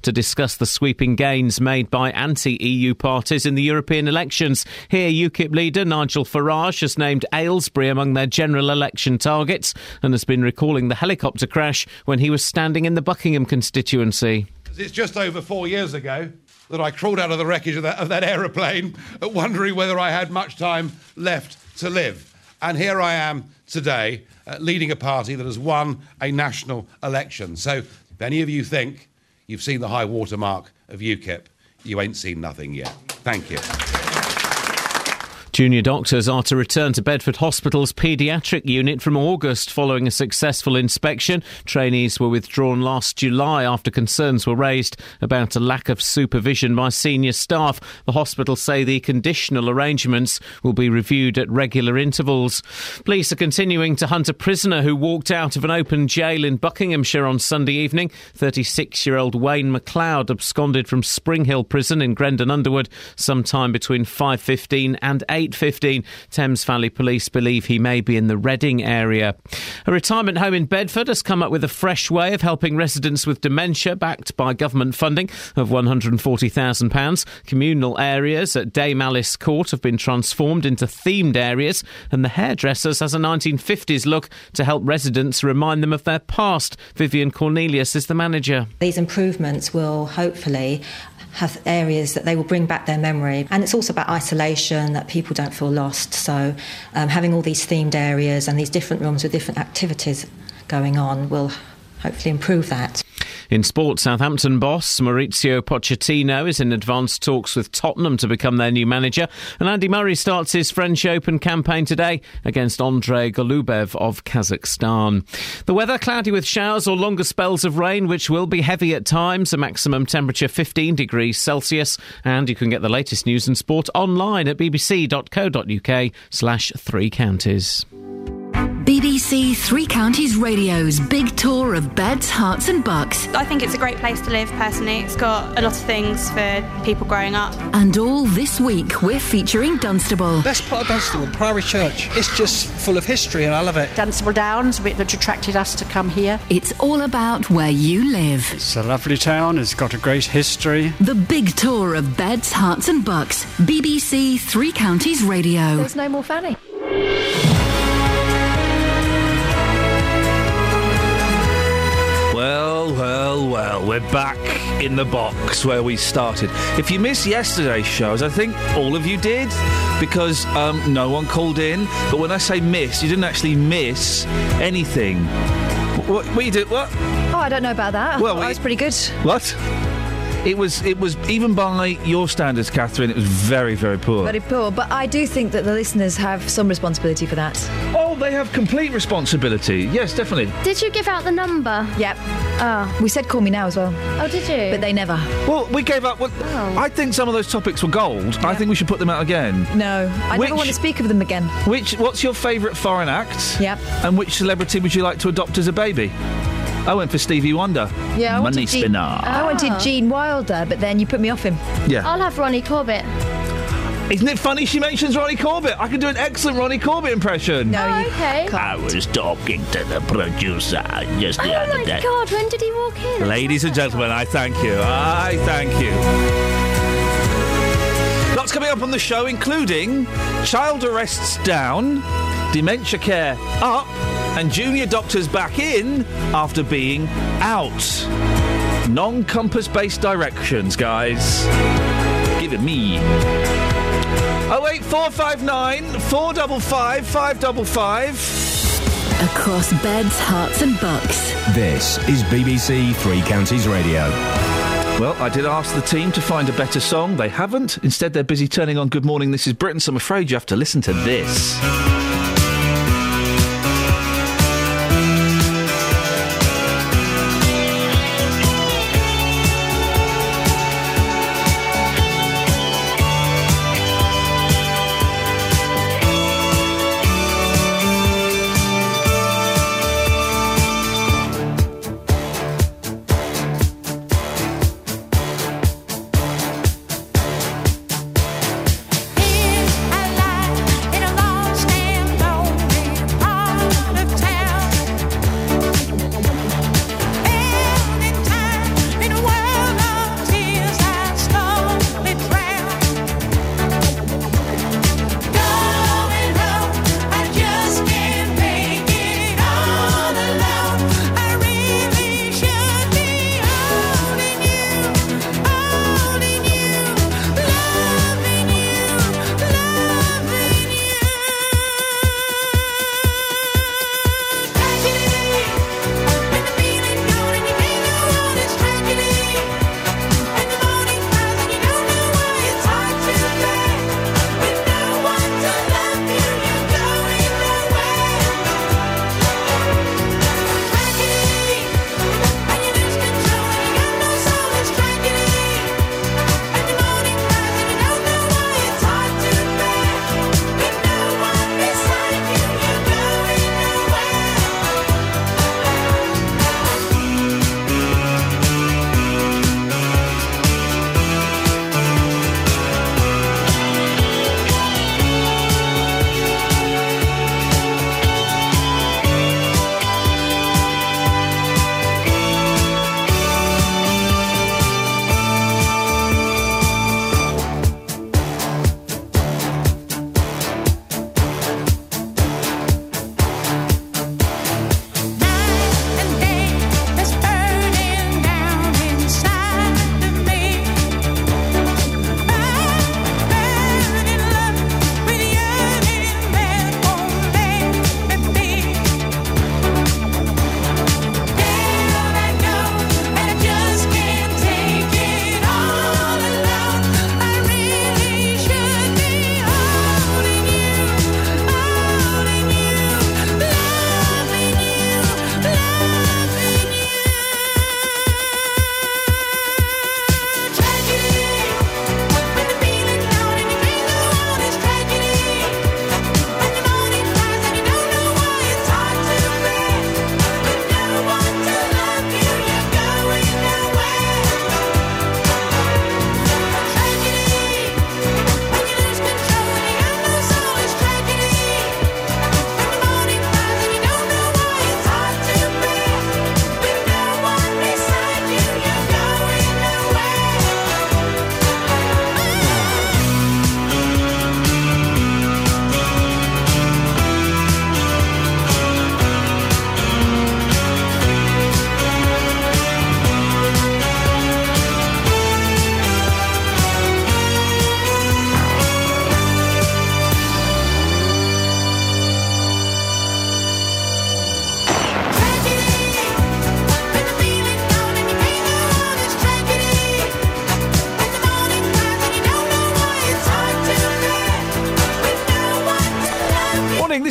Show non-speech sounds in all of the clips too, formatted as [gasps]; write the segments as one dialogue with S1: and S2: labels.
S1: to discuss the sweeping gains made by anti EU parties in the European elections. Here, UKIP leader Nigel Farage has named Aylesbury among their general election targets and has been recalling the helicopter crash when he was standing in the Buckingham constituency.
S2: It's just over four years ago that I crawled out of the wreckage of that, of that aeroplane, [laughs] wondering whether I had much time left to live. And here I am today, uh, leading a party that has won a national election. So, if any of you think You've seen the high watermark of UKIP. You ain't seen nothing yet. Thank you.
S1: Junior doctors are to return to Bedford Hospital's paediatric unit from August following a successful inspection. Trainees were withdrawn last July after concerns were raised about a lack of supervision by senior staff. The hospital say the conditional arrangements will be reviewed at regular intervals. Police are continuing to hunt a prisoner who walked out of an open jail in Buckinghamshire on Sunday evening. 36 year old Wayne McLeod absconded from Spring Hill Prison in Grendon Underwood sometime between 5.15 and 8. 8.15. Thames Valley Police believe he may be in the Reading area. A retirement home in Bedford has come up with a fresh way of helping residents with dementia backed by government funding of £140,000. Communal areas at Dame Alice Court have been transformed into themed areas and the hairdressers has a 1950s look to help residents remind them of their past. Vivian Cornelius is the manager.
S3: These improvements will hopefully have areas that they will bring back their memory. And it's also about isolation, that people don't feel lost. So, um, having all these themed areas and these different rooms with different activities going on will hopefully improve that.
S1: In sport, Southampton boss Maurizio Pochettino is in advanced talks with Tottenham to become their new manager, and Andy Murray starts his French Open campaign today against Andrei Golubev of Kazakhstan. The weather cloudy with showers or longer spells of rain, which will be heavy at times. A maximum temperature 15 degrees Celsius, and you can get the latest news and sport online at bbc.co.uk/slash three counties.
S4: BBC Three Counties Radio's big tour of beds, hearts, and bucks.
S5: I think it's a great place to live personally. It's got a lot of things for people growing up.
S4: And all this week, we're featuring Dunstable.
S6: Best part of Dunstable, Priory Church. It's just full of history and I love it.
S7: Dunstable Downs, which attracted us to come here.
S4: It's all about where you live.
S8: It's a lovely town, it's got a great history.
S4: The big tour of beds, hearts, and bucks. BBC Three Counties Radio.
S9: There's no more Fanny.
S10: Well, well, well, we're back in the box where we started. If you missed yesterday's shows, I think all of you did because um, no one called in. But when I say miss, you didn't actually miss anything. What, what you did? What?
S9: Oh, I don't know about that. I well, we, that was pretty good.
S10: What? It was. It was even by your standards, Catherine. It was very, very poor.
S9: Very poor. But I do think that the listeners have some responsibility for that.
S10: Oh, they have complete responsibility. Yes, definitely.
S11: Did you give out the number?
S9: Yep.
S11: Oh.
S9: We said call me now as well.
S11: Oh, did you?
S9: But they never.
S10: Well, we gave up. Well, oh. I think some of those topics were gold. Yep. I think we should put them out again.
S9: No, I which, never want to speak of them again.
S10: Which? What's your favourite foreign act?
S9: Yep.
S10: And which celebrity would you like to adopt as a baby? I went for Stevie Wonder.
S9: Yeah, I
S10: Money
S9: Gene,
S10: Spinner. Oh.
S9: I wanted Gene Wilder, but then you put me off him.
S10: Yeah.
S11: Ah. I'll have Ronnie Corbett.
S9: Oh.
S10: Isn't it funny she mentions Ronnie Corbett? I can do an excellent Ronnie Corbett impression.
S9: No,
S11: oh, okay.
S12: Can't.
S10: Ah,
S12: I was talking to the producer just the
S11: oh
S12: other
S11: my
S12: day.
S11: God, when did he walk in?
S10: Ladies and gentlemen, I thank you. I thank you. Lots coming up on the show, including child arrests down, dementia care up and junior doctors back in after being out. Non compass based directions, guys. Give it me. 08459 455 555.
S4: Across beds, hearts, and bucks.
S13: This is BBC Three Counties Radio.
S10: Well, I did ask the team to find a better song. They haven't. Instead, they're busy turning on Good Morning, This is Britain, so I'm afraid you have to listen to this.
S14: lost and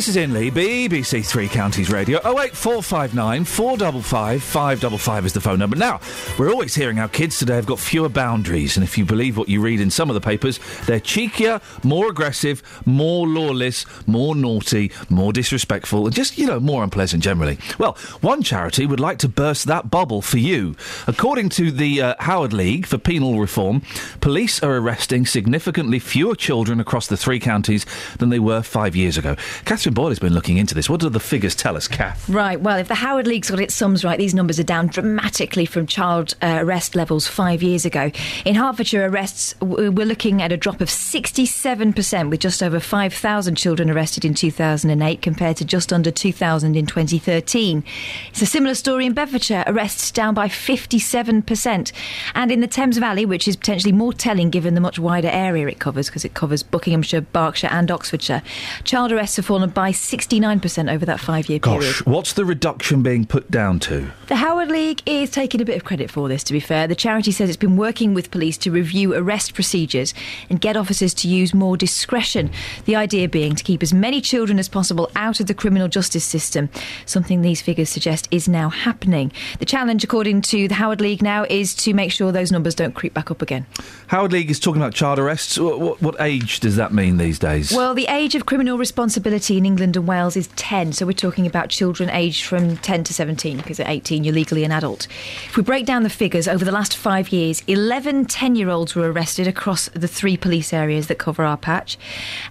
S10: This is Inley, BBC Three Counties Radio. 08459 455 555 is the phone number. Now, we're always hearing how kids today have got fewer boundaries, and if you believe what you read in some of the papers, they're cheekier, more aggressive, more lawless, more naughty, more disrespectful, and just, you know, more unpleasant generally. Well, one charity would like to burst that bubble for you. According to the uh, Howard League for Penal Reform, police are arresting significantly fewer children across the three counties than they were five years ago. Catherine Boyle has been looking into this. What do the figures tell us, Kath?
S9: Right, well, if the Howard League's got its sums right, these numbers are down dramatically from child uh, arrest levels five years ago. In Hertfordshire arrests, w- we're looking at a drop of 67%, with just over 5,000 children arrested in 2008 compared to just under 2,000 in 2013. It's a similar story in Bedfordshire, arrests down by 57%. And in the Thames Valley, which is potentially more telling given the much wider area it covers, because it covers Buckinghamshire, Berkshire, and Oxfordshire, child arrests have fallen by 69% over that five year period.
S10: Gosh, what's the reduction being put down to?
S9: The Howard League is taking a bit of credit for this, to be fair. The charity says it's been working with police to review arrest procedures and get officers to use more discretion. The idea being to keep as many children as possible out of the criminal justice system, something these figures suggest is now happening. The challenge, according to the Howard League now, is to make sure those numbers don't creep back up again.
S10: Howard League is talking about child arrests. What, what, what age does that mean these days?
S9: Well, the age of criminal responsibility in England and Wales is 10, so we're talking about children aged from 10 to 17, because at 18 you're legally an adult. If we break down the figures over the last five years, 11 10 year olds were arrested across the three police areas that cover our patch.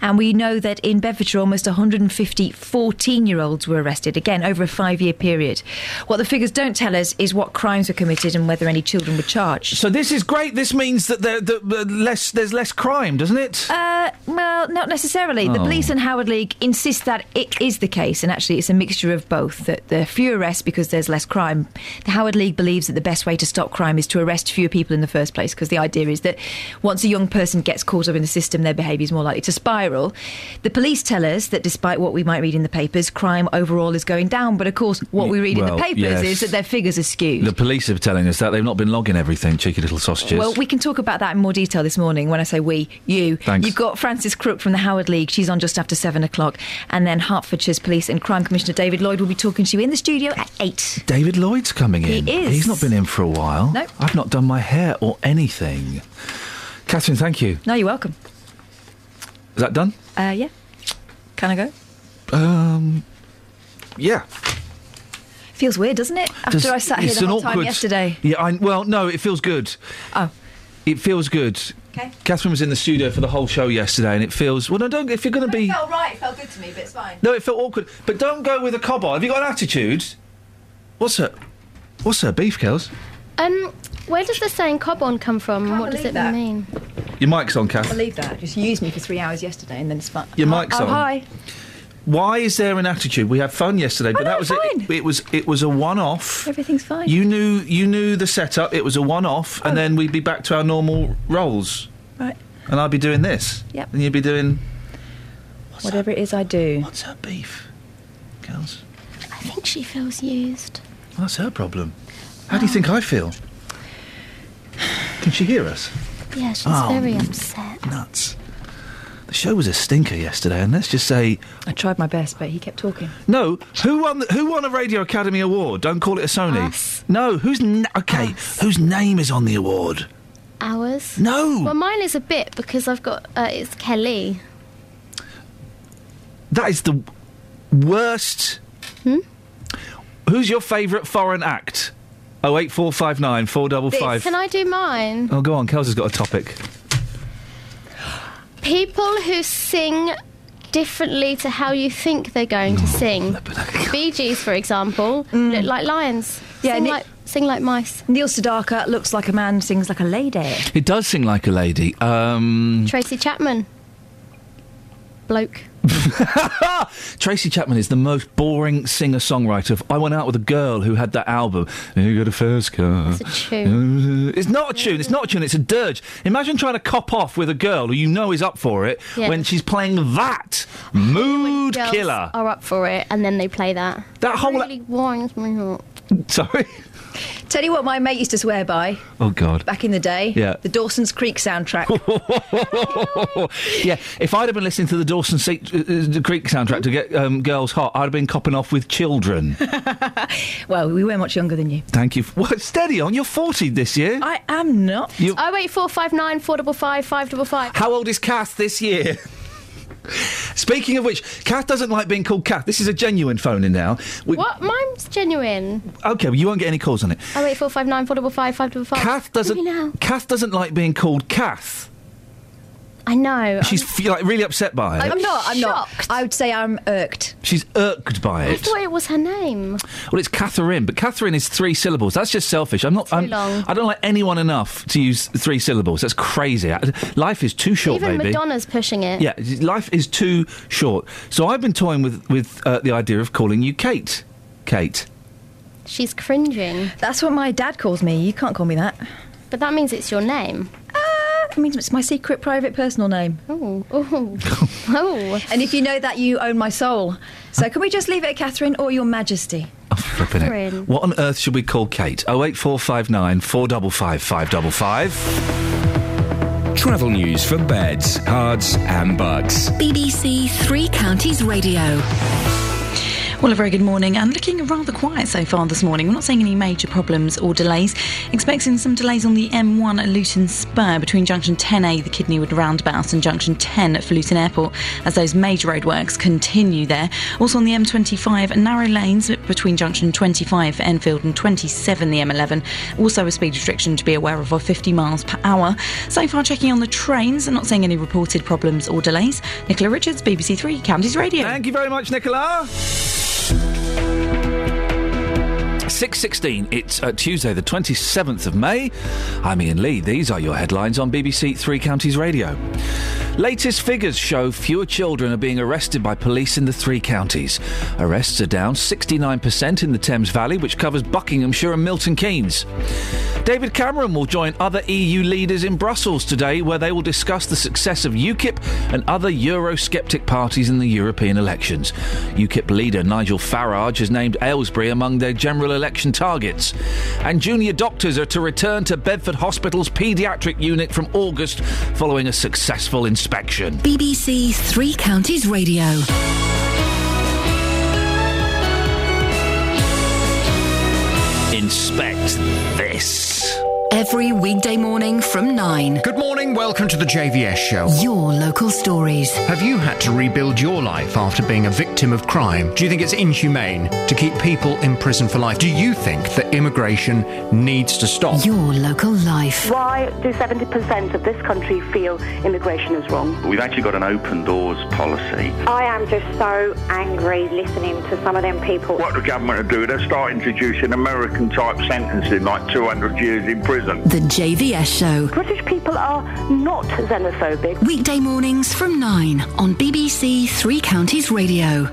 S9: And we know that in Bedfordshire, almost 150 14 year olds were arrested, again, over a five year period. What the figures don't tell us is what crimes were committed and whether any children were charged.
S10: so this is great. This means that there, that, uh, less, there's less crime, doesn't it?
S9: Uh, well, not necessarily. The
S10: Oh.
S9: police and Howard League insist that it is the case, and actually, it's a mixture of both. That there are fewer arrests because there's less crime. The Howard League believes that the best way to stop crime is to arrest fewer people in the first place, because the idea is that once a young person gets caught up in the system, their behaviour is more likely to spiral. The police tell us that despite what we might read in the papers, crime overall is going down. But of course, what we read in
S10: Well,
S9: the papers
S10: yes.
S9: is that their figures are skewed.
S10: The police are telling us that they've not been logging everything. Cheeky little sausages.
S9: Well, we can talk about that in more detail this morning when I say we, you.
S10: Thanks.
S9: You've got Frances Crook from the Howard League. She's on just after seven o'clock. And then Hertfordshire's Police and Crime Commissioner David Lloyd will be talking to you in the studio at eight.
S10: David Lloyd's coming
S9: He
S10: in.
S9: is.
S10: He's not been in for a while.
S9: No.
S10: I've not done my hair or anything. Catherine, thank you.
S9: No, you're welcome.
S10: Is that done?
S9: Uh, yeah. Can I go?
S10: Um, yeah.
S9: Feels weird, doesn't it? After
S10: Just-
S9: I sat here
S10: it's
S9: the
S10: an
S9: whole time
S10: awkward-
S9: yesterday.
S10: Yeah. I, well, no, it feels good.
S9: Oh.
S10: It feels good.
S9: Okay.
S10: Catherine was in the studio for the whole show yesterday, and it feels well. No, don't. If you're going to be,
S9: felt right. It felt good to me, but it's fine.
S10: no, it felt awkward. But don't go with a cob on. Have you got an attitude? What's her? What's her beef, Kels?
S11: Um, where does the saying cob on come from? What does
S9: believe
S11: it
S9: that.
S11: mean?
S10: Your mic's on,
S9: I
S10: Kath.
S9: believe that. Just used me for three hours yesterday and then it's fine.
S10: Your mic's
S9: oh,
S10: on.
S9: hi.
S10: Why is there an attitude? We had fun yesterday, but that was it. It was it was a one-off.
S9: Everything's fine.
S10: You knew you knew the setup. It was a one-off,
S9: Oh.
S10: and then we'd be back to our normal roles.
S9: Right.
S10: And I'd be doing this.
S9: Yep.
S10: And you'd be doing.
S9: Whatever it is I do.
S10: What's her beef? Girls,
S11: I think she feels used.
S10: well, that's her problem. How do you think I feel? Can she hear us?
S11: Yeah, she's
S10: Oh,
S11: very
S10: mm.
S11: upset.
S10: Nuts. The show was a stinker yesterday, and let's just say
S9: I tried my best, but he kept talking.
S10: no. Who won? The, who won a Radio Academy Award? Don't call it a Sony. No. Who's n okay? Whose name is on the award?
S11: Ours?
S10: No.
S11: Well, mine is a bit because I've got uh, it's Kelly.
S10: That is the worst.
S11: Hmm?
S10: Who's your favourite foreign act? Oh eight four five nine four double five.
S11: Can I do mine?
S10: Oh, go on. Kels has got a topic.
S11: People who sing differently to how you think they're going
S10: Mm.
S11: to sing. Bee Gees, for example, look like lions.
S9: Yeah,
S11: sing
S9: Nick-
S11: like sing like mice.
S9: Neil Sedaka looks like a man, sings like a lady.
S10: It does sing like a lady. Um,
S11: Tracy Chapman, bloke.
S10: Tracy Chapman is the most boring singer songwriter. Of, I went out with a girl who had that album. You got a first car. It's
S11: a tune.
S10: It's not a tune. It's not a tune. It's a dirge. Imagine trying to cop off with a girl who you know is up for it
S11: Yeah.
S10: when she's playing that mood
S11: Girls
S10: killer.
S11: are up for it, and then they play that.
S10: That whole-
S11: really warms me up.
S10: Sorry. [laughs]
S9: Tell you what, my mate used to swear by
S10: Oh God. [laughs]
S9: back in the day.
S10: Yeah.
S9: The Dawson's Creek soundtrack.
S10: yeah, if I'd have been listening to the Dawson Se- uh, uh, Creek soundtrack to get um, girls hot, I'd have been copping off with children.
S9: well, we were much younger than you.
S10: Thank you. [laughs] Well, steady on. You're 40 this year.
S9: I am not.
S10: You-
S11: Oh wait, four five nine four double five five double five.
S10: How old is Kath this year? [laughs] Speaking of which, Kath doesn't like being called Kath. This is a genuine phone in now. We-
S11: What? Mine's genuine.
S10: Okay, well, you won't get any calls on it.
S11: Oh wait, four five nine four double five five double five.
S10: Kath doesn't. Kath doesn't like being called Kath.
S11: I know.
S10: She's f- like really upset by it.
S9: I'm, not. I'm not. I would say I'm irked.
S10: She's irked by
S11: I
S10: it.
S11: thought it was her name.
S10: Well, it's Catherine, but Catherine is three syllables. That's just selfish. I'm not. I'm,
S11: long.
S10: I don't like anyone enough to use three syllables. That's crazy. I- Life is too short,
S11: Even
S10: baby.
S11: Madonna's pushing it.
S10: Yeah, life is too short. So I've been toying with with uh, the idea of calling you Kate. Kate.
S11: She's cringing.
S9: That's what my dad calls me. You can't call me that.
S11: But that means it's your name.
S9: I mean, it's my secret, private, personal name.
S11: Oh, oh, oh.
S9: [laughs] And if you know that, you own my soul. So can we just leave it at Catherine or Your Majesty?
S10: Flipping
S9: Catherine.
S10: it. What on earth should we call Kate? 08459 455 555.
S15: Travel news for beds, cards, and bugs.
S4: BBC E Three Counties Radio.
S5: Well, a very good morning and looking rather quiet so far this morning. We're not seeing any major problems or delays. Expecting some delays on the M1 at Luton Spur between junction 10A, the Kidneywood roundabout, and junction 10 at Luton Airport as those major roadworks continue there. Also on the M25, narrow lanes between junction 25 for Enfield and 27 the M11. Also a speed restriction to be aware of of 50 miles per hour. So far, checking on the trains and not seeing any reported problems or delays. Nicola Richards, BBC Three Counties Radio.
S10: Thank you very much, Nicola. 616. It's uh, Tuesday, the 27th of May. I'm Ian Lee. These are your headlines on BBC Three Counties Radio. Latest figures show fewer children are being arrested by police in the three counties. Arrests are down 69% in the Thames Valley, which covers Buckinghamshire and Milton Keynes. David Cameron will join other EU leaders in Brussels today, where they will discuss the success of UKIP and other Eurosceptic parties in the European elections. UKIP leader Nigel Farage has named Aylesbury among their general election targets. And junior doctors are to return to Bedford Hospital's paediatric unit from August following a successful inspection.
S4: BBC Three Counties Radio.
S10: Inspect this.
S4: Every weekday morning from 9.
S16: Good morning, welcome to the JVS show.
S4: Your local stories.
S16: Have you had to rebuild your life after being a victim of crime? Do you think it's inhumane to keep people in prison for life? Do you think that immigration needs to stop?
S4: Your local life.
S17: Why do 70% of this country feel immigration is wrong?
S18: We've actually got an open doors policy.
S19: I am just so angry listening to some of them people.
S18: What the government are doing, they'll start introducing American type sentencing, like 200 years in prison.
S4: The JVS Show.
S17: British people are not xenophobic.
S4: Weekday mornings from 9 on BBC Three Counties Radio.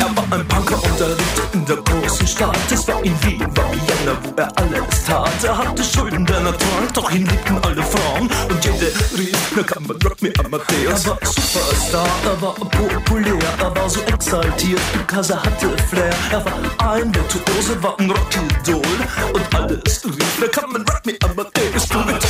S20: Er war ein Punker unterrichtet in der großen Stadt. Es war in Wien, war Vienna, wo er alles tat. Er hatte Schulden, der Natur, doch ihn liebten alle Frauen. Und jede rief, na kann man Rock Me Amadeus. Er war Superstar, er war populär, er war so exaltiert, because er hatte Flair. Er war ein Virtuose, war ein Rockidol. Und alles rief, na kann man Rock Me Amadeus. Du mit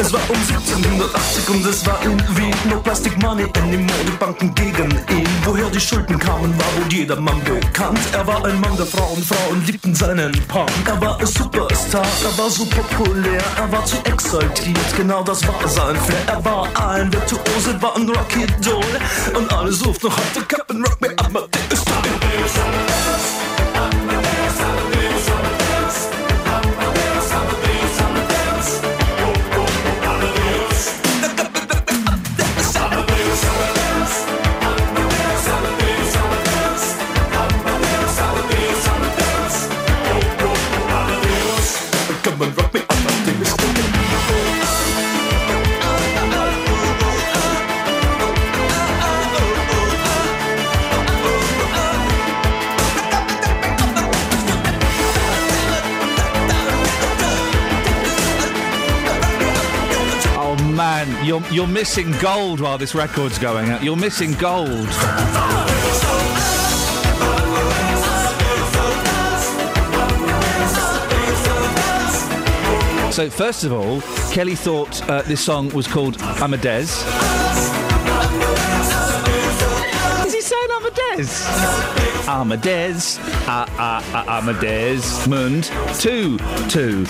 S20: Es war um 1780 und es war in Wien. No Plastic Money anymore, die Banken gegen ihn. Woher die Schulden kamen, war wohl jedermann bekannt. Er war ein Mann der Frauen, Frauen liebten seinen Punk. Er war ein Superstar, er war so populär, er war zu exaltiert, genau das war sein Flair. Er war ein Virtuose, war ein Rocky "Halt Doll. Und alle suchten noch heute Captain Rock Me Amadeus. Amadeus, Amadeus, Amadeus.
S21: come and rock me, I'm not doing this.
S10: Oh man, you're you're missing gold while this record's going out. You're missing gold. So first of all, Kelly thought uh, this song was called "I'm a Des." Is he saying "I'm a Des"? I'm a Des. Uh, uh, uh, I'm a Des. Mund two two.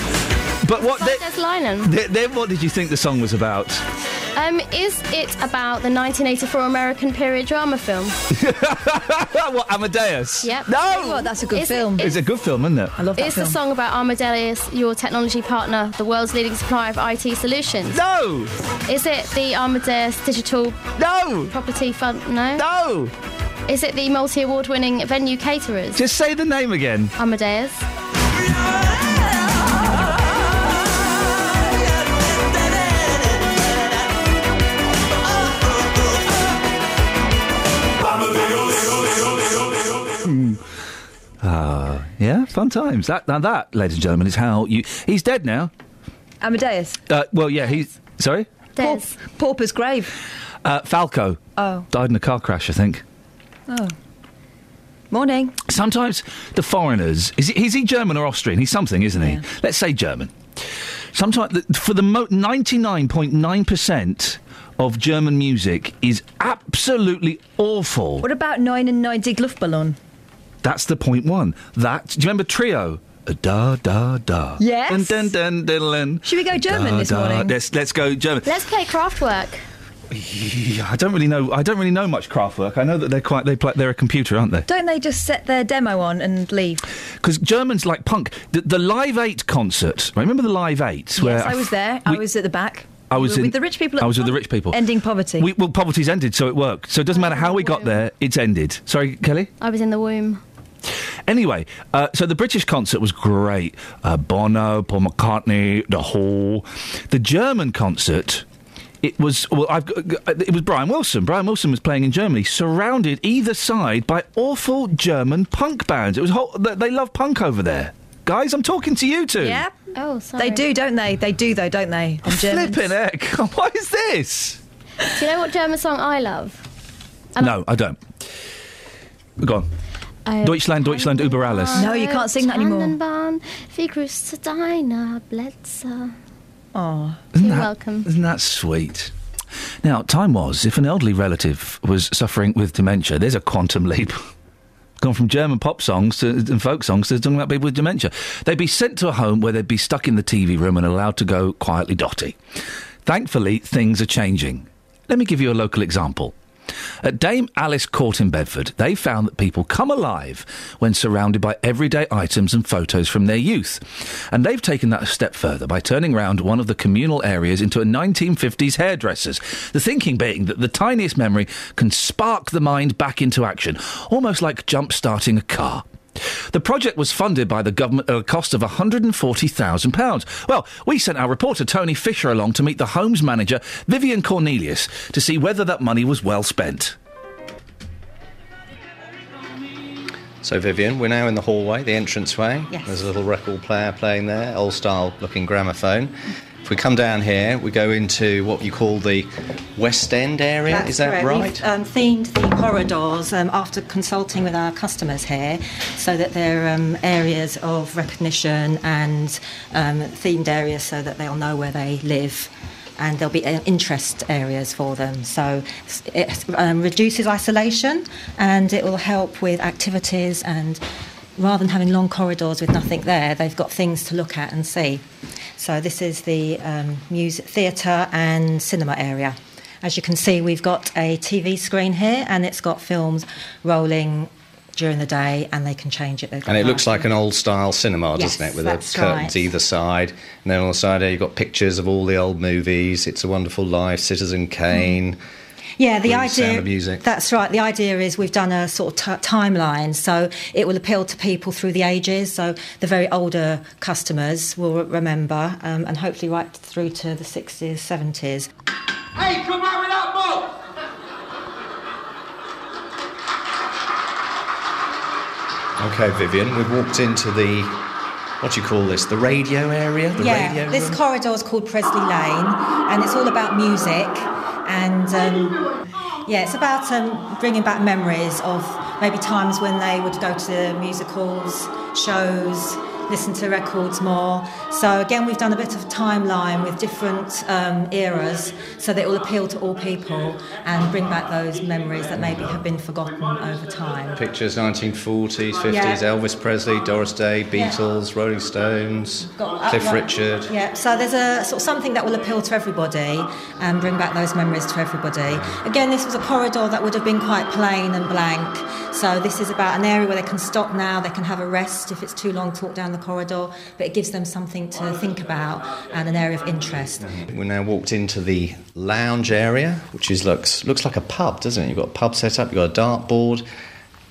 S10: But what? They,
S11: Des Linen.
S10: then, then what did you think the song was about? [laughs]
S11: Um, is it about the 1984 American period drama film?
S10: what Amadeus?
S11: Yep.
S10: No.
S11: Well, that's a good film.
S10: It's a good film, isn't it? I love
S11: Is the song about Armadillos, your technology partner, the world's leading supplier of IT solutions?
S10: No.
S11: Is it the Armadillos Digital?
S10: No.
S11: Property Fund? No.
S10: No.
S11: Is it the multi-award-winning venue caterers?
S10: Just say the name again.
S11: Amadeus.
S10: Ah, yeah, fun times. That now that, ladies and gentlemen, is how you. He's dead now.
S9: Amadeus.
S10: Uh, well, yeah, he's sorry.
S9: Paup- Pauper's grave.
S10: Uh, Falco.
S9: Oh.
S10: Died in a car crash, I think.
S9: Oh. Morning.
S10: Sometimes the foreigners is he, is he German or Austrian? He's something, isn't he? Let's say German. Sometimes the, for the ninety nine point nine percent of German music is absolutely awful.
S9: What about 99 Luftballon?
S10: That's the point one. That do you remember Trio? A Da da da.
S9: Yes.
S10: Dun, dun, dun, diddle, dun.
S9: Should we go German
S10: Da,
S9: this
S10: da.
S9: morning?
S10: Let's let's go German.
S11: Let's play Kraftwerk.
S10: I don't really know. I don't really know much Kraftwerk. I know that they're quite. They play, they're a computer, aren't they?
S9: Don't they just set their demo on and leave?
S10: Because Germans like punk. The, the Live Eight concert. right? Remember the Live Eight?
S9: yes, I was there. I was at the back.
S10: I was
S9: We were
S10: in-
S9: with the rich people. At
S10: I was
S9: the
S10: with the
S9: top.
S10: rich people.
S9: Ending Oh, poverty.
S10: We, well, poverty's ended, so it worked. So it doesn't matter how we got there. It's ended. Sorry, Kelly.
S11: I was in the womb.
S10: Anyway, uh, so the British concert was great. Uh, Bono, Paul McCartney, The Hall. The German concert, it was well, I've, g- g- it was Brian Wilson. Brian Wilson was playing in Germany, surrounded either side by awful German punk bands. It was whole, they, they love punk over there, guys. I'm talking to you two.
S9: Yeah.
S11: Oh,
S9: They do, don't they? They do, though, don't they?
S10: Oh,
S9: Them Germans.
S10: Flipping heck! [laughs] What is this?
S11: Do you know what German song I love?
S10: no, I don't. Go on.
S11: Um,
S10: Deutschland, Deutschland, über alles.
S9: No, you can't sing that anymore.
S11: Tannenbaum, wie grüßt deiner Blätzer.
S9: Oh,
S10: Isn't
S11: You're
S10: that-
S11: welcome.
S10: Isn't that sweet? Now, time was if an elderly relative was suffering with dementia, there's a quantum leap. [laughs] Gone from German pop songs to, and folk songs to talking about people with dementia. They'd be sent to a home where they'd be stuck in the TV room and allowed to go quietly dotty. Thankfully, things are changing. Let me give you a local example. At Dame Alice Court in Bedford, they found that people come alive when surrounded by everyday items and photos from their youth. And they've taken that a step further by turning round one of the communal areas into a 1950s hairdresser's. The thinking being that the tiniest memory can spark the mind back into action, almost like jump starting a car. The project was funded by the government at a cost of £140,000. Well, we sent our reporter Tony Fisher along to meet the homes manager Vivian Cornelius to see whether that money was well spent.
S22: So, Vivian, we're now in the hallway, the entranceway.
S23: Yes.
S22: There's a little record player playing there, old style looking gramophone. If we come down here, we go into what you call the West End area,
S3: That's
S22: is that
S3: correct.
S22: right?
S3: We've um, themed the corridors um, after consulting with our customers here so that they're um, areas of recognition and um, themed areas so that they'll know where they live. And there'll be uh, interest areas for them. So s- it um, reduces isolation and it will help with activities. And rather than having long corridors with nothing there, they've got things to look at and see. So this is the um, music, theatre, and cinema area. As you can see, we've got a TV screen here, and it's got films rolling during the day, and they can change it. They've got
S22: And it looks
S3: lighting.
S22: like an old style cinema,
S3: Yes,
S22: doesn't it? With
S3: that's
S22: the curtains
S3: right.
S22: either side. And then on the side there, you've got pictures of all the old movies. It's a Wonderful Life, Citizen Kane.
S3: Yeah, Mm. the
S22: Blues,
S3: idea.
S22: Sound of Music.
S3: That's right. The idea is we've done a sort of t- timeline, so it will appeal to people through the ages. So the very older customers will remember, um, and hopefully right through to the 60s, 70s.
S7: Hey, come on with that boat!
S22: Okay, Vivian, we've walked into the what do you call this? The radio area. The
S3: yeah,
S22: radio
S3: this
S22: room?
S3: corridor is called Presley Lane, and it's all about music. And um, yeah, it's about um, bringing back memories of maybe times when they would go to musicals, shows, listen to records more. So again, we've done a bit of timeline with different um, eras, so that it will appeal to all people and bring back those memories that maybe have been forgotten over time.
S22: Pictures 1940s, 50s,
S3: Yeah.
S22: Elvis Presley, Doris Day,
S3: Yeah.
S22: Beatles, Rolling Stones,
S3: Got-
S22: Cliff
S3: uh, right.
S22: Richard.
S3: Yeah, so there's a sort of something that will appeal to everybody and bring back those memories to everybody. Again, this was a corridor that would have been quite plain and blank. So this is about an area where they can stop now, they can have a rest if it's too long to walk down the corridor, but it gives them something to think about and an area of interest.
S22: We're now walked into the lounge area, which is looks looks like a pub, doesn't it? You've got a pub set up, you've got a dartboard,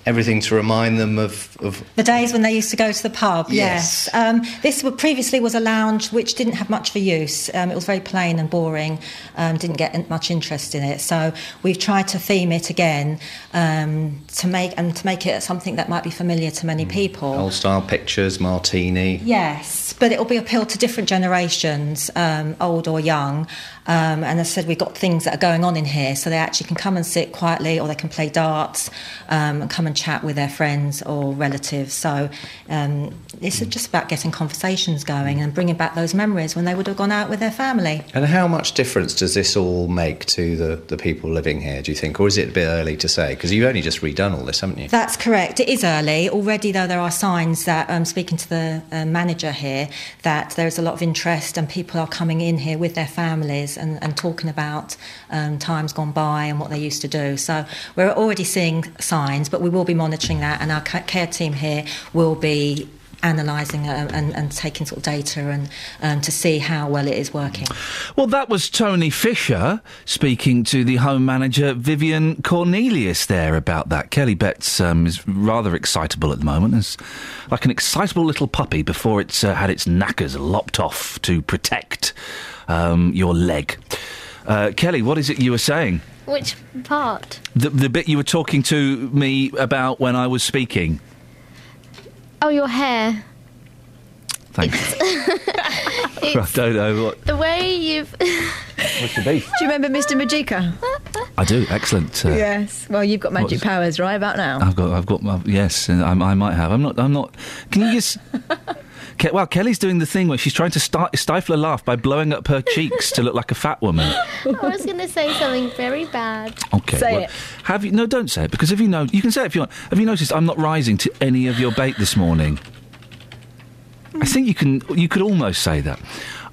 S22: everything to remind them of, of
S3: The days when they used to go to the pub,
S22: Yes.
S3: yes. Um, this were, previously was a lounge which didn't have much for use. Um, it was very plain and boring, um, didn't get in- much interest in it. So we've tried to theme it again um, to make and to make it something that might be familiar to many people.
S22: old style pictures, martini.
S3: Yes, but it'll be appealed to different generations, um, old or young. Um, and as I said, we've got things that are going on in here, so they actually can come and sit quietly, or they can play darts, um, and come and chat with their friends or relatives. So um, it's just about getting conversations going and bringing back those memories when they would have gone out with their family.
S22: And how much difference does this all make to the, the people living here, do you think? Or is it a bit early to say? Because you've only just redone all this, haven't you?
S3: That's correct. It is early. Already, though, there are signs that, um, speaking to the uh, manager here, that there is a lot of interest and people are coming in here with their families and, and talking about um, times gone by and what they used to do. So we're already seeing signs, but we will be monitoring that, and our ca- care team here will be. Analysing uh, and, and taking sort of data and um, to see how well it is working.
S10: Well, that was Tony Fisher speaking to the home manager Vivian Cornelius there about that. Kelly Betts um, is rather excitable at the moment. It's like an excitable little puppy before it's uh, had its knackers lopped off to protect um, your leg. Uh, Kelly, what is it you were saying?
S11: Which part?
S10: The, the bit you were talking to me about when I was speaking.
S11: Oh, your hair. [laughs]
S10: Thanks. [laughs] I
S11: it's
S10: don't know what.
S11: the way you've.
S10: What's the
S9: [laughs]
S10: beef?
S9: Do you remember Mr. Majika?
S10: I do. Excellent. uh,
S9: yes. Well, you've got magic
S10: What's-
S9: powers right about now.
S10: I've got, I've got, i yes, and I'm, I might have. I'm not, I'm not. Can you
S11: [laughs]
S10: just? Ke- wow, Kelly's doing the thing where she's trying to sti- stifle a laugh by blowing up her cheeks to look like a fat woman.
S11: I was going to say something very bad.
S10: Okay,
S11: Say
S10: well,
S11: it.
S10: have you? No, don't say it because if you know, you can say it if you want. Have you noticed I'm not rising to any of your bait this morning? I think you can. You could almost say that.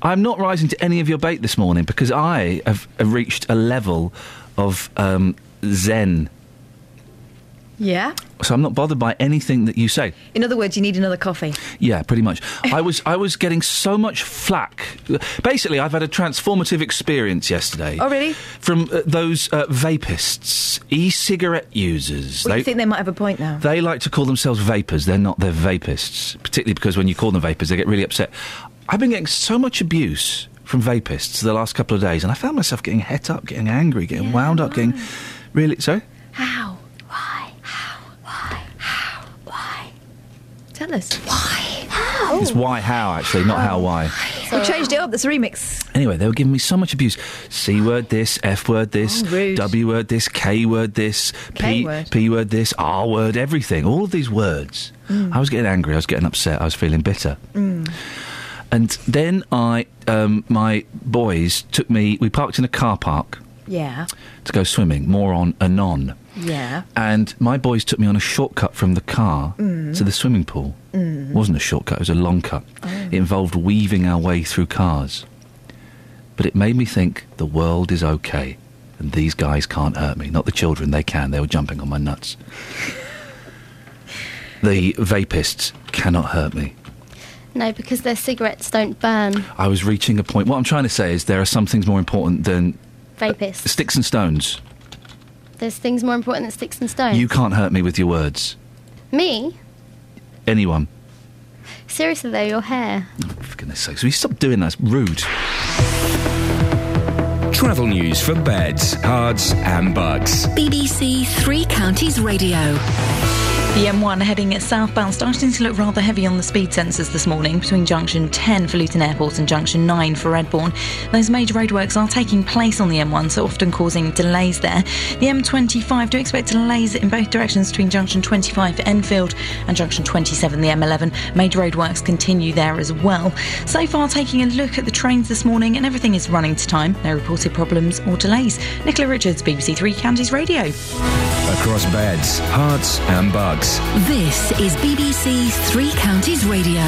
S10: I'm not rising to any of your bait this morning because I have uh, reached a level of um, zen.
S9: Yeah.
S10: So I'm not bothered by anything that you say.
S9: In other words, you need another coffee.
S10: Yeah, pretty much. I was I was getting so much flack. Basically, I've had a transformative experience yesterday.
S9: Oh, really?
S10: From uh, those uh, vapists, e-cigarette users.
S9: Well,
S10: They-
S9: you think they might have a point now?
S10: they like to call themselves vapors. They're not. They're vapists. Particularly because when you call them vapors, they get really upset. I've been getting so much abuse from vapists the last couple of days, and I found myself getting het up, getting angry, getting wound up, getting really. Sorry.
S9: How? Why? How? Why? How? Why? Tell us. Why? How?
S10: It's why how actually, not how why.
S9: We changed it up. That's a remix.
S10: Anyway, they were giving me so much abuse. C word this, F word this,
S9: Oh, rude.
S10: W word this, K word this,
S9: K
S10: P,
S9: word.
S10: P word this, R word, everything. All of these words.
S9: Mm.
S10: I was getting angry, I was getting upset, I was feeling bitter.
S9: Mm.
S10: And then I, um, my boys took me, we parked in a car park
S9: Yeah.
S10: to go swimming, more on anon.
S9: Yeah.
S10: And my boys took me on a shortcut from the car
S9: Mm.
S10: to the swimming pool.
S9: Mm.
S10: It wasn't a shortcut, it was a long cut.
S9: Oh.
S10: It involved weaving our way through cars. But it made me think the world is okay and these guys can't hurt me. Not the children, they can. They were jumping on my nuts. the vapists cannot hurt me.
S11: No, because their cigarettes don't burn.
S10: I was reaching a point. What I'm trying to say is there are some things more important than
S11: Vapist.
S10: sticks and stones
S11: There's things more important than sticks and stones.
S10: You can't hurt me with your words.
S11: Me?
S10: Anyone.
S11: Seriously though, your hair.
S10: For goodness sakes, will you stop doing that? It's rude.
S15: Travel news for beds, cards, and bugs.
S4: BBC Three Counties Radio.
S5: The M1 heading southbound starting to look rather heavy on the speed sensors this morning between junction 10 for Luton Airport and junction 9 for Redbourne. Those major roadworks are taking place on the M1, so often causing delays there. The M25 do expect delays in both directions between junction 25 for Enfield and junction 27, the M11. Major roadworks continue there as well. So far, taking a look at the trains this morning, and everything is running to time. No reported problems or delays. Nicola Richards, BBC Three Counties Radio.
S15: Across beds, hearts, and bugs.
S4: This is BBC Three Counties Radio.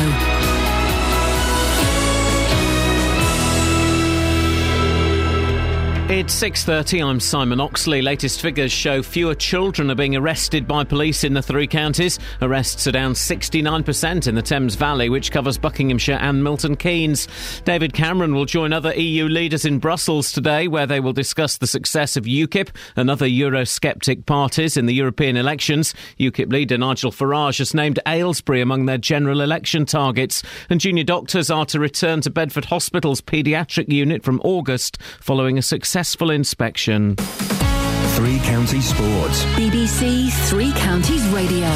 S1: It's 6:30. I'm Simon Oxley. Latest figures show fewer children are being arrested by police in the three counties. Arrests are down 69% in the Thames Valley, which covers Buckinghamshire and Milton Keynes. David Cameron will join other EU leaders in Brussels today where they will discuss the success of UKIP and other Eurosceptic parties in the European elections. UKIP leader Nigel Farage has named Aylesbury among their general election targets, and junior doctors are to return to Bedford Hospital's paediatric unit from August following a successful successful inspection.
S15: Three Counties Sports.
S4: BBC Three Counties Radio.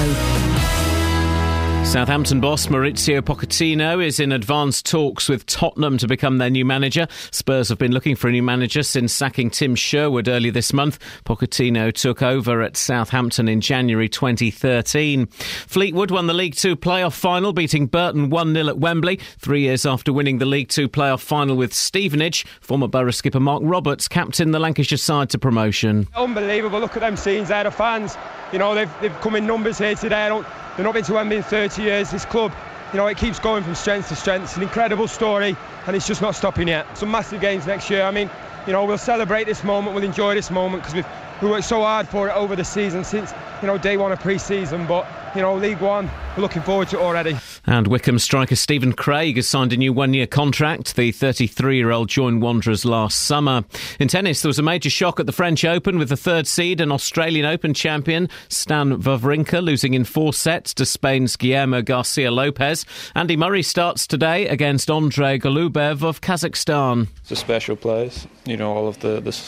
S1: Southampton boss Maurizio Pochettino is in advanced talks with Tottenham to become their new manager. Spurs have been looking for a new manager since sacking Tim Sherwood early this month. Pochettino took over at Southampton in January 2013. Fleetwood won the League Two playoff final, beating Burton 1 0 at Wembley. Three years after winning the League Two playoff final with Stevenage, former Borough skipper Mark Roberts captained the Lancashire side to promotion.
S24: Unbelievable. Look at them scenes there, the fans. You know, they've, they've come in numbers here today. They're not been to Wembley in 30 years. This club, you know, it keeps going from strength to strength. It's an incredible story, and it's just not stopping yet. Some massive games next year. I mean, you know, we'll celebrate this moment. We'll enjoy this moment because we've we worked so hard for it over the season since you know day one of pre-season. But you know, League One, we're looking forward to it already.
S1: And Wickham striker Stephen Craig has signed a new one year contract. The 33 year old joined Wanderers last summer. In tennis, there was a major shock at the French Open with the third seed and Australian Open champion Stan Wawrinka losing in four sets to Spain's Guillermo Garcia Lopez. Andy Murray starts today against Andrei Golubev of Kazakhstan.
S25: It's a special place. You know, all of the, the,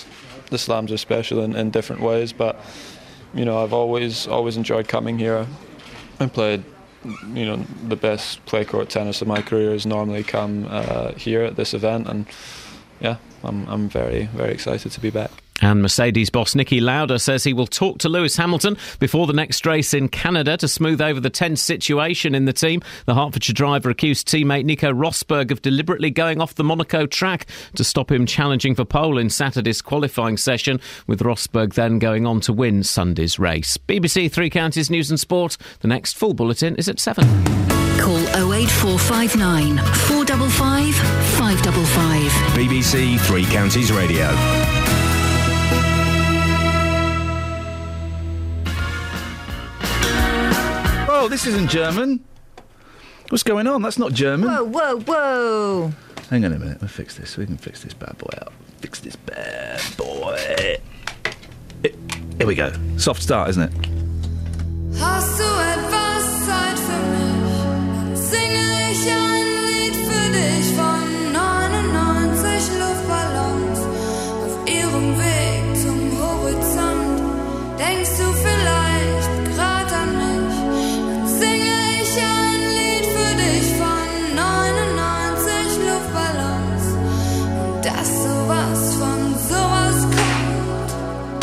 S25: the slams are special in, in different ways, but. You know, I've always always enjoyed coming here and played you know the best play court tennis of my career has normally come uh, here at this event and yeah I'm, I'm very very excited to be back
S1: and Mercedes boss Nicky Lauda says he will talk to Lewis Hamilton before the next race in Canada to smooth over the tense situation in the team. The Hertfordshire driver accused teammate Nico Rosberg of deliberately going off the Monaco track to stop him challenging for pole in Saturday's qualifying session, with Rosberg then going on to win Sunday's race. BBC Three Counties News and Sport. The next full bulletin is at 7.
S4: Call 08459 455 555.
S15: BBC Three Counties Radio.
S10: Oh, this isn't German. What's going on? That's not German.
S9: Whoa, whoa, whoa.
S10: Hang on a minute. We'll fix this. We can fix this bad boy up. Fix this bad boy. It- here we go. Soft start, isn't it?
S26: Hast du etwas Zeit für mich? Singe ich ein Lied für dich von 99 Luftballons auf ihrem Weg zum Horizont. Denkst du vielleicht gerade an mich? Dann singe ich ein Lied für dich von 99 Luftballons und dass sowas von sowas kommt.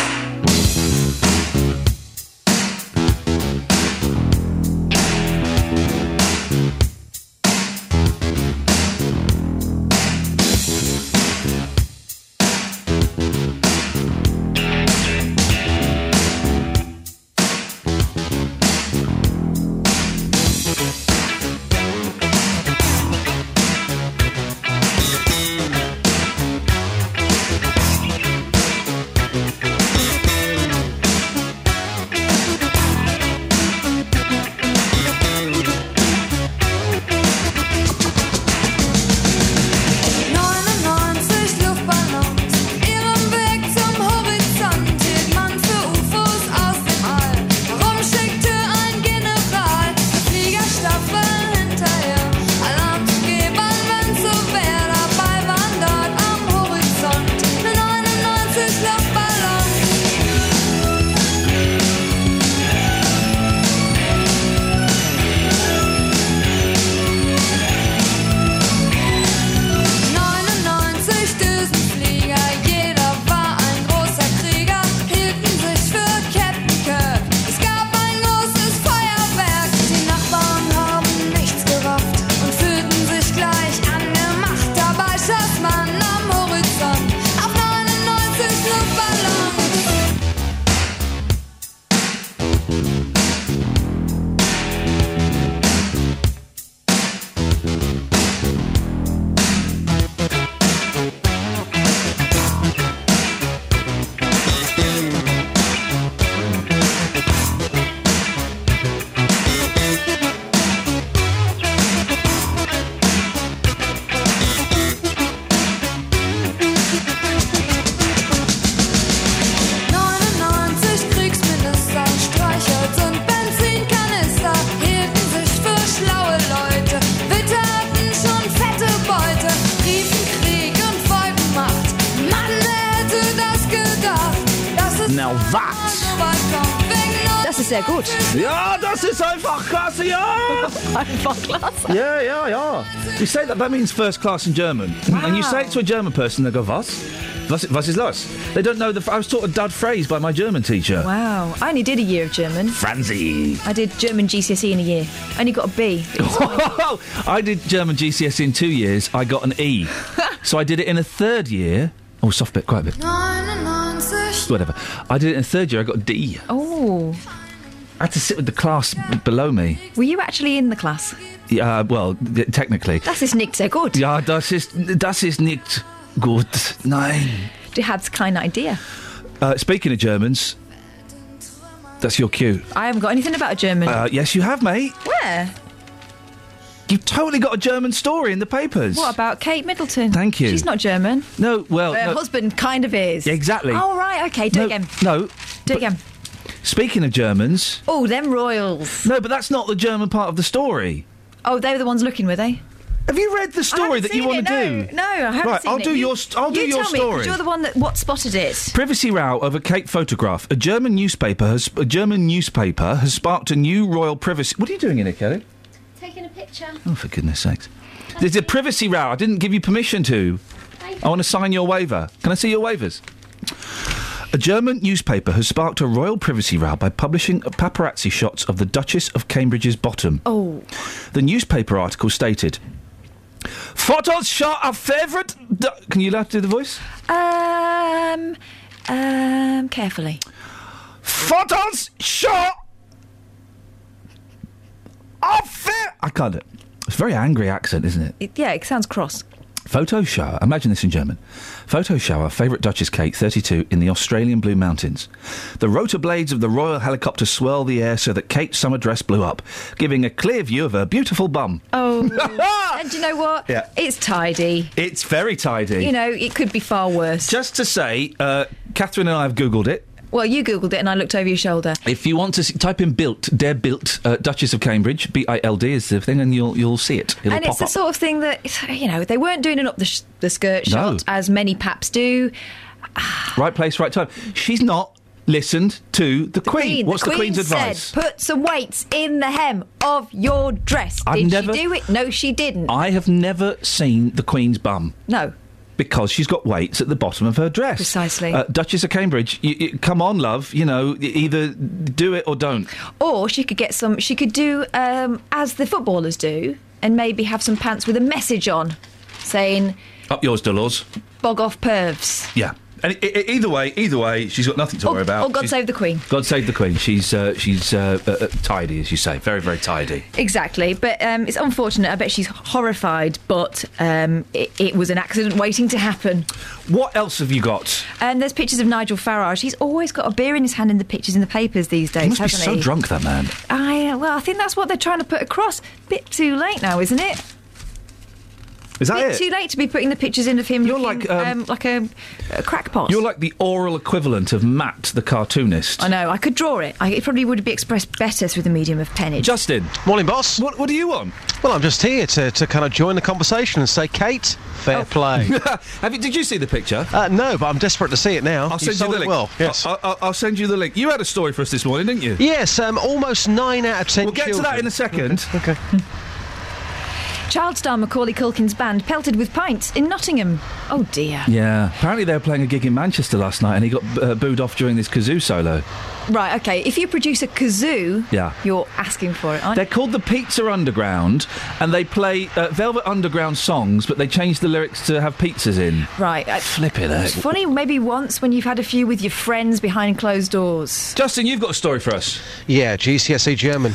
S10: that?
S9: Das ist sehr gut.
S10: Ja, das is einfach klasse,
S9: [laughs]
S10: ja!
S9: einfach klasse.
S10: Yeah, yeah, yeah. You say that, that means first class in German. And you say it to a German person, they go, was? Was, was is das? They don't know the. I was taught a dud phrase by my German teacher.
S9: Wow. I only did a year of German.
S10: Franzi.
S9: I did German GCSE E in a year. I only got a B.
S10: [laughs] I did German GCSE E in two years. I got an E. so I did it in a third year. Oh, soft bit, quite a bit.
S26: 99
S10: Whatever. I did it in a third year. I got a D.
S9: Oh.
S10: I had to sit with the class b- below me.
S9: Were you actually in the class?
S10: Yeah, uh, well, th-
S9: [laughs]
S10: technically.
S9: Das ist nicht sehr gut.
S10: Ja, das ist, das ist nicht gut. Nein.
S9: Du hast keine Idee.
S10: Uh, speaking of Germans, that's your cue.
S9: I haven't got anything about a German.
S10: Uh, yes, you have, mate.
S9: Where?
S10: You've totally got a German story in the papers.
S9: What about Kate Middleton?
S10: Thank you.
S9: She's not German.
S10: No, well,
S9: Her
S10: no.
S9: husband kind of is.
S10: Yeah, exactly.
S9: Oh, right, okay, do
S10: No,
S9: it again.
S10: No.
S9: Do it again.
S10: Speaking of Germans,
S9: Oh, them royals.
S10: no, but that's not the German part of the story.
S9: Oh, they were the ones looking, were they?
S10: Have you read the story that you want to do?
S9: No, I haven't
S10: Right,
S9: seen
S10: I'll
S9: it.
S10: do
S9: You-
S10: your st- I'll do
S9: you
S10: your
S9: tell me, 'cause
S10: story.
S9: you're the one that what spotted it.
S10: Privacy row over Kate photograph. A German newspaper has a German newspaper has sparked a new royal privacy. What are you doing in here, Kelly?
S11: Taking a picture.
S10: Oh, for goodness sakes. There's a privacy row. I didn't give you permission to. I want to sign your waiver. Can I see your waivers? A German newspaper has sparked a royal privacy row by publishing paparazzi shots of the Duchess of Cambridge's bottom.
S9: Oh.
S10: The newspaper article stated Photos shot our favourite. Du-" Can you to do the voice?
S9: Um, um, carefully.
S10: Photos shot. Off I can't. do it. It's a very angry accent, isn't it?
S9: It, yeah, it sounds cross.
S10: Photo shower. Imagine this in German. Photo shower. Favorite Duchess Kate, 32, in the Australian Blue Mountains. The rotor blades of the royal helicopter swirl the air so that Kate's summer dress blew up, giving a clear view of her beautiful bum. [laughs]
S9: Oh, and do you know what?
S10: Yeah.
S9: It's tidy.
S10: It's very tidy.
S9: You know, it could be far worse.
S10: Just to say, uh, Catherine and I have googled it.
S9: Well, you googled it, and I looked over your shoulder.
S10: If you want to see, type in "built," "dare built," uh, Duchess of Cambridge, B I L D is the thing, and you'll you'll see it. It'll
S9: and
S10: pop
S9: it's the
S10: up.
S9: sort of thing that you know they weren't doing an up the, sh- the skirt
S10: No.
S9: shot as many paps do.
S10: Right place, right time. She's not listened to the, Queen.
S9: Queen,
S10: What's the,
S9: Queen
S10: Queen's
S9: said,
S10: advice?
S9: Put some weights in the hem of your dress.
S10: I've
S9: Did
S10: never-
S9: she do it? No, she didn't.
S10: I have never seen the Queen's bum
S9: No.
S10: because she's got weights at the bottom of her dress.
S9: Precisely.
S10: Uh, Duchess of Cambridge, y y come on, love. You know, y- either do it or don't.
S9: Or she could get some. She could do um, as the footballers do, and maybe have some pants with a message on, saying
S10: Up yours, Dolores.
S9: "Bog off, pervs."
S10: Yeah. And i i either way, either way, she's got nothing to worry about.
S9: Or Oh, God
S10: She's-
S9: save the Queen.
S10: God save the Queen. She's uh, she's uh, uh, uh, tidy, as you say, very very tidy.
S9: Exactly, but um, it's unfortunate. I bet she's horrified, but um, it, it was an accident waiting to happen.
S10: What else have you got?
S9: And there's pictures of Nigel Farage. He's always got a beer in his hand in the pictures in the papers these days,
S10: He must be
S9: hasn't
S10: so
S9: he?
S10: drunk, that man.
S9: I uh, well, I think that's what they're trying to put across. Bit too late now, isn't it?
S10: Is that
S9: Bit
S10: it?
S9: too late to be putting the pictures in of him. You're like um, like a, a crackpot.
S10: You're like the oral equivalent of Matt, the cartoonist.
S9: [laughs] I know. I could draw it. I, it probably would be expressed better through the medium of pen.
S27: Justin. Morning, boss. What, what do you want? Well, I'm just here to, to kind of join the conversation and say, Kate, fair play.
S10: Have Oh. [laughs] you, did you see the picture?
S27: Uh, no, but I'm desperate to see it now.
S10: I'll
S27: You've
S10: send you
S27: sold
S10: the
S27: it
S10: link.
S27: Well, yes.
S10: I, I, I'll send you the link. You had a story for us this morning, didn't you?
S27: Yes, um, almost nine out of ten.
S10: We'll get to that in a second.
S27: okay. [laughs]
S9: Child star Macaulay Culkin's band pelted with pints in Nottingham. Oh dear.
S10: Yeah. Apparently they were playing a gig in Manchester last night, and he got uh, booed off during this kazoo solo.
S9: Right. Okay. If you produce a kazoo,
S10: Yeah.
S9: you're asking for it, aren't
S10: They're called the Pizza Underground, and they play uh, Velvet Underground songs, but they changed the lyrics to have pizzas in.
S9: you? Right. I,
S10: Flipping heck.
S9: It's funny, maybe once when you've had a few with your friends behind closed doors.
S10: Justin, you've got a story for us.
S27: Yeah, GCSE E German.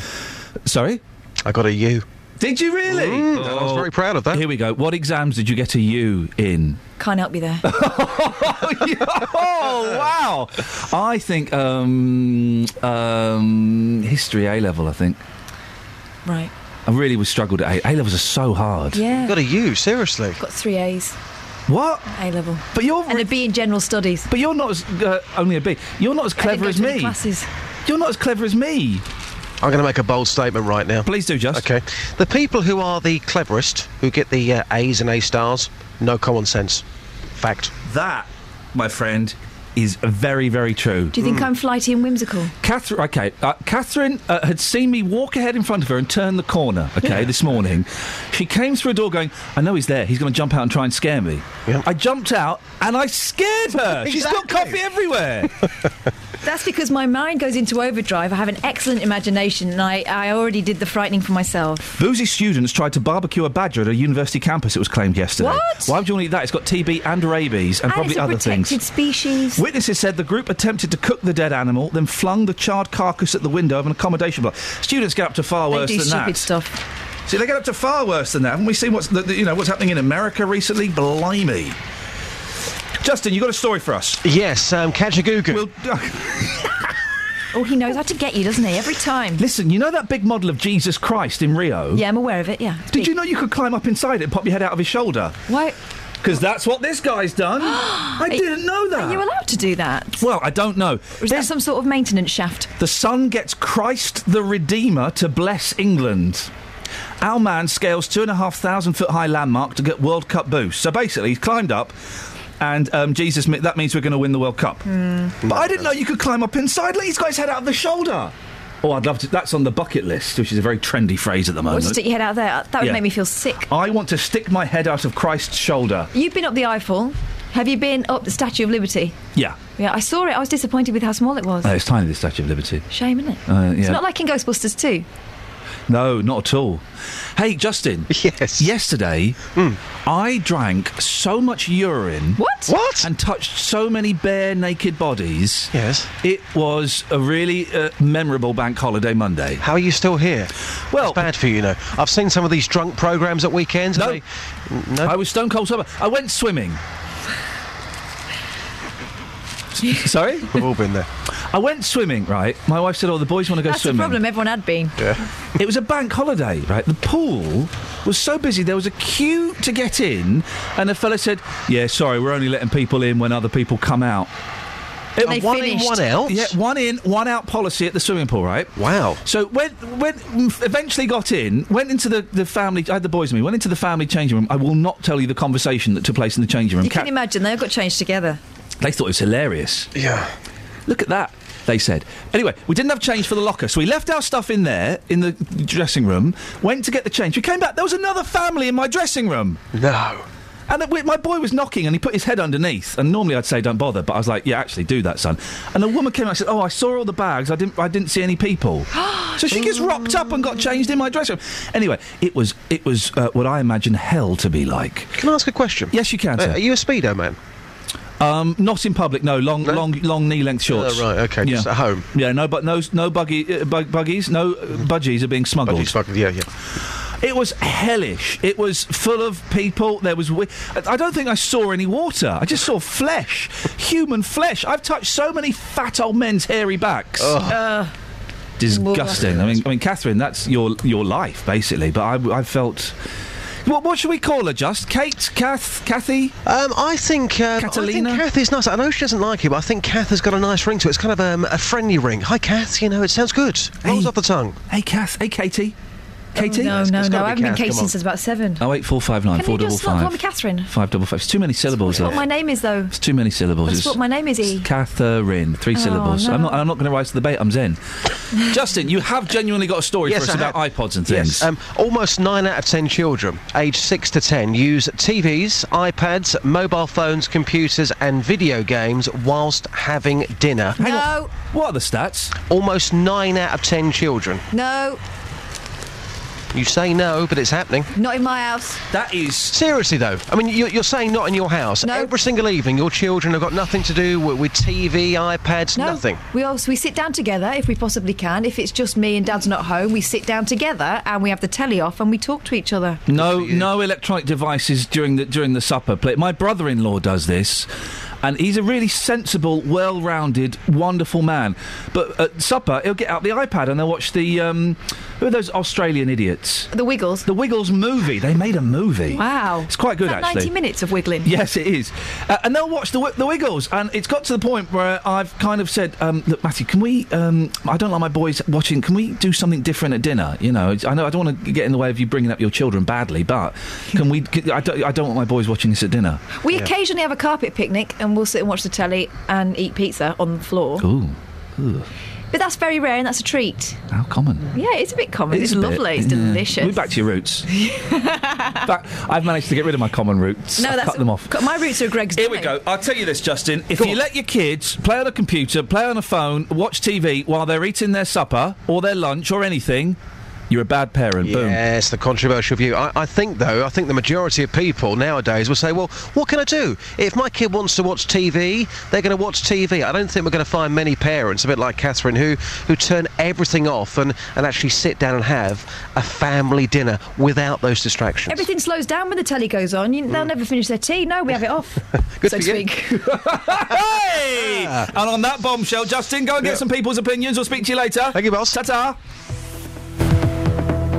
S10: Sorry?
S27: I got a U. Mm.
S10: Did you really? I was very
S27: proud of that.
S10: Here we go. What exams did you get a U in?
S9: Can't help you there.
S10: oh wow! I think um, um, history A level. I think
S9: right.
S10: I really was struggled at A. A levels are so hard.
S9: Yeah. Got
S27: a U, seriously.
S9: Got three A's.
S10: What?
S9: A level.
S10: But you're
S9: and a B in general studies.
S10: But you're not as uh, only a B. You're not as clever
S9: go
S10: as
S9: to any
S10: me.
S9: classes.
S10: You're not as clever as me.
S27: I'm going to make a bold statement right now.
S10: Please do, Just.
S27: Okay. The people who are the cleverest, who get the uh, A's and A stars, no common sense. Fact.
S10: That, my friend, is very, very true.
S9: Do you think I'm flighty and whimsical?
S10: Catherine, okay, uh, Catherine uh, had seen me walk ahead in front of her and turn the corner, okay, this morning. She came through a door going, I know he's there, he's going to jump out and try and scare me. I jumped out and I scared her. She's got coffee everywhere.
S9: That's because my mind goes into overdrive. I have an excellent imagination, and I, I already did the frightening for myself.
S10: Boozy students tried to barbecue a badger at a university campus, it was claimed yesterday.
S9: What?
S10: Why would you want to eat that? It's got TB and rabies and, probably
S9: it's a
S10: other
S9: protected
S10: things.
S9: species.
S10: Witnesses said the group attempted to cook the dead animal, then flung the charred carcass at the window of an accommodation block. Students get up to far
S9: They
S10: worse
S9: do
S10: than
S9: stupid
S10: that.
S9: stuff.
S10: See, they get up to far worse than that. Haven't we seen what's the, the- you know what's happening in America recently? Blimey. Justin, you got a story for us?
S27: Yes, um, catch a goo
S10: Well,
S9: Oh, he knows how to get you, doesn't he? Every time.
S10: listen, you know that big model of Jesus Christ in Rio?
S9: Yeah, I'm aware of it. Yeah.
S10: Did you know you could climb up inside it and pop your head out of his shoulder?
S9: Why?
S10: Because that's what this guy's
S9: [gasps]
S10: done. I didn't know that.
S9: Are you allowed to do that?
S10: Well, I don't know.
S9: Or is that some sort of maintenance shaft?
S10: The Sun gets Christ the Redeemer to bless England. Our man scales two and a half thousand foot high landmark to get World Cup boost. So basically, he's climbed up, and um, Jesus, mi- that means we're going to win the World Cup. But I didn't know you could climb up inside. Look, he's got his head out of the shoulder. Oh, I'd love to. That's on the bucket list, which is a very trendy phrase at the
S9: Or
S10: moment.
S9: just stick your head out there? Uh, That would
S10: Yeah.
S9: make me feel sick.
S10: I want to stick my head out of Christ's shoulder.
S9: You've been up the Eiffel. Have you been up the Statue of Liberty?
S10: Yeah,
S9: Yeah, I saw it. I was disappointed with how small it was.
S10: no, it's tiny. The Statue of Liberty.
S9: Shame, isn't it?
S10: Uh,
S9: It's
S10: yeah.
S9: not like in Ghostbusters 2.
S10: No, not at all. Hey, Justin. [laughs] Yes. Hmm. Yesterday, I drank so much urine.
S9: What?
S10: What? And touched so many bare naked bodies. Yes. It was a really uh, memorable bank holiday Monday.
S27: How are you still here?
S10: Well,
S27: it's bad for you, you know. I've seen some of these drunk programs at weekends. No, no.
S10: I was stone cold sober. I went swimming. S- Sorry? We've all been there. I went swimming, right? My wife said, Oh, the boys want to go
S9: That's
S10: swimming.
S9: the problem. Everyone had been.
S10: Yeah. [laughs] It was a bank holiday, right? The pool was so busy, there was a queue to get in, and the fella said, Yeah, sorry, we're only letting people in when other people come out.
S9: It- They
S10: one
S9: finished.
S10: in, one out? Yeah, one in, one out policy at the swimming pool, right? Wow. So when, when mm, eventually got in, went into the, the family, I had the boys with me, went into the family changing room. I will not tell you the conversation that took place in the changing room.
S9: You
S10: Ca-
S9: can imagine, they all got changed together.
S10: they thought it was hilarious. Yeah. Look at that, they said. Anyway, we didn't have change for the locker, so we left our stuff in there, in the dressing room, went to get the change. We came back, there was another family in my dressing room. No. And it, my boy was knocking and he put his head underneath. And normally I'd say, don't bother, but I was like, yeah, actually, do that, son. And a woman came out and said, oh, I saw all the bags, I didn't, I didn't see any people. so she gets rocked up and got changed in my dressing room. Anyway, it was, it was uh, what I imagine hell to be like.
S27: Can I ask a question?
S10: Yes, you can.
S27: Uh,
S10: sir.
S27: are you a speedo man?
S10: Um, not in public. No, long, long, long knee-length shorts.
S27: Oh, right, okay, just at home. Mm-hmm.
S10: Yeah, no, but no, no buggy, uh, bug, buggies, no uh, budgies are being smuggled. Budgies,
S27: yeah, yeah.
S10: It was hellish. It was full of people. There was. Wi- I I don't think I saw any water. I just saw flesh, human flesh. I've touched so many fat old men's hairy backs.
S9: Uh,
S10: Disgusting. I mean, I mean, Catherine, that's your your life basically. But I, I felt. What, what should we call her? Just Kate, Kath, Kathy.
S27: Um, I think uh,
S10: Catalina?
S27: I think Kath is nice. I know she doesn't like you, but I think Kath has got a nice ring to it. It's kind of um, a friendly ring. Hi, Kath. You know, it sounds good. Rolls off the tongue.
S10: Hey, Kath. Hey, Katie. Katie.
S9: Oh, No,
S10: It's-
S9: no,
S10: it's gotta
S9: no.
S10: be
S9: I haven't been
S10: Kath, come
S9: Katie
S10: on.
S9: since I was about seven.
S10: Oh eight four five nine
S9: Can
S10: four
S9: you
S10: double
S9: just not
S10: five.
S9: call me Catherine?
S10: Five double five. It's too many syllables.
S9: That's what
S10: there.
S9: my name is, though.
S10: It's too many syllables.
S9: That's
S10: It's
S9: what my name is, E.
S10: Catherine. Three
S9: Oh,
S10: syllables. I'm
S9: no.
S10: not. I'm not going to rise to the bait. I'm zen. Justin, you have genuinely got a story
S27: Yes,
S10: for us
S27: I
S10: about iPods and things.
S27: Yes. Um, almost nine out of ten children, aged six to ten, use TVs, iPads, mobile phones, computers, and video games whilst having dinner.
S9: Hang on. No.
S10: What are the stats?
S27: Almost nine out of ten children.
S9: No,
S27: You say no, but it's happening.
S9: not in my house.
S10: That is
S27: seriously though. I mean, you're, you're saying not in your house. Every single evening, your children have got nothing to do with, with TV, iPads,
S9: No.
S27: nothing.
S9: We also we sit down together if we possibly can. If it's just me and Dad's not home, we sit down together and we have the telly off and we talk to each other.
S10: No, no electronic devices during the during the supper plate. My brother-in-law does this, and he's a really sensible, well-rounded, wonderful man. But at supper, he'll get out the iPad and they'll watch the um, Who are those Australian idiots?
S9: The Wiggles.
S10: The Wiggles movie. They made a movie.
S9: Wow.
S10: It's quite good,
S9: Is that
S10: actually.
S9: 90 minutes of wiggling.
S10: Yes, it is. Uh, and they'll watch the, Wi- the Wiggles. And it's got to the point where I've kind of said, um, look, Matty, can we, um, I don't like my boys watching, can we do something different at dinner? You know, it's- I know I don't want to get in the way of you bringing up your children badly, but can we, can, I, don't, I don't want my boys watching this at dinner.
S9: We occasionally have a carpet picnic and we'll sit and watch the telly and eat pizza on the floor.
S10: Ooh. Ooh.
S9: But that's very rare and that's a treat.
S10: How common.
S9: Yeah, it's a bit common.
S10: It
S9: it's
S10: is a bit,
S9: Oh, lovely. It's
S10: yeah.
S9: delicious.
S10: Move back to your
S9: [laughs]
S10: roots. Back- I've managed to get rid of my common roots.
S9: No,
S10: I've
S9: that's
S10: cut them off.
S9: cut- My roots are Greg's.
S10: Here we go. I'll tell you this, Justin. If you let your kids play on a computer, play on a phone, watch TV while they're eating their supper or their lunch or anything, you're a bad parent. Boom.
S27: Yes, the controversial view. I, I think, though, I think the majority of people nowadays will say, well, what can I do? If my kid wants to watch TV, they're going to watch TV. I don't think we're going to find many parents, a bit like Catherine, who, who turn everything off and, and actually sit down and have a family dinner without those distractions.
S9: Everything slows down when the telly goes on. You,
S10: Mm.
S9: they'll never finish their tea. No, we have
S10: [laughs]
S9: it off.
S27: Good
S9: so
S27: for
S9: to
S27: you.
S9: speak.
S10: Hey! And on that bombshell, Justin, go and get some people's opinions. We'll speak to you later. Thank you, boss. Ta-ta.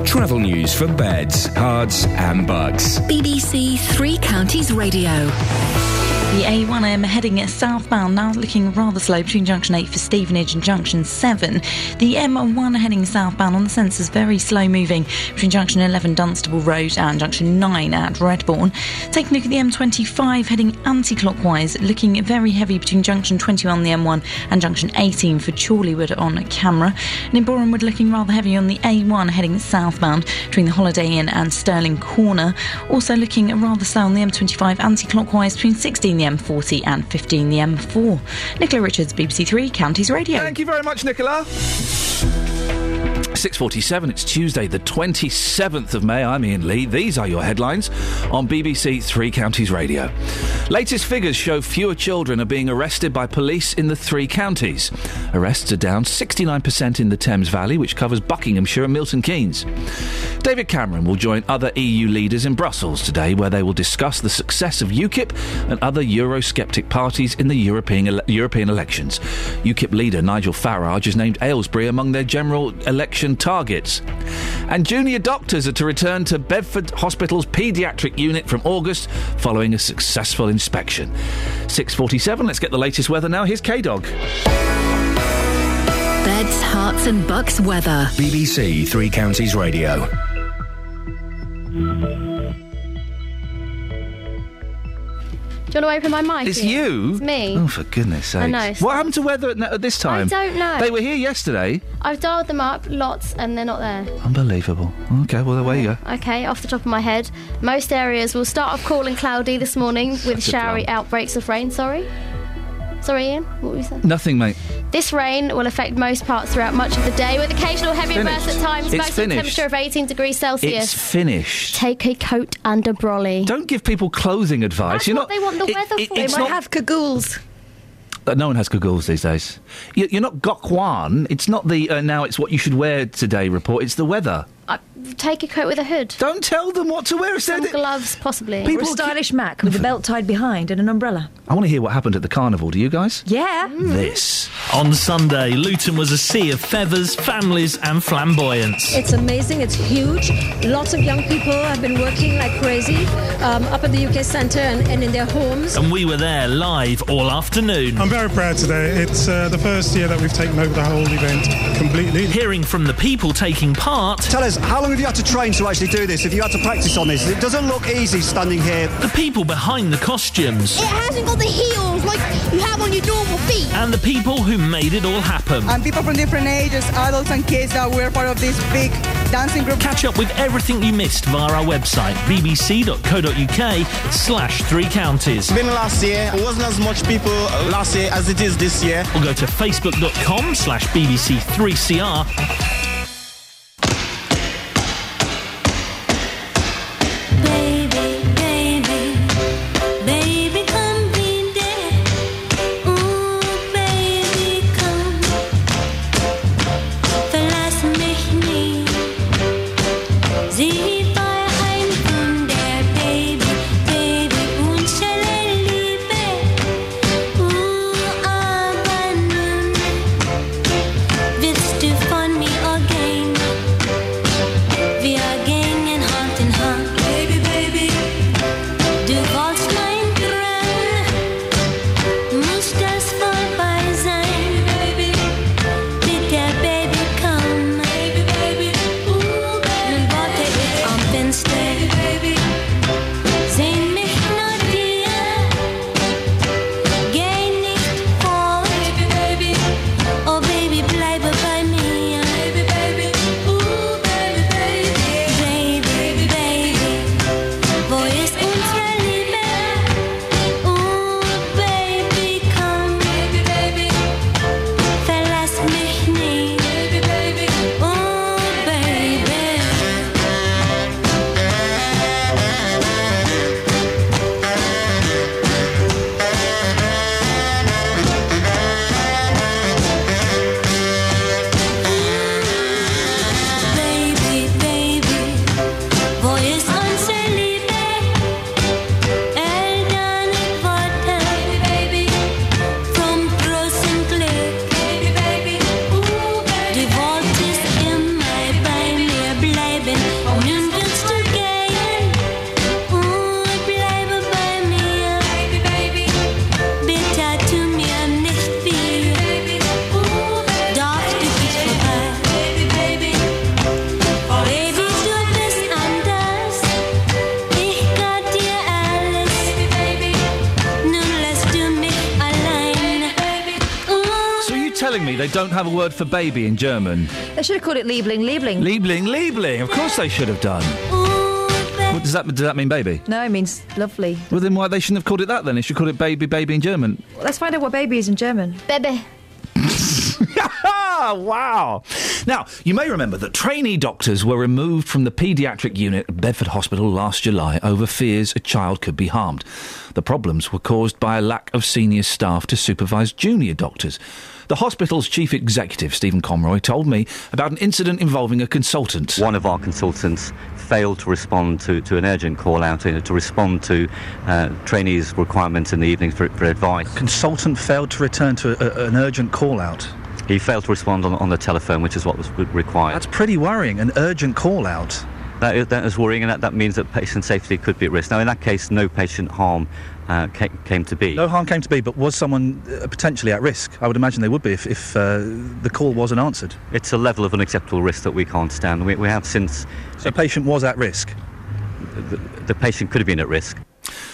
S15: Travel news for beds, cards, and bugs.
S4: BBC Three Counties Radio.
S5: The A1M heading southbound now looking rather slow between junction 8 for Stevenage and junction 7. The M1 heading southbound on the sensors very slow moving between junction 11 Dunstable Road and junction 9 at Redbourne. Taking a look at the M25 heading anti clockwise, looking very heavy between junction 21 the M1 and junction 18 for Chorleywood on camera. And in Borehamwood looking rather heavy on the A1 heading southbound between the Holiday Inn and Sterling Corner. Also looking rather slow on the M25 anti clockwise between 16 the M40 and 15 the M4. Nicola Richards, BBC Three Counties Radio.
S10: Thank you very much, Nicola. 6.47, it's Tuesday, the 27th of May. I'm Ian Lee. These are your headlines on BBC Three Counties Radio. Latest figures show fewer children are being arrested by police in the three counties. Arrests are down 69% in the Thames Valley, which covers Buckinghamshire and Milton Keynes. David Cameron will join other EU leaders in Brussels today, where they will discuss the success of UKIP and other Eurosceptic parties in the European, ele- European elections. UKIP leader Nigel Farage has named Aylesbury among their general election targets. And junior doctors are to return to Bedford Hospital's paediatric unit from August following a successful inspection. 6:47. Let's get the latest weather now. Here's K Dog.
S4: Beds, hearts, and bucks weather.
S15: BBC Three Counties Radio.
S11: Do you want to open my mic?
S10: It's
S11: Ian?
S10: you.
S11: It's me.
S10: Oh, for goodness' sake!
S11: I know,
S10: What happened to weather at, at this time?
S11: don't know.
S10: They were here yesterday.
S11: I've dialed them up lots and they're not there.
S10: Unbelievable. Okay, well, there you go.
S11: Okay, off the top of my head, most areas will start off cool and cloudy this morning with
S10: Such a
S11: showery
S10: plum.
S11: outbreaks of rain. Sorry. Sorry, Ian. What were you saying?
S10: Nothing, mate.
S11: This rain will affect most parts throughout much of the day, with occasional heavy
S10: Finished.
S11: bursts at times.
S10: It's
S11: Maximum
S10: finished.
S11: temperature of 18 degrees
S10: It's
S11: Celsius.
S10: finished.
S11: Take a coat and a brolly.
S10: Don't give people clothing advice.
S11: That's
S10: You're not.
S11: what they want the
S10: it-
S11: weather
S10: it-
S11: for.
S10: it's not-
S11: cagoules.
S10: Uh, no one has goggles these days. You- You're not Gokwan. It's not the uh, now. It's what you should wear today report. It's the weather.
S11: I, take a coat with a hood.
S10: Don't tell them what to wear. It's
S11: Some gloves, possibly.
S9: People a stylish Mac with a belt tied behind and an umbrella.
S10: I want to hear what happened at the carnival. Do you guys?
S9: Yeah.
S10: Mm. This.
S19: On Sunday, Luton was a sea of feathers, families, and flamboyance.
S28: It's amazing, it's huge. Lots of young people have been working like crazy um, up at the UK Centre and, and in their homes.
S19: And we were there live all afternoon.
S16: I'm very proud today. It's uh, the first year that we've taken over the whole event completely.
S19: Hearing from the people taking part.
S29: Tell us, how long have you had to train to actually do this? Have you had to practice on this? It doesn't look easy standing here.
S19: The people behind the costumes.
S30: hasn't got the heels like you have on your normal feet.
S19: And the people who made it all happen.
S7: And people from different ages, adults and kids that were part of this big dancing group.
S19: Catch up with everything you missed via our website, bbc.co.uk slash three counties.
S31: been last year. It wasn't as much people last year as it is this year.
S19: Or go to facebook.com slash bbc3cr
S29: Willst du von mir
S10: telling me they don't have a word for baby in German?
S9: They should have called it Liebling, Liebling.
S10: Liebling, Liebling. Of course they should have done. What, does that does that mean baby?
S9: no, it means lovely.
S10: Well, then why they shouldn't have called it that? Then they should call it baby, baby in German.
S9: Well, let's find out what baby is in German.
S11: Bebe.
S10: wow. Now, you may remember that trainee doctors were removed from the paediatric unit at Bedford Hospital last July over fears a child could be harmed. The problems were caused by a lack of senior staff to supervise junior doctors. The hospital's chief executive, Stephen Conroy, told me about an incident involving a consultant.
S3: One of our consultants failed to respond to, to an urgent call out, uh, to respond to uh, trainees' requirements in the evenings for, for advice.
S32: Consultant failed to return to a, a- an urgent call out.
S3: He failed to respond on, on the telephone, which is what was re- required.
S32: That's pretty worrying, an urgent call out.
S3: That is, that is worrying, and that, that means that patient safety could be at risk. Now, in that case, no patient harm uh, ca- came to be.
S32: No harm came to be, but was someone uh, potentially at risk? I would imagine they would be if, if uh, the call wasn't answered.
S3: It's a level of unacceptable risk that we can't stand. We, we have since. So,
S32: patient was at risk?
S3: The, the patient could have been at risk.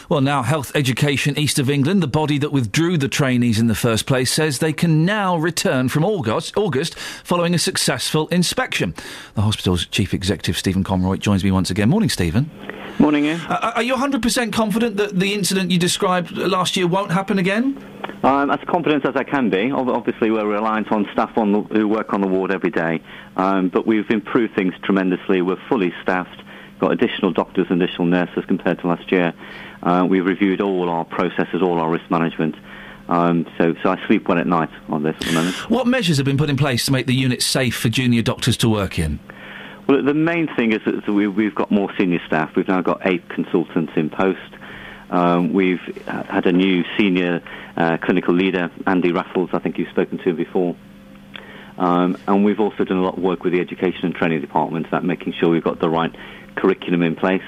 S10: Well, now Health Education East of England, the body that withdrew the trainees in the first place, says they can now return from August, August following a successful inspection. The hospital's chief executive, Stephen Conroy, joins me once again. Morning, Stephen.
S33: Morning, Ian.
S10: Uh, are you 100% confident that the incident you described last year won't happen again?
S33: Um, as confident as I can be. Ob- Obviously, we're reliant on staff on the, who work on the ward every day, um, but we've improved things tremendously. We're fully staffed, got additional doctors and additional nurses compared to last year. Uh, we've reviewed all our processes, all our risk management. Um, so, so I sleep well at night on this at the moment.
S10: What measures have been put in place to make the unit safe for junior doctors to work in?
S33: Well, the main thing is that we, we've got more senior staff. We've now got eight consultants in post. Um, we've uh, had a new senior uh, clinical leader, Andy Raffles, I think you've spoken to him before. Um, and we've also done a lot of work with the education and training department about making sure we've got the right curriculum in place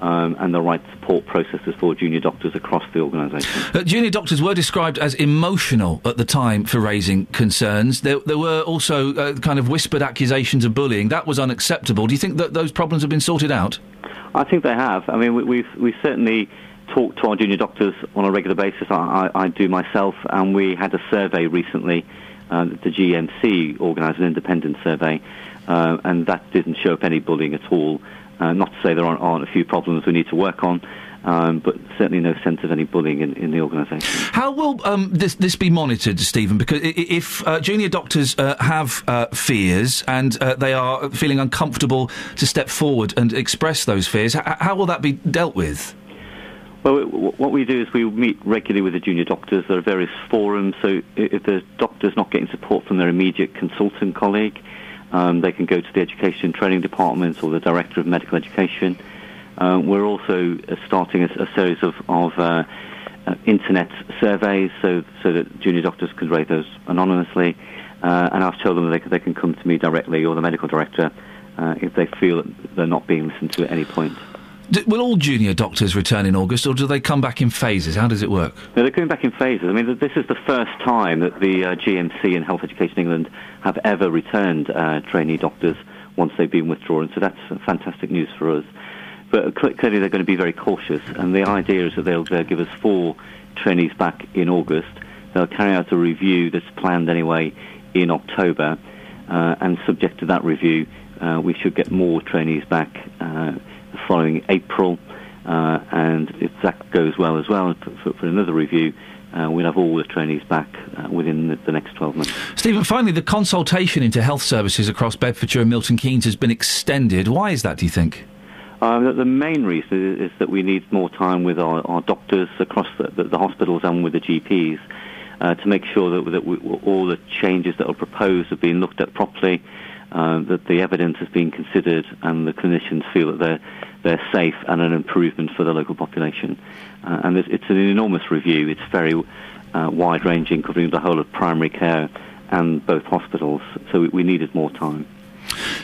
S33: um, and the right support processes for junior doctors across the organisation.
S10: Uh, junior doctors were described as emotional at the time for raising concerns. There, there were also uh, kind of whispered accusations of bullying. That was unacceptable. Do you think that those problems have been sorted out?
S33: I think they have. I mean, we, we've we certainly talked to our junior doctors on a regular basis. I, I, I do myself, and we had a survey recently. Uh, that the GMC organised an independent survey, uh, and that didn't show up any bullying at all. Uh, not to say there aren't, aren't a few problems we need to work on, um, but certainly no sense of any bullying in, in the organisation.
S10: How will um, this, this be monitored, Stephen? Because i- i- if uh, junior doctors uh, have uh, fears and uh, they are feeling uncomfortable to step forward and express those fears, h- how will that be dealt with?
S33: Well, w- w- what we do is we meet regularly with the junior doctors. There are various forums, so i- if the doctor's not getting support from their immediate consultant colleague, um, they can go to the Education and Training Department or the Director of Medical Education. Um, we're also uh, starting a, a series of, of uh, uh, internet surveys so, so that junior doctors can rate those anonymously. Uh, and I've told them that they, c- they can come to me directly or the medical director uh, if they feel that they're not being listened to at any point.
S10: D will all junior doctors return in August or do they come back in phases? How does it work?
S33: No, they're going back in phases. I mean, th- this is the first time that the uh, GMC and Health Education England have ever returned uh, trainee doctors once they've been withdrawn. So that's uh, fantastic news for us. But uh, cl- clearly, they're going to be very cautious. And the idea is that they'll, they'll give us four trainees back in August. They'll carry out a review that's planned anyway in October. Uh, and subject to that review, uh, we should get more trainees back uh, the following April. Uh, and if that goes well as well, for, for- for another review, uh, we'll have all the trainees back uh, within the, the next 12 months.
S10: Stephen, finally, the consultation into health services across Bedfordshire and Milton Keynes has been extended. Why is that, do you think?
S33: Um, the- the main reason is, is that we need more time with our, our doctors across the, the, the hospitals and with the GPs uh, to make sure that, that we, all the changes that are proposed have been looked at properly, um, that the evidence has been considered, and the clinicians feel that they're, they're safe and an improvement for the local population. Uh, and it's, it's an enormous review. It's very uh, wide-ranging, covering the whole of primary care and both hospitals. So we, we needed more time.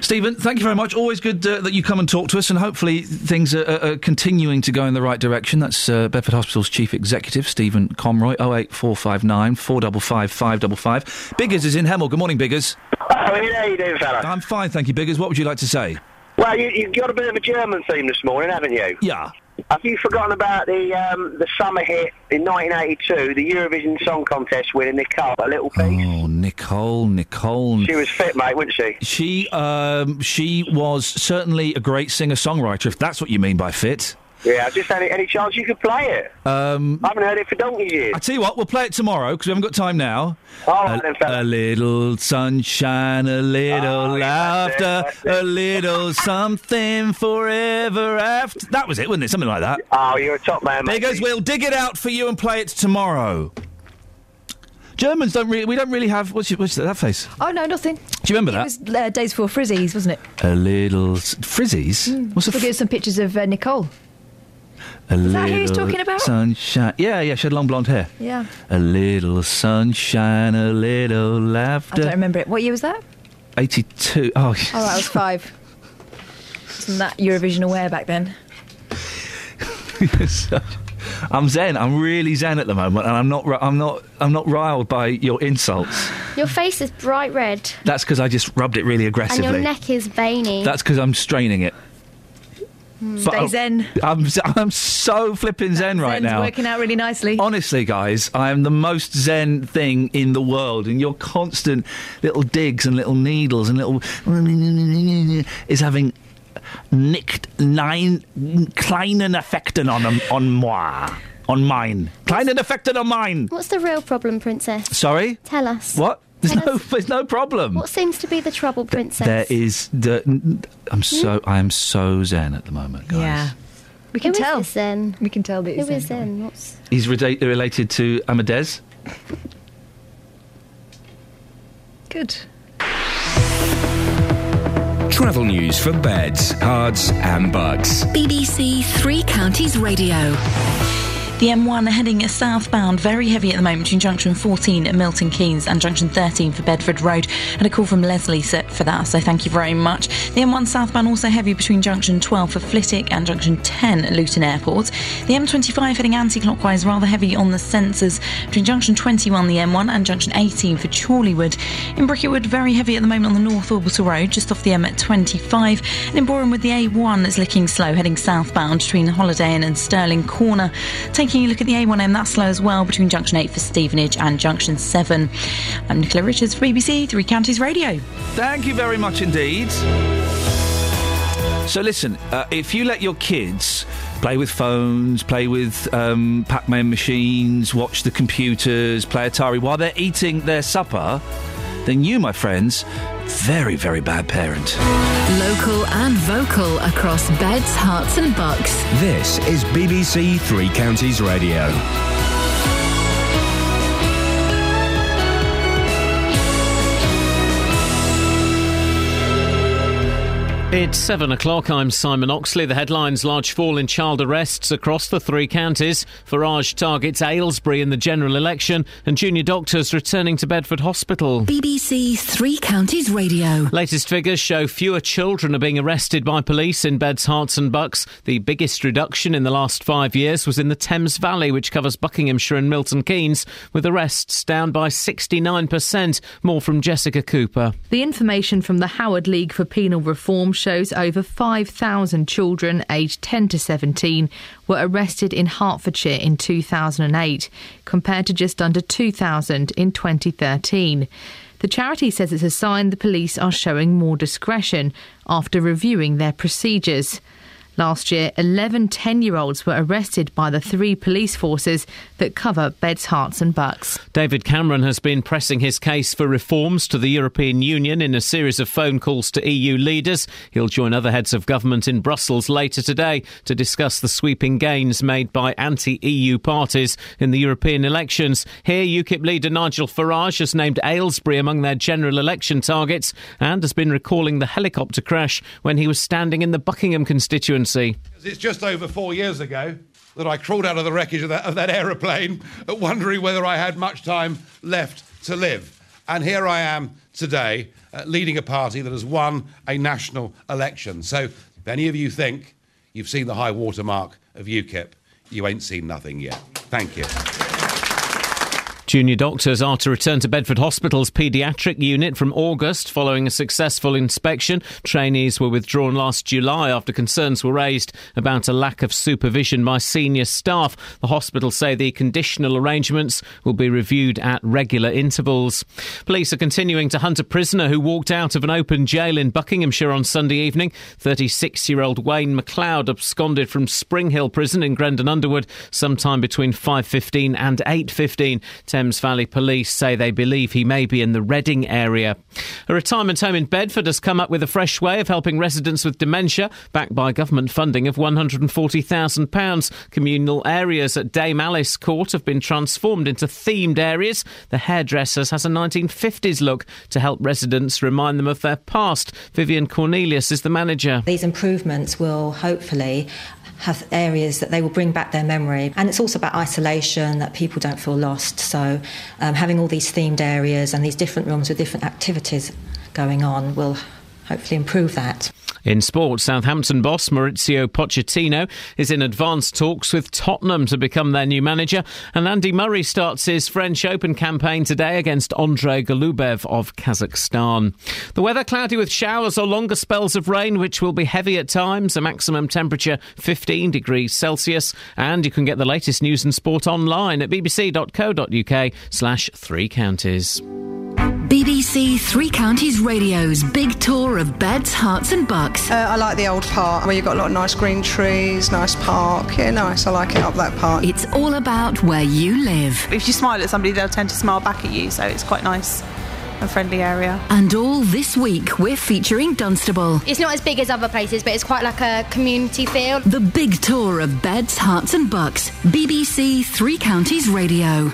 S10: Stephen, thank you very much. Always good uh, that you come and talk to us, and hopefully things are, are, are continuing to go in the right direction. That's uh, Bedford Hospital's Chief Executive, Stephen oh Comroy, 08459 455 555. Biggers is in Hemel. Good morning, Biggers.
S1: Oh, Ian, how you doing, fella?
S10: I'm fine, thank you, Biggers. What would you like to say?
S1: Well, you, you've got a bit of a German theme this morning, haven't you?
S10: Yeah.
S7: Have you forgotten about the um, the summer hit in 1982, the Eurovision Song Contest winner Nicole, a little piece?
S10: Oh, Nicole, Nicole.
S7: She was fit, mate, wasn't she?
S10: She um, she was certainly a great singer songwriter, if that's what you mean by fit.
S7: Yeah, just any, any chance you could play it.
S10: Um,
S7: I haven't heard it for donkey's years.
S10: I tell you what, we'll play it tomorrow because we haven't got time now.
S7: All
S10: a, a little sunshine, a little
S7: Oh,
S10: laughter, a little
S7: [laughs]
S10: something forever after. That was it, wasn't it? Something like that.
S7: Oh, you're a top man,
S10: There
S7: mate.
S10: goes. We'll dig it out for you and play it tomorrow. Germans don't really. We don't really have. What's, your, what's that face?
S9: Oh no, nothing. Do
S10: you remember
S9: it
S10: that?
S9: was uh, days before frizzies, wasn't it?
S10: A little s- frizzies. What's the
S9: We'll get some pictures of uh, Nicole.
S10: A
S9: Is that
S10: little
S9: who he's talking about?
S10: sunshine. Yeah, yeah. She had long blonde hair.
S9: Yeah.
S10: A little sunshine, a little
S9: I
S10: laughter.
S9: don't remember it. What year was that?
S10: 82. Oh, [laughs]
S9: Oh, that was five. Wasn't that Eurovision aware back then?
S10: yes. I'm zen. I'm really zen at the moment, and I'm not. ri- I'm not. I'm not riled by your insults.
S11: Your face is bright red
S10: That's because I just rubbed it really
S11: and
S10: aggressively.
S11: your neck is veiny. Hmm.
S10: That's because I'm straining it. But oh. I'm- I'm. z- I'm so flipping zen right
S9: Zen's
S10: now.
S9: working out really nicely.
S10: Honestly, guys, I am the most zen thing in the world, and your constant little digs and little needles and little [laughs] is having nicked nine kleinen effecten on on moi, on mine, kleinen effecten on mine.
S11: What's the real problem, princess?
S10: Sorry,
S11: Tell us.
S10: what? There's no, [laughs] there's no problem.
S11: What seems to be the trouble, princess?
S10: There is the. I'm so I am so zen at the moment, guys.
S9: Yeah. We can tell. Zen? We can tell that it's
S11: Who is
S9: Zen.
S11: Zen? What's
S10: He's reda- related to Amadeus.
S9: Good.
S15: Travel news for beds, cards, and bugs.
S4: BBC Three Counties Radio.
S5: The M1 heading southbound, very heavy at the moment between junction 14 at Milton Keynes and junction 13 for Bedford Road. Had a call from Leslie so- for that, so thank you very much. The M1 southbound also heavy between junction 12 for Flitwick and junction 10 at Luton Airport. The M25 heading anti clockwise, rather heavy on the sensors between junction 21, the M1, and junction 18 for Chorleywood. In Bricketwood, very heavy at the moment on the North Orbital Road, just off the M25. And in Boreham with the A1 is looking slow, heading southbound between Holiday Inn and Sterling Corner. Taking a look at the A1M, that's slow as well between junction 8 for Stevenage and junction 7. I'm Nicola Richards for BBC Three Counties Radio.
S10: Thank you very much indeed. So listen, uh, if you let your kids play with phones, play with um, Pac-Man machines, watch the computers, play Atari while they're eating their supper, then you, my friends, very very bad parent.
S4: Local and vocal across beds, hearts, and bucks.
S15: This is BBC Three Counties Radio.
S1: It's seven o'clock. I'm Simon Oxley. The headlines large fall in child arrests across the three counties. Farage targets Aylesbury in the general election, and junior doctors returning to Bedford Hospital.
S4: BBC Three Counties Radio.
S1: Latest figures show fewer children are being arrested by police in Beds, Herts and Bucks. The biggest reduction in the last five years was in the Thames Valley, which covers Buckinghamshire and Milton Keynes, with arrests down by 69%. More from Jessica Cooper.
S34: The information from the Howard League for Penal Reform shows over 5,000 children aged 10 to 17 were arrested in Hertfordshire in 2008, compared to just under 2,000 in 2013. The charity says it's a sign the police are showing more discretion after reviewing their procedures. Last year, 11 10 year olds were arrested by the three police forces that cover Beds, Herts, and Bucks.
S1: David Cameron has been pressing his case for reforms to the European Union in a series of phone calls to EU leaders. He'll join other heads of government in Brussels later today to discuss the sweeping gains made by anti EU parties in the European elections. Here, UKIP leader Nigel Farage has named Aylesbury among their general election targets and has been recalling the helicopter crash when he was standing in the Buckingham constituency.
S2: It's just over four years ago that I crawled out of the wreckage of that, [laughs] of that aeroplane, uh, wondering whether I had much time left to live. And here I am today, uh, leading a party that has won a national election. So, if any of you think you've seen the high watermark of UKIP, you ain't seen nothing yet. Thank you.
S1: Junior doctors are to return to Bedford Hospital's paediatric unit from August following a successful inspection. Trainees were withdrawn last July after concerns were raised about a lack of supervision by senior staff. The hospital say the conditional arrangements will be reviewed at regular intervals. Police are continuing to hunt a prisoner who walked out of an open jail in Buckinghamshire on Sunday evening. 36 year old Wayne McLeod absconded from Spring Hill Prison in Grendon Underwood sometime between 5.15 and 8.15. Thames Valley Police say they believe he may be in the Reading area. A retirement home in Bedford has come up with a fresh way of helping residents with dementia, backed by government funding of £140,000. Communal areas at Dame Alice Court have been transformed into themed areas. The hairdressers has a 1950s look to help residents remind them of their past. Vivian Cornelius is the manager.
S27: These improvements will hopefully have areas that they will bring back their memory. And it's also about isolation, that people don't feel lost. So, um, having all these themed areas and these different rooms with different activities going on will hopefully improve that.
S1: In sport, Southampton boss Maurizio Pochettino is in advanced talks with Tottenham to become their new manager, and Andy Murray starts his French Open campaign today against Andrei Golubev of Kazakhstan. The weather cloudy with showers or longer spells of rain, which will be heavy at times, a maximum temperature 15 degrees Celsius, and you can get the latest news and sport online at bbc.co.uk slash three counties.
S4: BBC Three Counties Radio's big tour of beds, hearts, and bucks.
S7: Uh, I like the old park where you've got a lot of nice green trees, nice park. Yeah, nice. I like it up that park.
S4: It's all about where you live.
S35: If you smile at somebody, they'll tend to smile back at you, so it's quite nice and friendly area.
S4: And all this week, we're featuring Dunstable.
S36: It's not as big as other places, but it's quite like a community feel.
S4: The big tour of beds, hearts, and bucks. BBC Three Counties Radio.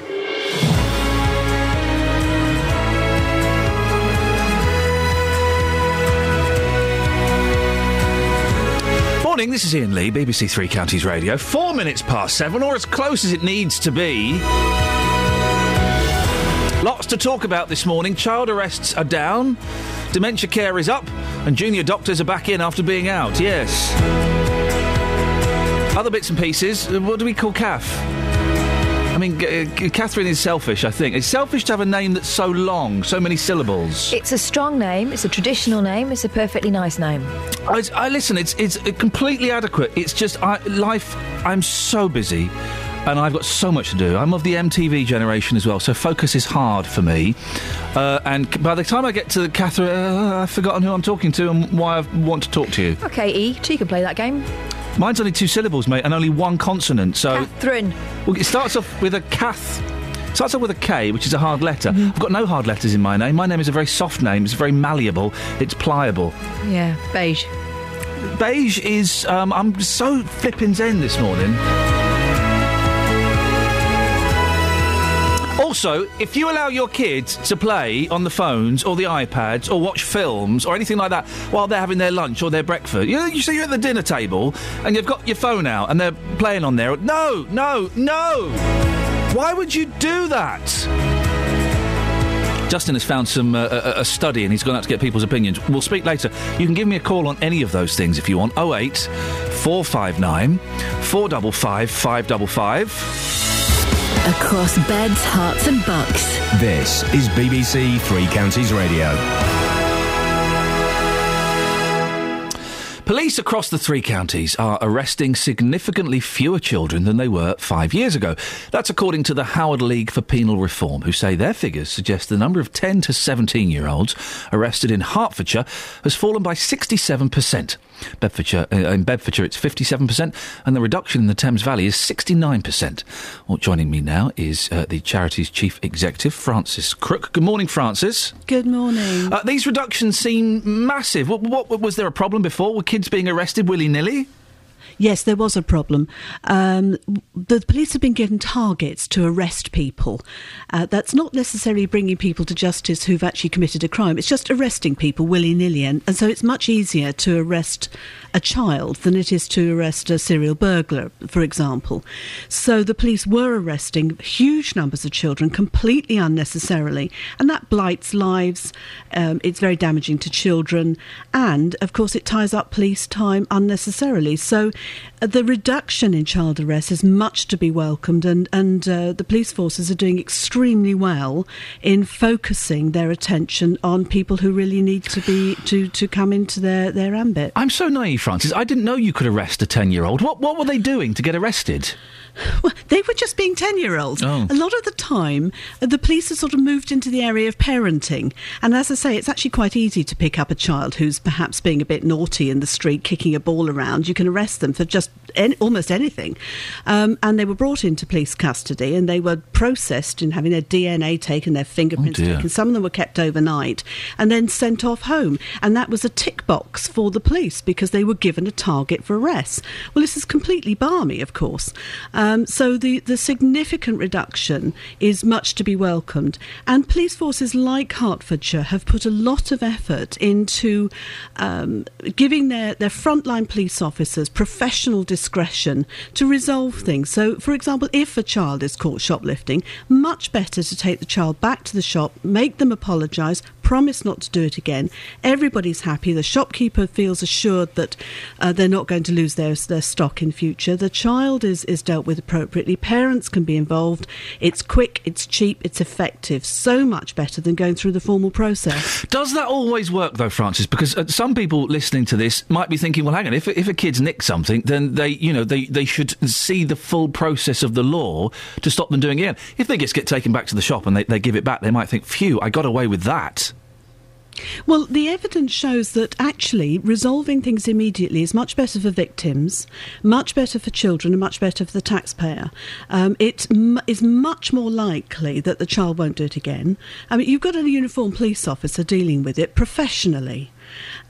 S10: Morning, this is Ian Lee, BBC Three Counties Radio. Four minutes past seven, or as close as it needs to be. Lots to talk about this morning. Child arrests are down, dementia care is up, and junior doctors are back in after being out. Yes. Other bits and pieces. uh, What do we call CAF? I mean, G- uh, G- Catherine is selfish, I think. It's selfish to have a name that's so long, so many syllables.
S9: It's a strong name, it's a traditional name, it's a perfectly nice name.
S10: I, I listen. It's it's completely adequate. It's just I, life. I'm so busy, and I've got so much to do. I'm of the MTV generation as well, so focus is hard for me. Uh, and c- by the time I get to the Catherine, uh, I've forgotten who I'm talking to and why I want to talk to you.
S9: Okay, E, two can play that game.
S10: Mine's only two syllables, mate, and only one consonant. So
S9: Catherine.
S10: Well, it starts off with a cath. it Starts off with a K, which is a hard letter. I've got no hard letters in my name. My name is a very soft name. It's very malleable. It's pliable.
S9: Yeah, beige.
S10: Beige is. Um, I'm so flippin' zen this morning. Also, if you allow your kids to play on the phones or the iPads or watch films or anything like that while they're having their lunch or their breakfast, you know, you so you're at the dinner table and you've got your phone out and they're playing on there. No, no, no! Why would you do that? Justin has found some uh, a, a study and he's gone out to get people's opinions. We'll speak later. You can give me a call on any of those things if you want. 08 459 455 555.
S4: Across beds, hearts, and bucks.
S15: This is BBC Three Counties Radio.
S10: Police across the three counties are arresting significantly fewer children than they were five years ago. That's according to the Howard League for Penal Reform, who say their figures suggest the number of 10 to 17 year olds arrested in Hertfordshire has fallen by 67%. Bedfordshire, uh, in Bedfordshire, it's 57%, and the reduction in the Thames Valley is 69%. Well, joining me now is uh, the charity's chief executive, Francis Crook. Good morning, Francis.
S37: Good morning.
S10: Uh, these reductions seem massive. What, what was there a problem before? Were kids being arrested willy nilly?
S37: Yes, there was a problem. Um, the police have been given targets to arrest people. Uh, that's not necessarily bringing people to justice who've actually committed a crime. It's just arresting people willy nilly, and, and so it's much easier to arrest a child than it is to arrest a serial burglar, for example. So the police were arresting huge numbers of children completely unnecessarily, and that blights lives. Um, it's very damaging to children, and of course it ties up police time unnecessarily. So uh, the reduction in child arrest is much to be welcomed, and and uh, the police forces are doing extremely well in focusing their attention on people who really need to be to, to come into their their ambit.
S10: I'm so naive, Francis. I didn't know you could arrest a 10 year old. What, what were they doing to get arrested?
S37: Well, they were just being 10 year olds.
S10: Oh.
S37: A lot of the time, uh, the police have sort of moved into the area of parenting. And as I say, it's actually quite easy to pick up a child who's perhaps being a bit naughty in the street, kicking a ball around. You can arrest them for just an almost anything. Um, and they were brought into police custody and they were processed in having their DNA taken, their fingerprints
S28: Oh, dear.
S37: taken. Some of them were kept overnight and then sent off home. And that was a tick box for the police because they were given a target for arrest. Well, this is completely balmy, of course. Um, so the, the significant reduction is much to be welcomed. And police forces like Hertfordshire have put a lot of effort into um, giving their, their frontline police officers professional discretion to resolve things. So, for example, if a child is caught shoplifting, much better to take the child back to the shop, make them apologise, promise not to do it again. Everybody's happy. The shopkeeper feels assured that uh, they're not going to lose their, their stock in future. The child is, is dealt with appropriately. Parents can be involved. It's quick, it's cheap, it's effective. So much better than going through the formal process.
S10: Does that always work, though, Francis? Because uh, some people listening to this might be thinking, well, hang on, if, if a kid's nicked something, then they, you know, they, they should see the full process of the law to stop them doing it again. If they just get taken back to the shop and they, they give it back, they might think, phew, I got away with that.
S37: Well, the evidence shows that actually resolving things immediately is much better for victims, much better for children, and much better for the taxpayer. Um, it m- is much more likely that the child won't do it again. I mean, you've got a uniformed police officer dealing with it professionally.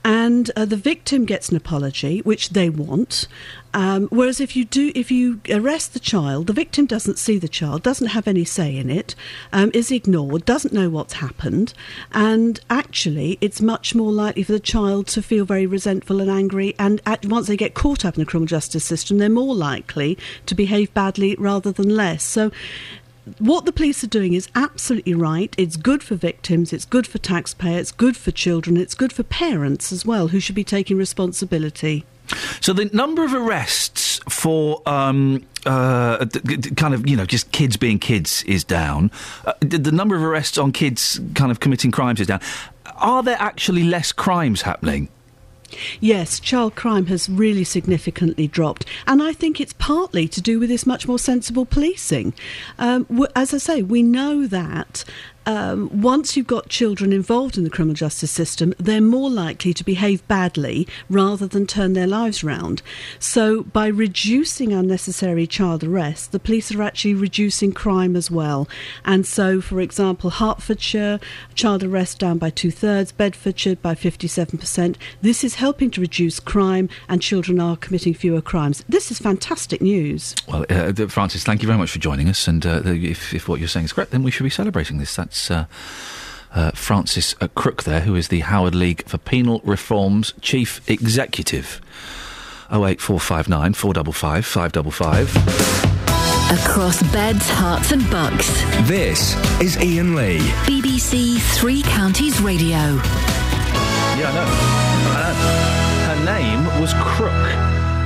S37: And uh, the victim gets an apology, which they want. Um, whereas if you do, if you arrest the child, the victim doesn't see the child, doesn't have any say in it, um, is ignored, doesn't know what's happened, and actually, it's much more likely for the child to feel very resentful and angry. And at, once they get caught up in the criminal justice system, they're more likely to behave badly rather than less. So. What the police are doing is absolutely right. It's good for victims, it's good for taxpayers, it's good for children, it's good for parents as well, who should be taking responsibility.
S10: So the number of arrests for um, uh, d- d- d- kind of you know just kids being kids is down. Uh, d- the number of arrests on kids kind of committing crimes is down. Are there actually less crimes happening?
S37: Yes, child crime has really significantly dropped, and I think it's partly to do with this much more sensible policing. Um, w- as I say, we know that. Um, once you've got children involved in the criminal justice system, they're more likely to behave badly rather than turn their lives round. So, by reducing unnecessary child arrests, the police are actually reducing crime as well. And so, for example, Hertfordshire, child arrests down by two thirds, Bedfordshire by 57%. This is helping to reduce crime, and children are committing fewer crimes. This is fantastic news.
S10: Well, uh, th- Francis, thank you very much for joining us. And uh, th- if, if what you're saying is correct, then we should be celebrating this. That's uh, uh, Francis uh, Crook there, who is the Howard League for Penal Reforms Chief Executive. 08459 455 555.
S4: Across beds, hearts, and bucks.
S15: This is Ian Lee.
S4: BBC Three Counties Radio.
S10: Yeah, I know. I know. Her name was Crook.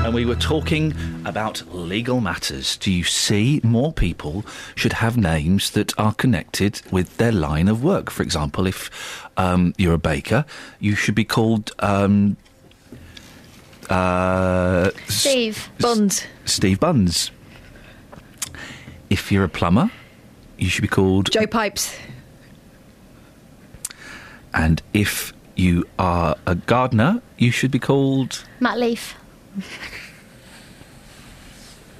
S10: And we were talking about legal matters. Do you see more people should have names that are connected with their line of work? For example, if um, you're a baker, you should be called um, uh, S-
S11: Steve.
S9: Buns.
S10: Steve Buns. If you're a plumber, you should be called
S9: Joe Pipes.
S10: And if you are a gardener, you should be called.
S11: Matt Leaf.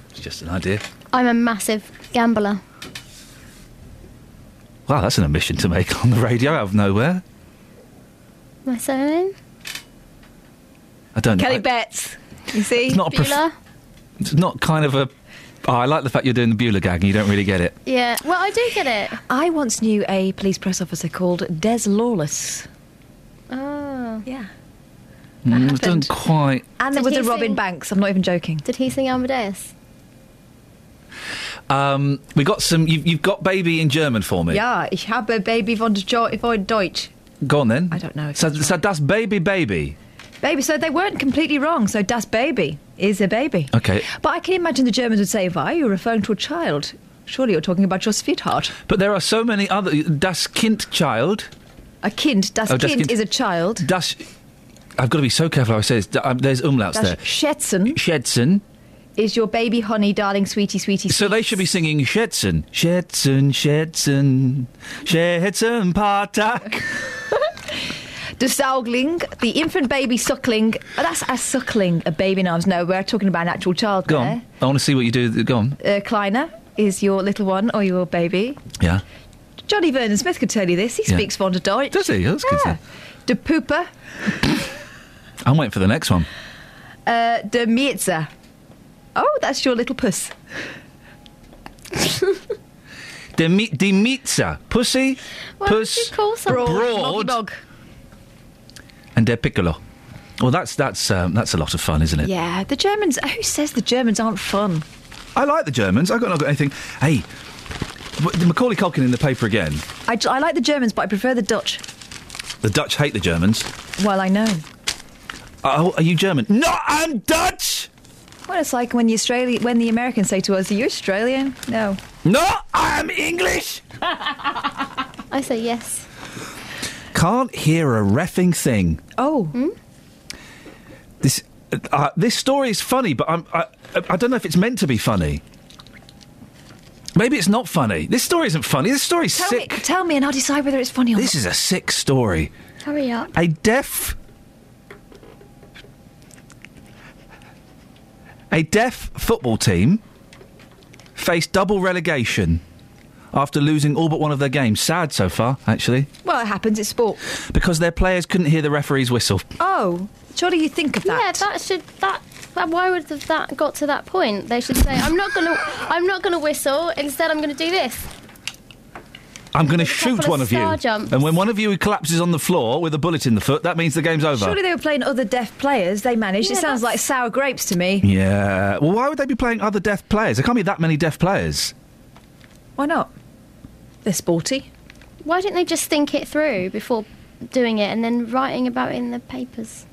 S10: It's just an idea.
S11: I'm a massive gambler.
S10: Wow, that's an admission to make on the radio out of nowhere.
S11: My surname?
S10: I don't
S9: Kelly
S10: know.
S9: Betts. You see?
S10: It's not a prof- Bueller. It's not kind of a. Oh, I like the fact you're doing the Beulah gag and you don't really get it.
S11: Yeah. Well, I do get it.
S9: I once knew a police press officer called Des Lawless.
S11: Oh.
S9: Yeah.
S10: Mm, I don't quite.
S9: And there
S11: Did
S9: was
S11: he
S9: a Robin
S11: sing-
S9: Banks. I'm not even joking.
S11: Did he sing Amadeus?
S10: Um, we got some. You've, you've got baby in German for me.
S9: Yeah, ich habe Baby von, jo- von Deutsch.
S10: Go on then.
S9: I don't know if
S10: So, so das baby baby.
S9: Baby, so they weren't completely wrong. So Das Baby is a baby.
S10: Okay.
S9: But I can imagine the Germans would say, why are you referring to a child? Surely you're talking about your sweetheart.
S10: But there are so many other. Das Kind child.
S9: A kind, das,
S10: Oh,
S9: kind,
S10: das Kind.
S9: is a child.
S10: Das. I've got to be so careful how I say this. Da- um, there's umlauts
S9: Das
S10: there.
S9: Schätzen
S10: Schätzen.
S9: is your baby honey, darling, sweetie, sweetie.
S10: So they should be singing Schätzen. Schätzen, Schätzen. Schätzen, Patak.
S9: The Saugling, the infant baby suckling. Oh, that's a suckling, a baby in arms. No, we're talking about an actual child
S10: Go
S9: there.
S10: on. I want to see what you do. Go on.
S9: Uh, Kleiner is your little one or your baby.
S10: Yeah.
S9: Johnny Vernon Smith could tell you this. He
S10: Yeah.
S9: speaks Vonda Deutsch.
S10: Does he? That's good
S9: yeah. De Pooper,
S10: I'm waiting for the next one.
S9: uh, de Mietzer. Oh, that's your little puss.
S10: The mi- the Mitza. Pussy.
S9: What
S10: puss.
S9: would you call something? Broad.
S10: broad,
S9: Moggy bog.
S10: And their piccolo. Well, that's that's um, that's a lot of fun, isn't it?
S9: Yeah, the Germans. Who says the Germans aren't fun?
S10: I like the Germans. I've got not got anything. Hey, w- the Macaulay Culkin in the paper again.
S9: I, I like the Germans, but I prefer the Dutch.
S10: The Dutch hate the Germans.
S9: Well, I know.
S10: Oh, are you German? No, I'm Dutch.
S9: Well, it's like when the Australian, when the Americans say to us, "Are you Australian?" No.
S10: No, I'm English.
S11: I say yes.
S10: Can't hear a refing thing.
S9: Oh.
S11: Hmm?
S10: This uh, this story is funny, but I'm, I I don't know if it's meant to be funny. Maybe it's not funny. This story isn't funny. This story's
S9: Tell
S10: sick.
S9: me, tell me, and I'll decide whether it's funny or
S10: This
S9: not.
S10: is a sick story.
S11: Hurry up.
S10: A deaf. A deaf football team faced double relegation after losing all but one of their games. Sad so far, actually,
S9: Well, it happens. It's sport.
S10: because their players couldn't hear the referee's whistle.
S9: Oh, surely you think of that.
S11: Yeah, that should that. that- Why would have that got to that point? They should say, "I'm not gonna, I'm not gonna whistle. Instead, I'm gonna do this."
S10: I'm going to
S11: couple
S10: shoot
S11: of
S10: one of you.
S11: star jumps.
S10: And when one of you collapses on the floor with a bullet in the foot, that means the game's over.
S9: Surely they were playing other deaf players. They managed. it
S11: Yeah,
S9: sounds like sour grapes to me.
S10: yeah. Well, why would they be playing other deaf players? There can't be that many deaf players.
S9: Why not? They're sporty.
S11: Why didn't they just think it through before doing it and then writing about it in the papers?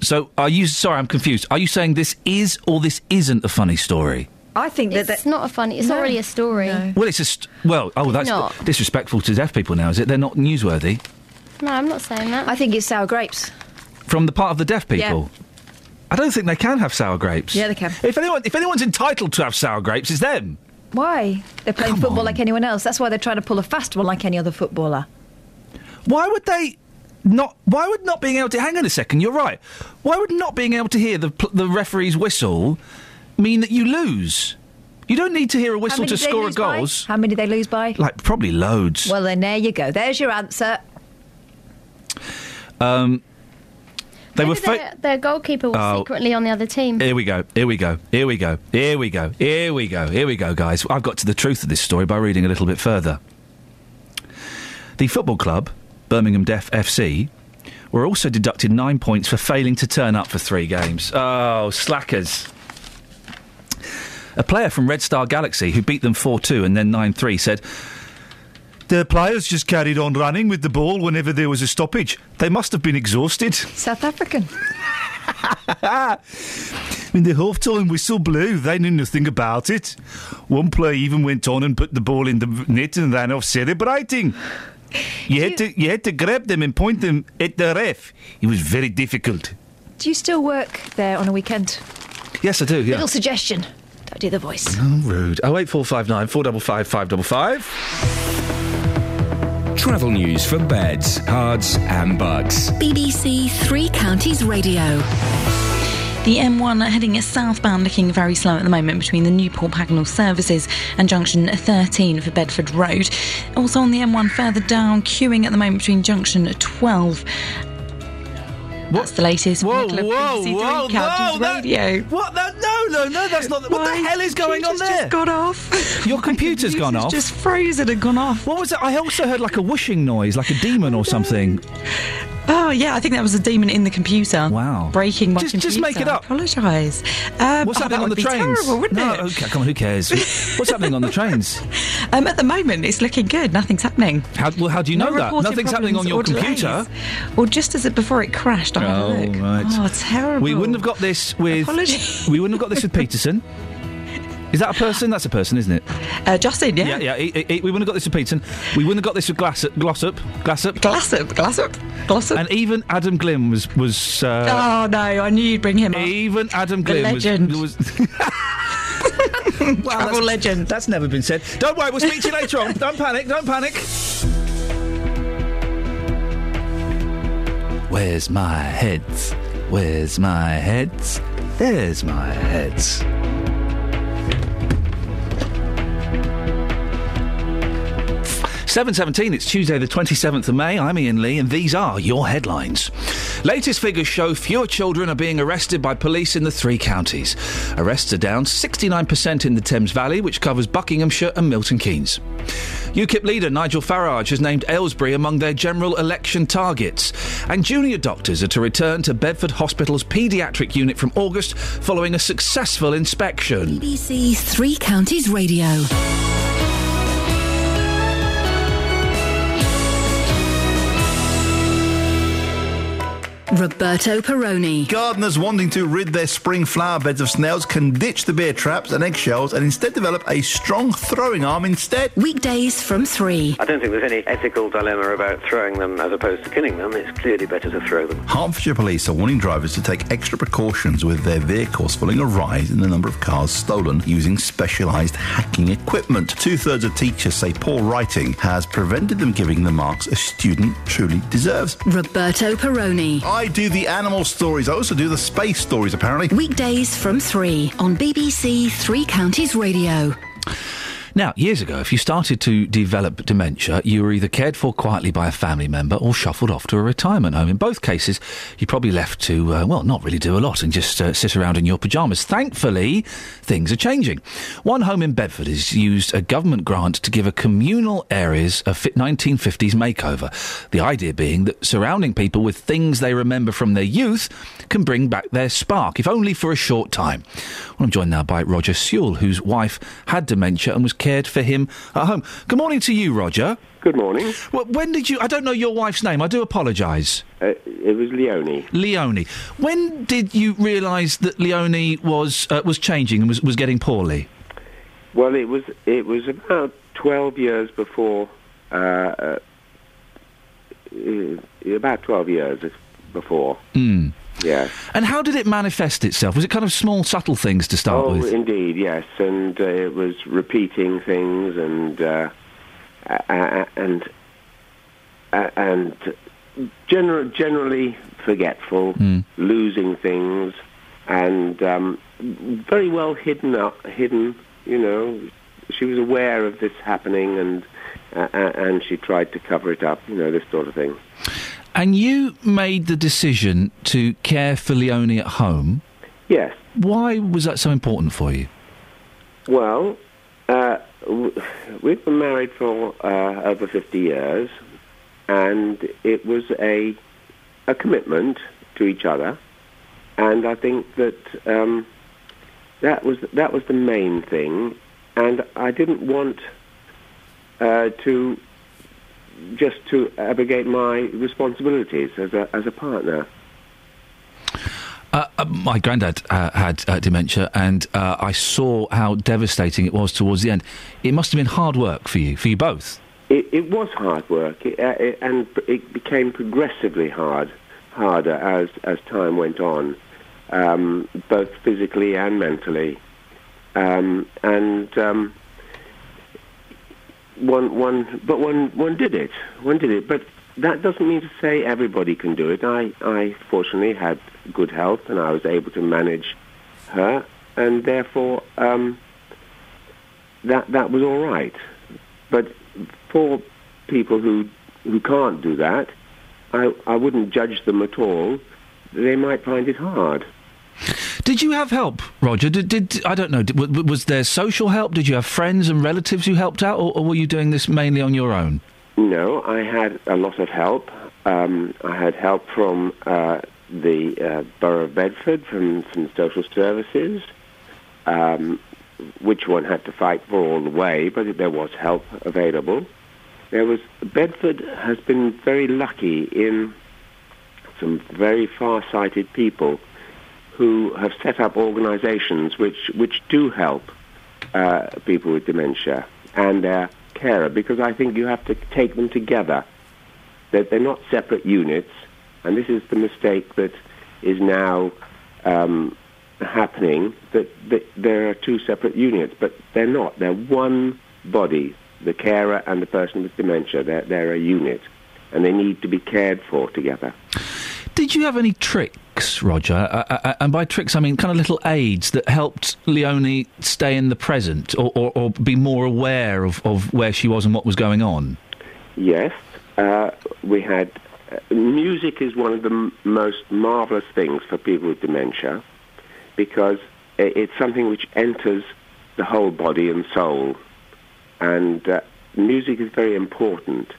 S10: So are you sorry, I'm confused. Are you saying this is or this isn't a funny story?
S9: I think
S11: it's that it's not a funny. It's already a story. No.
S10: Well, it's a st- well, oh, that's
S11: not.
S10: disrespectful to deaf people now, is it? They're not newsworthy
S11: I'm not saying that.
S9: I think it's sour grapes.
S10: from the part of the deaf
S9: Yeah.
S10: people. I don't think they can have sour grapes.
S9: Yeah, they can.
S10: If anyone if anyone's entitled to have sour grapes, it's them.
S9: Why? They're playing football like anyone else. That's why they're trying to pull a fast one like any other footballer.
S10: Why would they not why would not being able to hang on a second, you're right. Why would not being able to hear the pl- the referee's whistle mean that you lose? You don't need to hear a
S9: How
S10: whistle
S9: many
S10: to
S9: did they
S10: score a
S9: lose by?
S10: goals.
S9: How many did they lose by?
S10: Like probably loads.
S9: Well, then there you go. There's your answer.
S10: Um, they were. Fa-
S11: their, their goalkeeper was
S10: Oh.
S11: secretly on the other team.
S10: here we go. Here we go. Here we go. Here we go. Here we go. Here we go, guys. I've got to the truth of this story by reading a little bit further. The football club, Birmingham Deaf FC, were also deducted nine points for failing to turn up for three games. Oh, slackers. A player from Red Star Galaxy who beat them 4 2 and then 9 3 said, The players just carried on running with the ball whenever there was a stoppage. They must have been exhausted.
S9: South African.
S10: [laughs] when the half time whistle blew, they knew nothing about it. One player even went on and put the ball in the net and ran off celebrating. You had, to, you had to grab them and point them at the ref. It was very difficult.
S9: Do you still work there on a weekend?
S10: Yes, I do, yeah.
S9: Little suggestion. Don't do the voice.
S10: Oh, rude. 08459 455 555.
S15: Travel news for beds, cards, and bugs.
S4: BBC Three Counties Radio.
S5: The M1 heading southbound looking very slow at the moment between the Newport Pagnell services and junction 13 for Bedford Road. Also on the M1 further down, queuing at the moment between junction 12. What's the latest? Whoa,
S10: whoa, whoa, no, that-
S5: radio.
S10: what? That, no, no, no, that's not. What the hell is going on there?
S5: Just got
S10: [laughs]
S5: off.
S10: Your computer's gone off.
S5: Just frozen and gone off.
S10: What was it? I also heard like a whooshing noise, like a demon or something.
S5: Oh yeah, I think that was a demon in the computer.
S10: Wow,
S5: breaking my
S10: Just-
S5: computer.
S10: just make it up.
S5: Apologise. Um,
S10: What's
S5: oh,
S10: happening
S5: that
S10: on
S5: would
S10: the
S5: be
S10: trains?
S5: Terrible, wouldn't
S10: no,
S5: it?
S10: okay, come on, who cares?
S5: [laughs]
S10: What's happening on the trains?
S5: Um, at the moment, it's looking good. Nothing's happening.
S10: How, well, how do you
S5: No
S10: know that?
S5: reported
S10: Nothing's happening on
S5: problems
S10: your
S5: or delays.
S10: computer.
S5: Well, just as it before it crashed, I had a
S10: Oh,
S5: look.
S10: right.
S5: Oh, terrible.
S10: We wouldn't have got this with.
S5: Apologies.
S10: [laughs] We wouldn't have got this with Peterson. Is that a person? That's a person, isn't it?
S5: Uh, Justin, yeah.
S10: Yeah, yeah. he- he- he- we wouldn't have got this with Peterson. We wouldn't have got this with Glassop. Glossop. Glassop.
S5: Glossop. Glossop. Glossop.
S10: And even Adam Glynn was. was uh,
S5: Oh no! I knew you'd bring him up.
S10: Even Adam
S5: the
S10: Glynn was-
S5: legend.
S10: was.
S5: Travel legend.
S10: That's never been said. Don't worry, we'll speak to you later
S5: [laughs]
S10: on. Don't panic, don't panic. Where's my heads? Where's my heads? There's my heads. Seven seventeen. It's Tuesday, the twenty seventh of May. I'm Ian Lee, and these are your headlines. Latest figures show fewer children are being arrested by police in the three counties. Arrests are down sixty nine percent in the Thames Valley, which covers Buckinghamshire and Milton Keynes. UKIP leader Nigel Farage has named Aylesbury among their general election targets, and junior doctors are to return to Bedford Hospital's paediatric unit from August following a successful inspection.
S4: BBC Three Counties Radio.
S28: Roberto Peroni. Gardeners wanting to rid their spring flower beds of snails can ditch the beer traps and eggshells and instead develop a strong throwing arm instead. Weekdays from 3.
S16: I don't think there's any ethical dilemma about throwing them as opposed to killing them. It's clearly better to throw them.
S28: Hertfordshire Police are warning drivers to take extra precautions with their vehicles following a rise in the number of cars stolen using specialised hacking equipment. Two thirds of teachers say poor writing has prevented them giving the marks a student truly deserves.
S4: Roberto Peroni.
S28: I do the animal stories, I also do the space stories apparently.
S4: Weekdays from 3 on BBC Three Counties Radio.
S10: Now, years ago, if you started to develop dementia, you were either cared for quietly by a family member or shuffled off to a retirement home. In both cases, you're probably left to, uh, well, not really do a lot and just uh, sit around in your pyjamas. Thankfully, things are changing. One home in Bedford has used a government grant to give a communal areas a fit 1950s makeover. The idea being that surrounding people with things they remember from their youth can bring back their spark, if only for a short time. Well, I'm joined now by Roger Sewell, whose wife had dementia and was cared for him at home. Good morning to you, Roger.
S38: Good morning.
S10: Well, when did you? I don't know your wife's name. I do apologise.
S38: Uh, it was Leone.
S10: Leonie. When did you realise that Leonie was uh, was changing and was, was getting poorly?
S38: Well, it was it was about twelve years before, uh, uh, uh, about twelve years before.
S10: Mm.
S38: Yes.
S10: And how did it manifest itself? Was it kind of small, subtle things to start
S38: oh,
S10: with?
S38: indeed, yes, and uh, it was repeating things and uh, a- a- and a- and gener- generally forgetful, losing things, and um, very well hidden up, hidden. You know, she was aware of this happening, and uh, and she tried to cover it up. You know, this sort of thing.
S10: And you made the decision to care for Leonie at home.
S38: Yes.
S10: Why was that so important for you?
S38: Well, uh, w- we've been married for uh, over 50 years, and it was a a commitment to each other, and I think that um, that was that was the main thing, and I didn't want uh, to just to abrogate my responsibilities as a as a partner.
S10: Uh, uh, my granddad uh, had uh, dementia, and uh, I saw how devastating it was towards the end. It must have been hard work for you, for you both.
S38: It, it was hard work, it, uh, it, and it became progressively hard, harder as as time went on, um, both physically and mentally. Um, and um, one, one, but one, one did it. One did it. But that doesn't mean to say everybody can do it. I, I fortunately had good health, and I was able to manage her, and therefore um, that that was all right. But for people who who can't do that, I, I wouldn't judge them at all. They might find it hard.
S10: Did you have help, Roger? Did, did I don't know? Did, w- w- was there social help? Did you have friends and relatives who helped out, or, or were you doing this mainly on your own?
S38: No, I had a lot of help. Um, I had help from uh, the uh, Borough of Bedford, from, from social services, um, which one had to fight for all the way, but there was help available. There was Bedford has been very lucky in some very far-sighted people who have set up organisations which, which do help uh, people with dementia and uh, their carer because I think you have to take them together. That they're not separate units, and this is the mistake that is now um, happening. That, that there are two separate units, but they're not. They're one body: the carer and the person with dementia. They're, they're a unit, and they need to be cared for together.
S10: Did you have any tricks, Roger? Uh, uh, uh, and by tricks, I mean kind of little aids that helped Leonie stay in the present or, or, or be more aware of, of where she was and what was going on.
S38: Yes, uh, we had uh, music is one of the m- most marvelous things for people with dementia because i it's something which enters the whole body and soul, and uh, music is very important.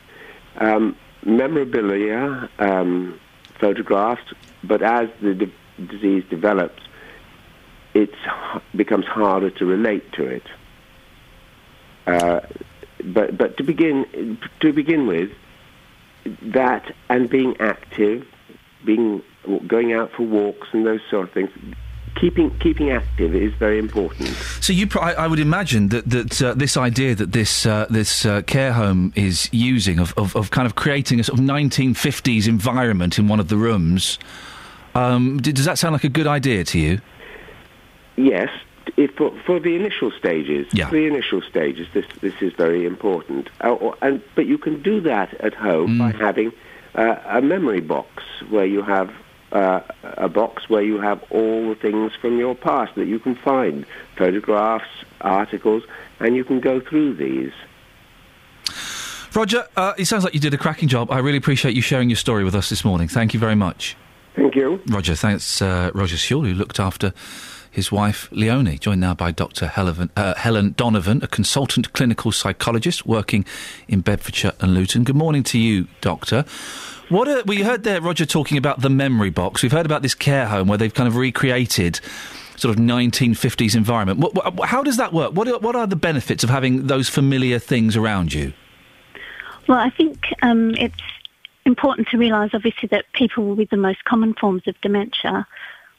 S38: Um, memorabilia, um, photographs, but as the d- disease develops, it becomes harder to relate to it. Uh, but but to begin to begin with, that and being active, being going out for walks and those sort of things, keeping keeping active is very important.
S10: So you, pro- I, I would imagine that that uh, this idea that this uh, this uh, care home is using of, of of kind of creating a sort of 1950s environment in one of the rooms. Um, d- does that sound like a good idea to you?
S38: Yes, if for, for the initial stages, for the initial stages, this this is very important. Uh, or, and but you can do that at home by having uh, a memory box where you have uh, a box where you have all the things from your past that you can find, photographs, articles, and you can go through these.
S10: Roger, uh, it sounds like you did a cracking job. I really appreciate you sharing your story with us this morning. Thank you very much.
S38: Thank you.
S10: Roger, thanks. Uh, Roger Sewell, who looked after his wife Leonie, joined now by Dr. Helen, uh, Helen Donovan, a consultant clinical psychologist working in Bedfordshire and Luton. Good morning to you, Doctor. What a, we heard there, Roger, talking about the memory box. We've heard about this care home where they've kind of recreated sort of 1950s environment. What, what, how does that work? What are, what are the benefits of having those familiar things around you?
S19: Well, I think um, it's important to realise, obviously, that people with the most common forms of dementia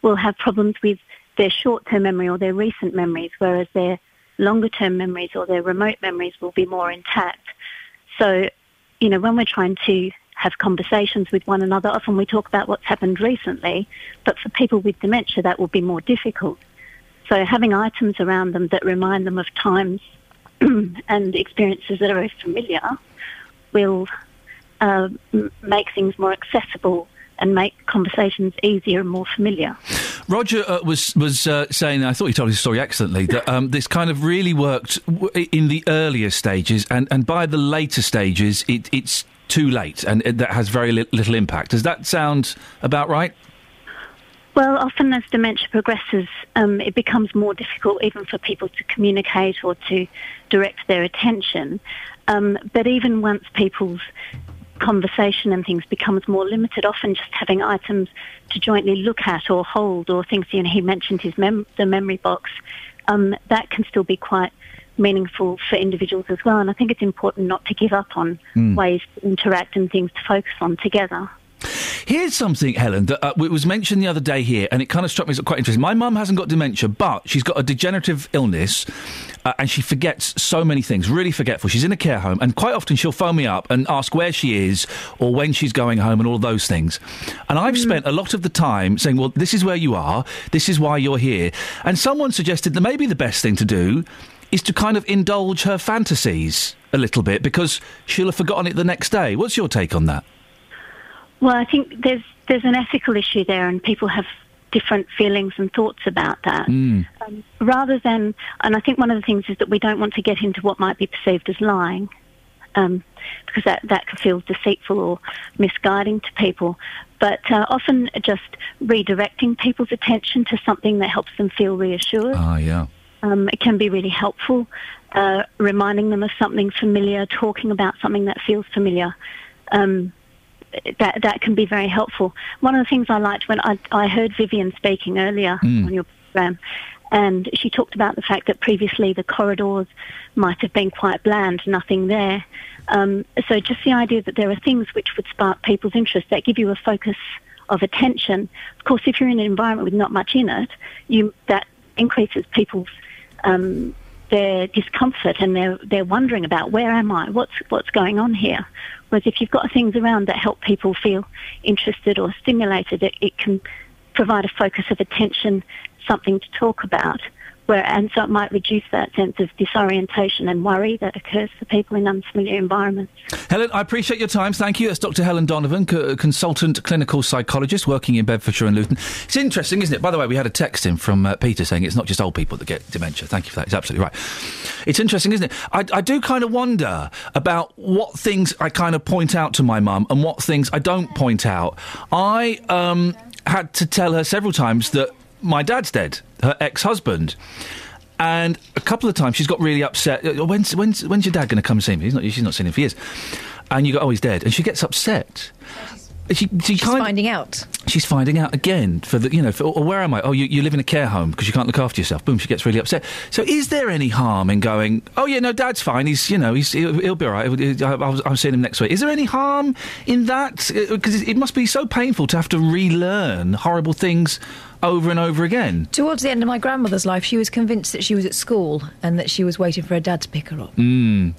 S19: will have problems with their short-term memory or their recent memories, whereas their longer-term memories or their remote memories will be more intact. So, you know, when we're trying to have conversations with one another, often we talk about what's happened recently, but for people with dementia, that will be more difficult. So having items around them that remind them of times [clears throat] and experiences that are very familiar will uh, m- make things more accessible and make conversations easier and more familiar.
S10: Roger uh, was was uh, saying, I thought he told his story excellently, that um, this kind of really worked w- in the earlier stages, and, and by the later stages, it, it's too late, and it, that has very li- little impact. Does that sound about right?
S19: Well, often as dementia progresses, um, it becomes more difficult even for people to communicate or to direct their attention. Um, but even once people's conversation and things becomes more limited, often just having items to jointly look at or hold or things, you know, he mentioned his mem- the memory box, um, that can still be quite meaningful for individuals as well. And I think it's important not to give up on
S10: Mm.
S19: ways to interact and things to focus on together.
S10: Here's something, Helen, that uh, it was mentioned the other day here, and it kind of struck me as quite interesting. My mum hasn't got dementia, but she's got a degenerative illness, uh, and she forgets so many things. Really forgetful. She's in a care home, and quite often she'll phone me up and ask where she is or when she's going home and all those things. And I've spent a lot of the time saying, "Well, this is where you are. This is why you're here." And someone suggested that maybe the best thing to do is to kind of indulge her fantasies a little bit because she'll have forgotten it the next day. What's your take on that?
S19: Well, I think there's there's an ethical issue there, and people have different feelings and thoughts about that.
S10: Mm.
S19: Um, rather than, and I think one of the things is that we don't want to get into what might be perceived as lying, um, because that that can feel deceitful or misguiding to people. But uh, often, just redirecting people's attention to something that helps them feel reassured
S10: Ah, yeah.
S19: um, it can be really helpful. Uh, reminding them of something familiar, talking about something that feels familiar, um, that that can be very helpful. One of the things I liked when I, I heard Vivian speaking earlier
S3: Mm.
S19: on your program, and she talked about the fact that previously the corridors might have been quite bland, nothing there. Um, so just the idea that there are things which would spark people's interest that give you a focus of attention. Of course, if you're in an environment with not much in it, you that increases people's um, their discomfort and they're they're wondering about where am I, what's what's going on here. Whereas if you've got things around that help people feel interested or stimulated, it, it can provide a focus of attention, something to talk about. Where and so it might reduce that sense of disorientation and worry that occurs for people in unfamiliar environments.
S10: Helen, I appreciate your time. Thank you. That's Dr. Helen Donovan, co- consultant clinical psychologist working in Bedfordshire and Luton. It's interesting, isn't it? By the way, we had a text in from uh, Peter saying it's not just old people that get dementia. Thank you for that. It's absolutely right. It's interesting, isn't it? I, I do kind of wonder about what things I kind of point out to my mum and what things I don't point out. I um, had to tell her several times that my dad's dead, her ex husband. And a couple of times she's got really upset. Uh, When's, when's, when's your dad going to come see me? He's not, she's not seen him for years. And you go, oh, he's dead. And she gets upset. She, she she's finding
S9: out.
S10: She's finding out again for the, you know, for, or where am I? Oh, you, you live in a care home because you can't look after yourself. Boom, she gets really upset. So is there any harm in going, oh, yeah, no, dad's fine. He's, you know, he's, he'll, he'll be all right. I- I- I'll, I'll seeing him next week. Is there any harm in that? Because it must be so painful to have to relearn horrible things over and over again.
S9: Towards the end of my grandmother's life, she was convinced that she was at school and that she was waiting for her dad to pick her up.
S10: Mm.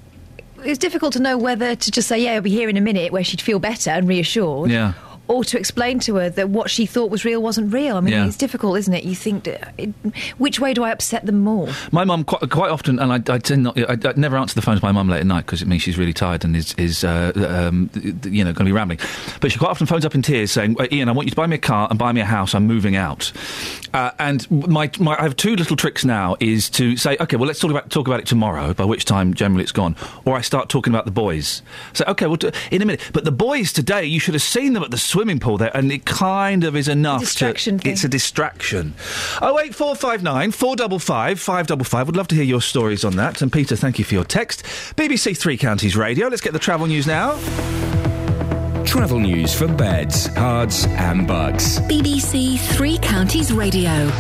S9: It was difficult to know whether to just say, Yeah, I'll be here in a minute, where she'd feel better and reassured.
S10: Yeah.
S9: Or to explain to her that what she thought was real wasn't real. I mean,
S10: Yeah.
S9: it's difficult, isn't it? You think, d- it, which way do I upset them more?
S10: My mum quite, quite often, and I, I tend not, I, I never answer the phone to my mum late at night because it means she's really tired and is, is uh, um, you know, going to be rambling. But she quite often phones up in tears saying, "Uh, "Ian, I want you to buy me a car and buy me a house. I'm moving out." Uh, and my, my, I have two little tricks now: is to say, "Okay, well, let's talk about talk about it tomorrow," by which time generally it's gone, or I start talking about the boys. So, okay, well, do, in a minute. But the boys today, you should have seen them at the swimming pool there, and it kind of is enough.
S9: distraction
S10: to, It's a distraction. Oh eight four five nine four double five five double five. Would love to hear your stories on that. And Peter, thank you for your text. BBC Three Counties Radio. Let's get the travel news now.
S15: Travel news for beds, cards, and bugs.
S4: BBC Three Counties Radio.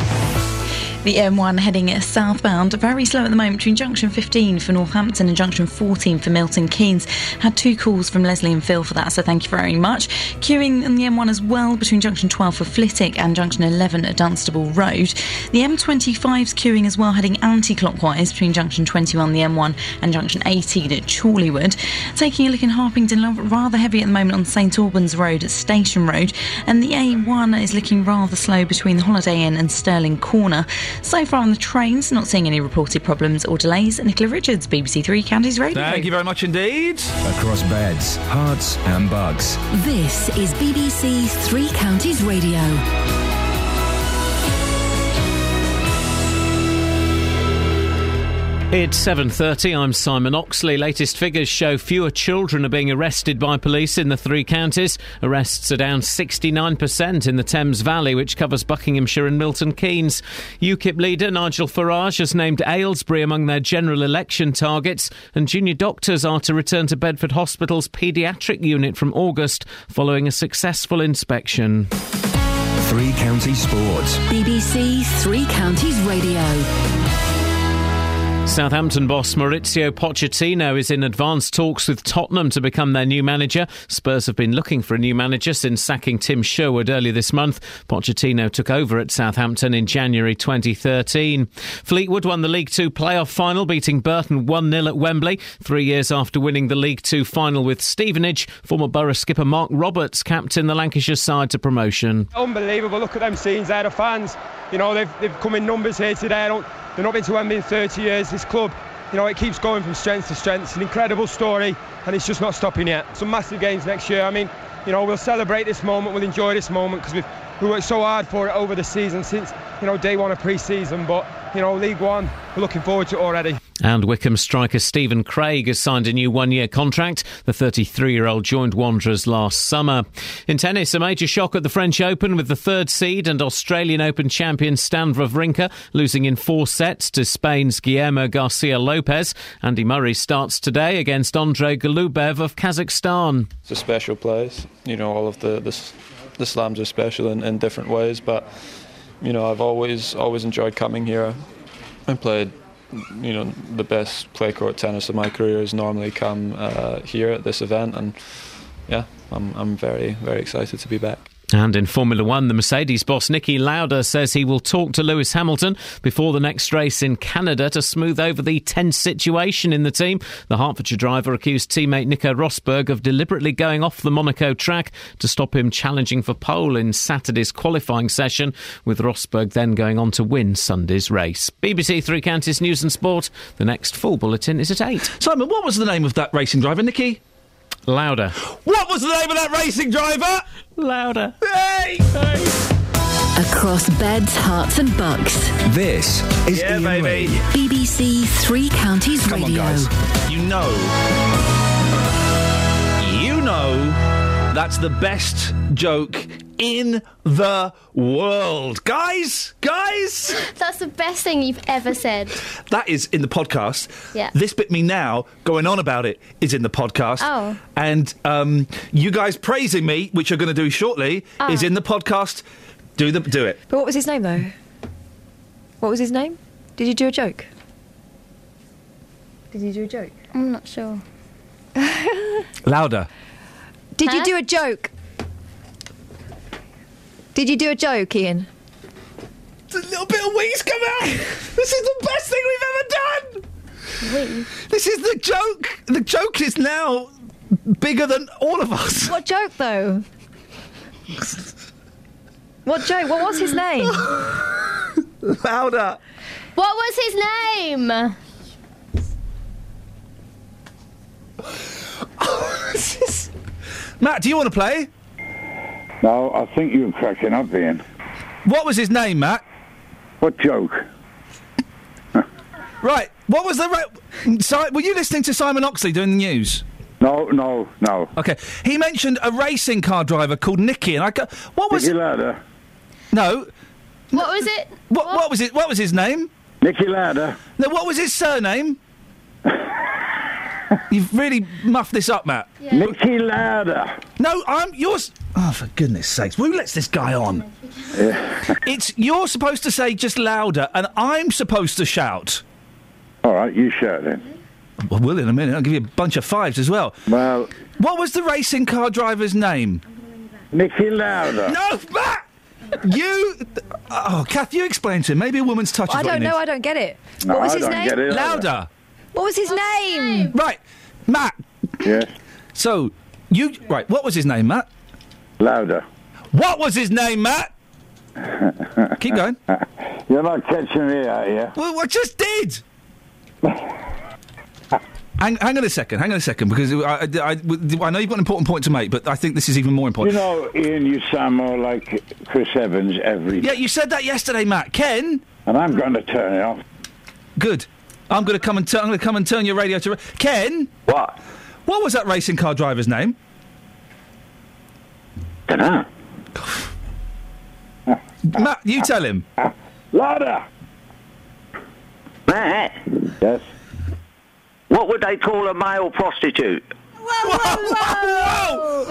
S5: The M1 heading southbound, very slow at the moment between junction 15 for Northampton and junction 14 for Milton Keynes. Had two calls from Leslie and Phil for that, so thank you very much. Queuing on the M1 as well between junction 12 for Flitwick and junction 11 at Dunstable Road. The M25's queuing as well, heading anti clockwise between junction 21, the M1, and junction 18 at Chorleywood. Taking a look in Harpingdon, lo- rather heavy at the moment on St Albans Road at Station Road, and the A1 is looking rather slow between the Holiday Inn and Sterling Corner. So far on the trains, not seeing any reported problems or delays. Nicola Richards, BBC Three Counties Radio.
S10: Thank you very much indeed.
S15: Across beds, hearts, and bugs.
S4: This is BBC Three Counties Radio.
S1: It's 7:30. I'm Simon Oxley. Latest figures show fewer children are being arrested by police in the three counties. Arrests are down 69% in the Thames Valley, which covers Buckinghamshire and Milton Keynes. UKIP leader Nigel Farage has named Aylesbury among their general election targets, and junior doctors are to return to Bedford Hospital's paediatric unit from August following a successful inspection.
S15: Three Counties Sports.
S4: BBC Three Counties Radio.
S1: Southampton boss Maurizio Pochettino is in advanced talks with Tottenham to become their new manager. Spurs have been looking for a new manager since sacking Tim Sherwood earlier this month. Pochettino took over at Southampton in January 2013. Fleetwood won the League Two playoff final, beating Burton 1 0 at Wembley. Three years after winning the League Two final with Stevenage, former Borough skipper Mark Roberts captained the Lancashire side to promotion.
S32: Unbelievable. Look at them scenes there. The fans, you know, they've, they've come in numbers here today. I don't- They've not been to Wembley in 30 years. This club, you know, it keeps going from strength to strength. It's an incredible story, and it's just not stopping yet. Some massive games next year. I mean, you know, we'll celebrate this moment. We'll enjoy this moment because we've we worked so hard for it over the season since, you know, day one of pre-season. But
S24: you know, League One. We're looking forward to it already.
S1: And Wickham striker Stephen Craig has signed a new one year contract. The 33 year old joined Wanderers last summer. In tennis, a major shock at the French Open with the third seed and Australian Open champion Stan Wawrinka losing in four sets to Spain's Guillermo Garcia Lopez. Andy Murray starts today against Andrei Golubev of Kazakhstan.
S25: It's a special place. You know, all of the the, s- the slams are special in, in different ways, but you know, I've always always enjoyed coming here and played. You know, the best play court tennis of my career has normally come uh, here at this event, and yeah, I'm I'm very very excited to be back.
S1: And in Formula One, the Mercedes boss Nicky Lauda says he will talk to Lewis Hamilton before the next race in Canada to smooth over the tense situation in the team. The Hertfordshire driver accused teammate Nico Rosberg of deliberately going off the Monaco track to stop him challenging for pole in Saturday's qualifying session, with Rosberg then going on to win Sunday's race. BBC Three Counties News and Sport. The next full bulletin is at 8.
S10: Simon, what was the name of that racing driver, Nicky?
S1: Lauda.
S10: What was the name of that racing driver?
S1: Louder.
S10: Hey!
S4: Across beds, hearts, and bucks.
S39: This is
S10: yeah, baby.
S4: BBC Three Counties
S10: Come on,
S4: Radio.
S10: guys. You know. You know that's the best joke in the world. Guys, guys,
S11: [laughs] That's the best thing you've ever said.
S10: that is in the podcast.
S11: Yeah.
S10: This bit me now going on about it is in the podcast.
S11: Oh.
S10: And um, you guys praising me, which you're going to do shortly,
S11: Oh.
S9: Ah.
S10: is in the podcast. Do the do it.
S9: But what was his name though? What was his name? Did you do a joke? Did you do a joke?
S11: I'm not sure.
S10: Louder.
S9: Did you do a joke? Did you do a joke, Ian?
S10: A little bit of wheeze come out. [laughs] this is the best thing we've
S11: ever done.
S10: This is the joke. The joke is now bigger than all of us.
S9: What joke though? what joke? What was
S7: [laughs]
S9: his name?
S10: [laughs] Louder.
S11: What was his name?
S10: [laughs] Matt, do you want to play?
S18: No, I think you're cracking up, Ian.
S10: What was his name, Matt?
S18: What joke?
S10: [laughs] Right. What was the? Re- Si- were you listening to Simon Oxley doing the news?
S18: No, no, no.
S10: Okay. He mentioned a racing car driver called Nicky, and I go, "What was?" Nicky
S18: Lauda.
S10: No.
S11: What was it?
S10: What, what? was it? What was his name?
S18: Nicky Lauda.
S10: No. What was his surname? You've really muffed this up, Matt.
S18: Nicky Lauda.
S10: No, I'm yours. Oh, for goodness sakes! Who lets this guy on? it's you're supposed to say just louder, and I'm supposed to shout.
S18: All right, you shout then.
S10: I will in a minute. I'll give you a bunch of fives as well.
S18: Well,
S10: what was the racing car driver's name?
S18: Nicky Lauda.
S10: No, Matt. you. Oh, Kath, you explain to him. Maybe a woman's touch. is
S9: I
S10: what he
S9: don't know.
S10: needs.
S9: I don't get it.
S10: No,
S9: what was
S10: I
S9: his
S10: don't
S9: name?
S10: get it either. Louder.
S9: What was his name?
S10: Right, Matt.
S18: Yes.
S10: So you right? What was his name, Matt?
S18: Louder.
S10: What was his name, [laughs] Matt? Keep going.
S18: You're not catching me, are you?
S10: Well, I just [laughs] did. Hang, hang on a second. Hang on a second, because I, I, I- I know you've got an important point to make, but I think this is even more
S18: You
S10: important.
S18: know, Ian, you sound more like Chris Evans every.
S10: yeah, you said that yesterday, Matt. Ken.
S18: And I'm going to turn it off.
S10: Good. I'm going to come and tu- I'm going to come and turn your radio to Ken.
S18: What?
S10: What was that racing car driver's name?
S18: Dunno.
S10: Matt, you tell him.
S18: Lauda.
S7: Matt,
S18: Yes.
S7: what would they call a male prostitute?
S10: Whoa! Whoa!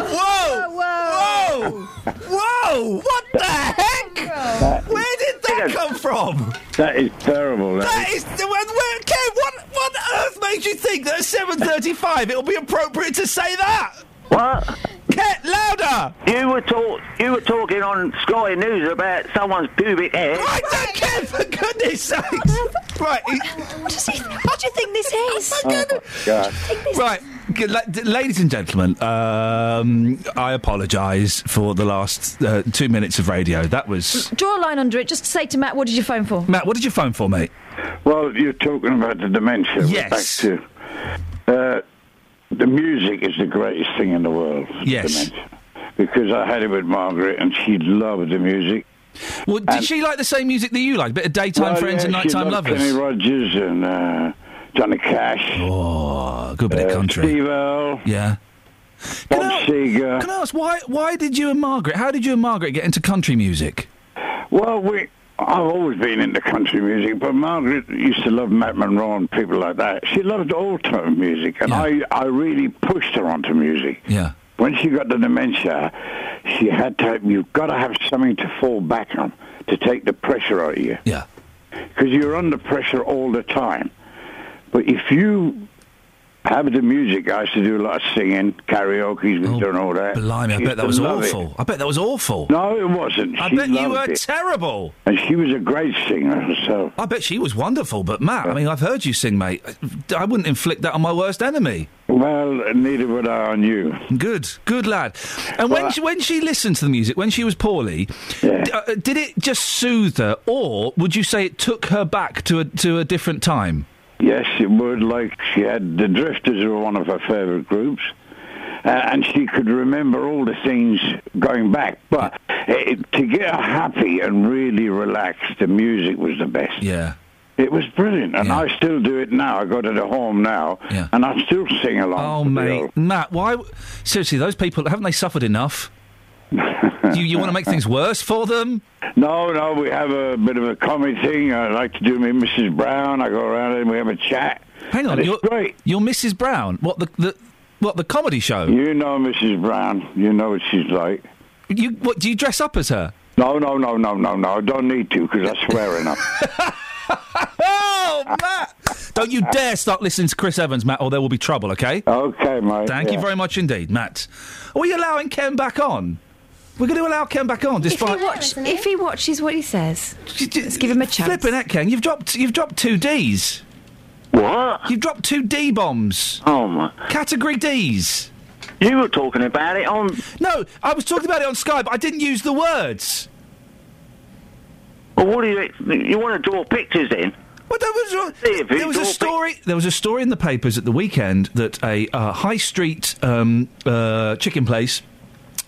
S10: Whoa! Whoa! What the heck? Where did that come from?
S18: That is terrible. that
S10: That is the one where, Kev, what, what on earth made you think that at 7.35 it'll be appropriate to say that?
S7: What?
S10: Get louder!
S7: You were talk, you were talking on Sky News about someone's pubic hair.
S10: I don't care, for goodness
S9: [laughs]
S10: sakes! Right. Oh,
S9: What, does he, what do you think this is?
S10: God. Right. g- la- d- Ladies and gentlemen, um, I apologise for the last uh, two minutes of radio. That was.
S9: Draw a line under it. Just say to Matt, what did you phone for?
S10: Matt, what did you phone for, mate?
S18: Well, you're talking about the dementia.
S10: Yes.
S18: Back to, uh, the music is the greatest thing in the world.
S10: Yes.
S18: Dementia. Because I had it with Margaret and she loved the music.
S10: Well, did
S18: Um,
S10: she like the same music that you like? Bit of daytime
S18: Well,
S10: friends
S18: yeah,
S10: and
S18: she
S10: nighttime
S18: loved
S10: lovers.
S18: Kenny Rogers and uh, Johnny Cash.
S10: Oh, good bit of country.
S18: Steve Earle.
S10: Yeah.
S18: Bob Seger.
S10: Can I ask why? Why did you and Margaret? How did you and Margaret get into country music?
S18: Well, we. I've always been into country music, but Margaret used to love Matt Monroe and people like that. She loved all type of music, and I, I really pushed her onto music.
S10: Yeah.
S18: When she got the dementia, she had to. You've got to have something to fall back on to take the pressure out of you.
S10: Yeah.
S18: Because you're under pressure all the time. But if you have the music, I used to do a lot of singing, karaoke, we've done all that.
S10: Oh, Blimey, I
S18: She
S10: bet
S18: used
S10: that
S18: to
S10: was
S18: love it.
S10: awful. I bet that was awful.
S18: No, it wasn't.
S10: I
S18: She
S10: bet you
S18: loved
S10: were
S18: it.
S10: terrible.
S18: And she was a great singer herself.
S10: I bet she was wonderful, but Matt, I mean, I've heard you sing, mate. I wouldn't inflict that on my worst enemy.
S18: Well, neither would I on you.
S10: Good, good lad. And when she, when she listened to the music, when she was poorly, d- uh, did it just soothe her, or would you say it took her back to a, to a different time?
S18: Yes, it would. Like she had the Drifters were one of her favourite groups, uh, and she could remember all the things going back. But eh, it, to get her happy and really relaxed, the music was the best.
S10: Yeah.
S18: It was brilliant, and I still do it now. I go to the home now, and I still sing along.
S10: Oh,
S18: to the
S10: mate,
S18: old-
S10: Matt, why? w- Seriously, those people haven't they suffered enough? [laughs] you you want to make things worse for them?
S18: No, no, we have a bit of a comedy thing. I like to do me Mrs. Brown. I go around and we have a chat.
S10: Hang on,
S18: And it's
S10: you're, you're Mrs. Brown. What the, the what the comedy show?
S18: You know Mrs. Brown. You know what she's like.
S10: You what? Do you dress up as her?
S18: No, no, no, no, no, no. I don't need to because I swear enough.
S10: oh, Matt! Don't you dare start listening to Chris Evans, Matt, or there will be trouble, okay?
S18: Okay, mate.
S10: Thank you
S18: yeah.
S10: very much indeed, Matt. Are we allowing Ken back on? We're going to allow Ken back on, despite.
S9: If he, watch, if he watches what he says,
S10: let's
S9: give him a chance.
S10: Flipping that, Ken. You've dropped, you've dropped two Ds.
S7: What?
S10: You've dropped two D bombs.
S7: Oh, my.
S10: Category Ds.
S7: You were talking about it on.
S10: No, I was talking about it on Skype. I didn't use the words.
S7: Well, what do you. You want to draw pictures then?
S10: What that was.
S7: If you
S10: There was a
S7: draw
S10: story. There was a story in the papers at the weekend that a uh, high street um, uh, chicken place.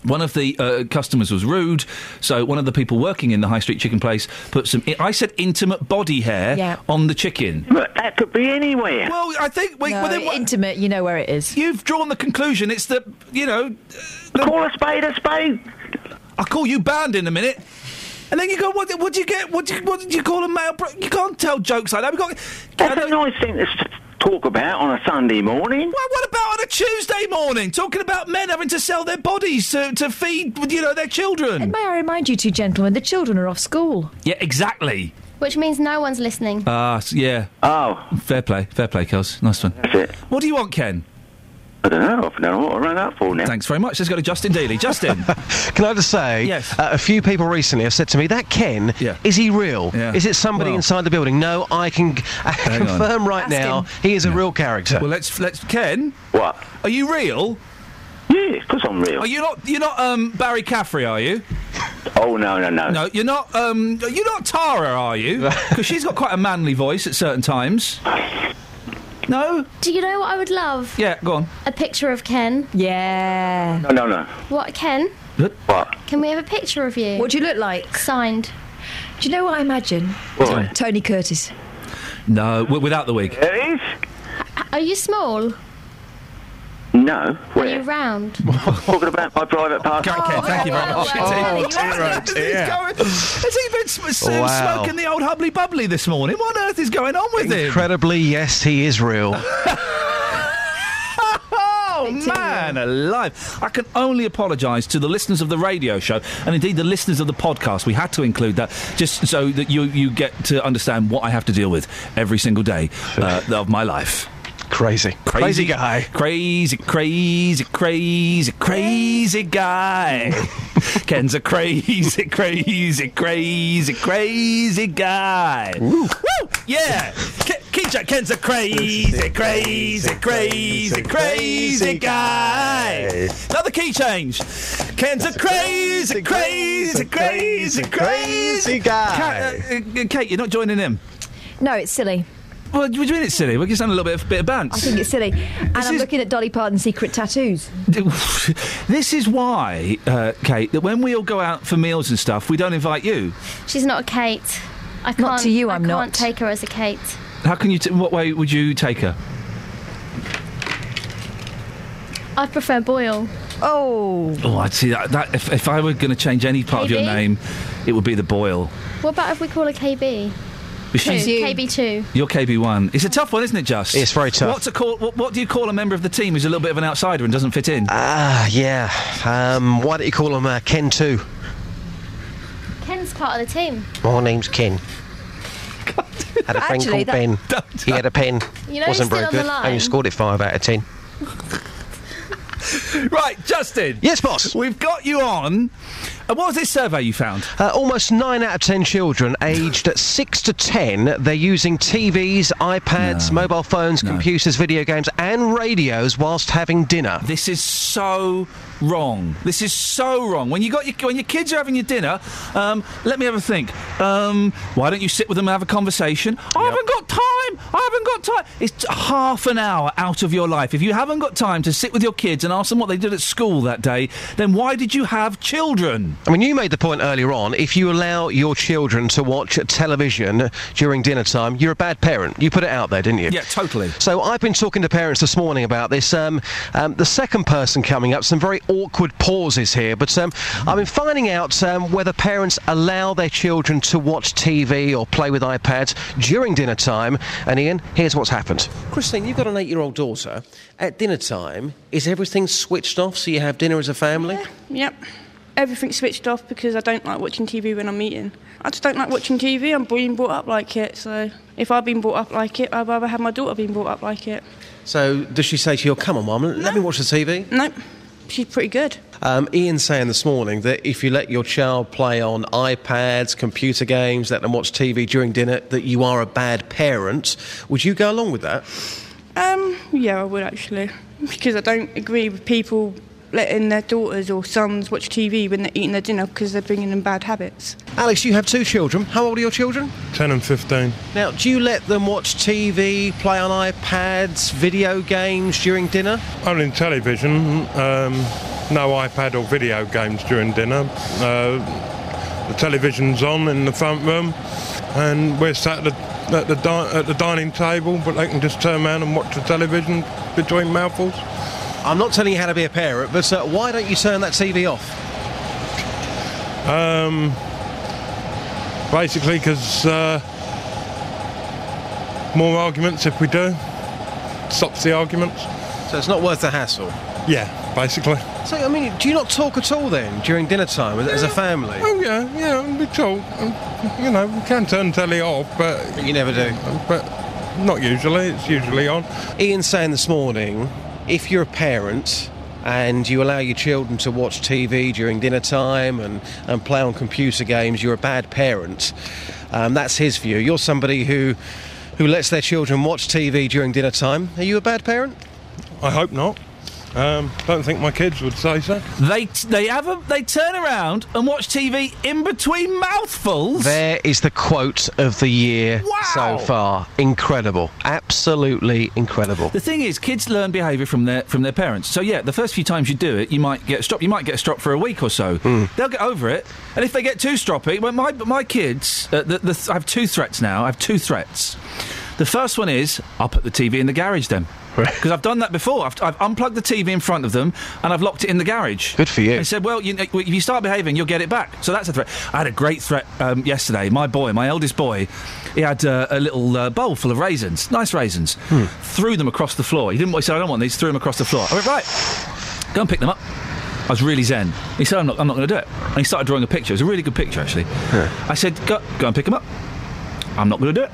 S10: One of the uh, customers was rude, so one of the people working in the high street chicken place put some. I said intimate body hair on the chicken.
S7: But that could be anywhere.
S10: Well, I think. Wait,
S9: no,
S10: well, then what-
S9: intimate, you know where it is.
S10: You've drawn the conclusion. It's the you know.
S7: Call a spade a spade.
S10: I'll call you banned in a minute. And then you go, what, what do you get? What, do you, what did you call a male? Bro- you can't tell jokes like that. We got.
S7: That's a nice thing to s- talk about on a Sunday morning.
S10: Well, what about on a Tuesday morning? Talking about men having to sell their bodies to, to feed, you know, their children.
S9: May I remind you two gentlemen, the children are off school.
S10: Yeah, exactly.
S11: Which means no one's listening.
S10: Ah, s- yeah.
S7: Oh.
S10: Fair play, fair play, Kels. Nice one.
S7: That's it.
S10: What do you want, Ken?
S7: I don't know. I don't know what I ran up for now.
S10: Thanks very much. Let's go to
S27: [laughs]
S10: Justin Daly. Justin.
S27: Can I just say, uh, a few people recently have said to me, that Ken, is he real?
S10: Yeah.
S27: Is it somebody
S10: Well-
S27: inside the building? No, I can I
S10: Hang on.
S27: confirm right
S10: Ask
S27: now
S10: him.
S27: he is a real character.
S10: well, let's let's. Ken.
S7: What?
S10: Are you real?
S7: Yeah, of course I'm real.
S10: Are you not? You're not um, Barry Caffrey, are you?
S7: Oh no, no, no.
S10: No, you're not. Um, you're not Tara, are you?
S27: [laughs]
S10: Because she's got quite a manly voice at certain times. No.
S11: Do you know what I would love?
S10: Yeah, go on.
S11: A picture of Ken.
S9: Yeah.
S7: No, no, no.
S11: What, Ken?
S7: What?
S11: Can we have a picture of you?
S9: What do you look like?
S11: Signed.
S9: Do you know what I imagine?
S10: What?
S9: Tony Curtis.
S10: No, w- without the wig.
S7: There is.
S11: Are you small?
S7: No.
S11: Are you
S7: Where?
S11: round?
S7: Talking about my private part.
S10: Okay, thank you very much.
S7: Oh,
S10: Has he been sm- sm-
S27: Wow.
S10: smoking the old hubbly bubbly this morning? What on earth is going on with him?
S27: Incredibly, yes, he is real.
S10: [laughs] Oh man, alive! I can only apologise to the listeners of the radio show, and indeed the listeners of the podcast. We had to include that just so that you you get to understand what I have to deal with every single day uh, of my life.
S27: Crazy, Crazy guy.
S10: crazy, crazy, crazy, crazy [laughs] guy. Ken's a crazy, crazy, crazy, crazy guy. Woo! Yeah, Ke- Keisha, Ken's a crazy, crazy, crazy, crazy guy. Another key change. Ken's a crazy, crazy, crazy, crazy guy. Kate, uh, you're not joining him.
S9: No, it's silly.
S10: Well, what do you mean it's silly? We're just having a little bit of bit of bounce.
S9: I think it's silly. And I'm looking at Dolly Parton's secret tattoos.
S10: [laughs] this is why, uh, Kate, that when we all go out for meals and stuff, we don't invite you.
S11: She's not a Kate. I can't,
S9: Not to you,
S11: I
S9: I'm
S11: can't
S9: not.
S11: take her as a Kate.
S10: How can you? T- in what way would you take her?
S11: I prefer Boyle.
S9: Oh.
S10: Oh, I'd see that. that if, if I were going to change any part of
S11: KB?
S10: your name, it would be the Boyle.
S11: What about if we call her KB?
S10: But she's-
S11: Two, KB2.
S10: You're KB one. It's a tough one, isn't it? Just
S27: It's very tough.
S10: What's a call? What, what do you call a member of the team who's a little bit of an outsider and
S27: [laughs]
S10: doesn't fit in?
S27: Ah, yeah. Um, why don't you call him uh, Ken too?
S11: Ken's part of the team.
S27: My name's Ken. Had a friend
S11: Actually,
S27: called
S11: that- [laughs]
S27: Ben. He had a pen.
S11: You know
S27: Wasn't
S11: who's
S27: very
S11: still on
S27: good.
S11: the
S27: Only
S11: line?
S27: scored it five out of ten.
S10: right, Justin.
S27: Yes, boss.
S10: We've got you on. And what was this survey you found?
S27: Uh, almost nine out of ten children
S10: [laughs]
S27: aged at six to ten, they're using TVs, iPads, mobile phones, computers, video games, and radios whilst having dinner.
S10: This is so wrong. This is so wrong. When you got your, when your kids are having your dinner, um, let me have a think. Um, why don't you sit with them and have a conversation? I haven't got time. I haven't got time. It's half an hour out of your life. If you haven't got time to sit with your kids and ask them what they did at school that day, then why did you have children?
S27: I mean, you made the point earlier on. If you allow your children to watch television during dinner time, you're a bad parent. You put it out there, didn't you?
S10: Yeah, totally.
S27: So I've been talking to parents this morning about this. Um, um, the second person coming up, some very awkward pauses here, but um, I've been finding out um, whether parents allow their children to watch TV or play with iPads during dinner time. And Ian, here's what's happened.
S40: Christine, you've got an eight-year-old daughter. At dinner time, is everything switched off so you have dinner as a family?
S41: Yep. Everything's switched off because I don't like watching TV when I'm eating. I just don't like watching TV. I'm being brought up like it. So if I've been brought up like it, I'd rather have my daughter being brought up like it.
S40: So does she say to you, "Oh, "Come on, Mum, let me watch the TV"?
S41: Nope. She's pretty good.
S40: Um, Ian's saying this morning that if you let your child play on iPads, computer games, let them watch TV during dinner, that you are a bad parent. Would you go along with that?
S41: Um, yeah, I would actually because I don't agree with people letting their daughters or sons watch TV when they're eating their dinner because they're bringing in bad habits.
S40: Alex, you have two children. How old are your children? 10 and 15. Now, do you let them watch TV, play on iPads, video games during dinner?
S42: Only television, um, no iPad or video games during dinner. Uh, the television's on in the front room, and we're sat at the, at, the di- at the dining table, but they can just turn around and watch the television between mouthfuls.
S40: I'm not telling you how to be a parent, but uh, why don't you turn that TV off?
S42: Um, basically, because uh, more arguments if we do stops the arguments.
S40: So it's not worth the hassle.
S42: Yeah, basically.
S40: So, I mean, do you not talk at all then during dinner time as, as a family?
S42: Oh yeah, yeah, we talk. um, You know, we can turn telly off, but
S40: you never do.
S42: But not usually. It's usually on.
S40: Ian's saying this morning if you're a parent and you allow your children to watch TV during dinner time and, and play on computer games, you're a bad parent. Um, that's his view. You're somebody who, who lets their children watch TV during dinner time. Are you a bad parent?
S42: I hope not. Um, don't think my kids would say so.
S10: They t- they have a, they turn around and watch TV in between mouthfuls.
S27: There is the quote of the year so far. Incredible. Absolutely incredible.
S10: The thing is, kids learn behaviour from their from their parents. So yeah, the first few times you do it, you might get stopped. You might get stopped for a week or so. They'll get over it. And if they get too stroppy, well, my my kids, uh, the, the, I have two threats now. I have two threats. The first one is I'll put the TV in the garage then. Because I've done that before. I've, I've unplugged the TV in front of them and I've locked it in the garage. Good for you. They said, well, you, know, if you start behaving, you'll get it back. So that's a threat. I had a great threat um, yesterday. My boy, my eldest boy, he had uh, a little uh, bowl full of raisins, nice raisins. Threw them across the floor. He didn't. He said, I don't want these. Threw them across the floor. I went right. Go and pick them up. I was really zen. He said, I'm not, I'm not going to do it. And he started drawing a picture. It was a really good picture, actually. I said, go, go and pick them up. I'm not going to do it.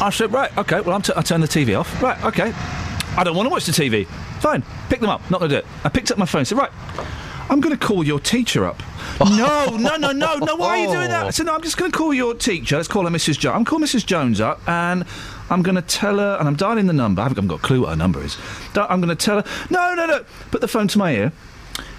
S10: I said, right, okay, well, I'm t- I turned the TV off. Right, okay. I don't want to watch the TV. Fine, pick them up. Not going to do it. I picked up my phone and said, right, I'm going to call your teacher up. no, no, no, no, no, why are you doing that? I said, no, I'm just going to call your teacher. Let's call her Mrs. Jones. I'm calling Mrs. Jones up and I'm going to tell her, and I'm dialing the number. I haven't, I haven't got a clue what her number is. Di- I'm going to tell her, no, no, no. Put the phone to my ear.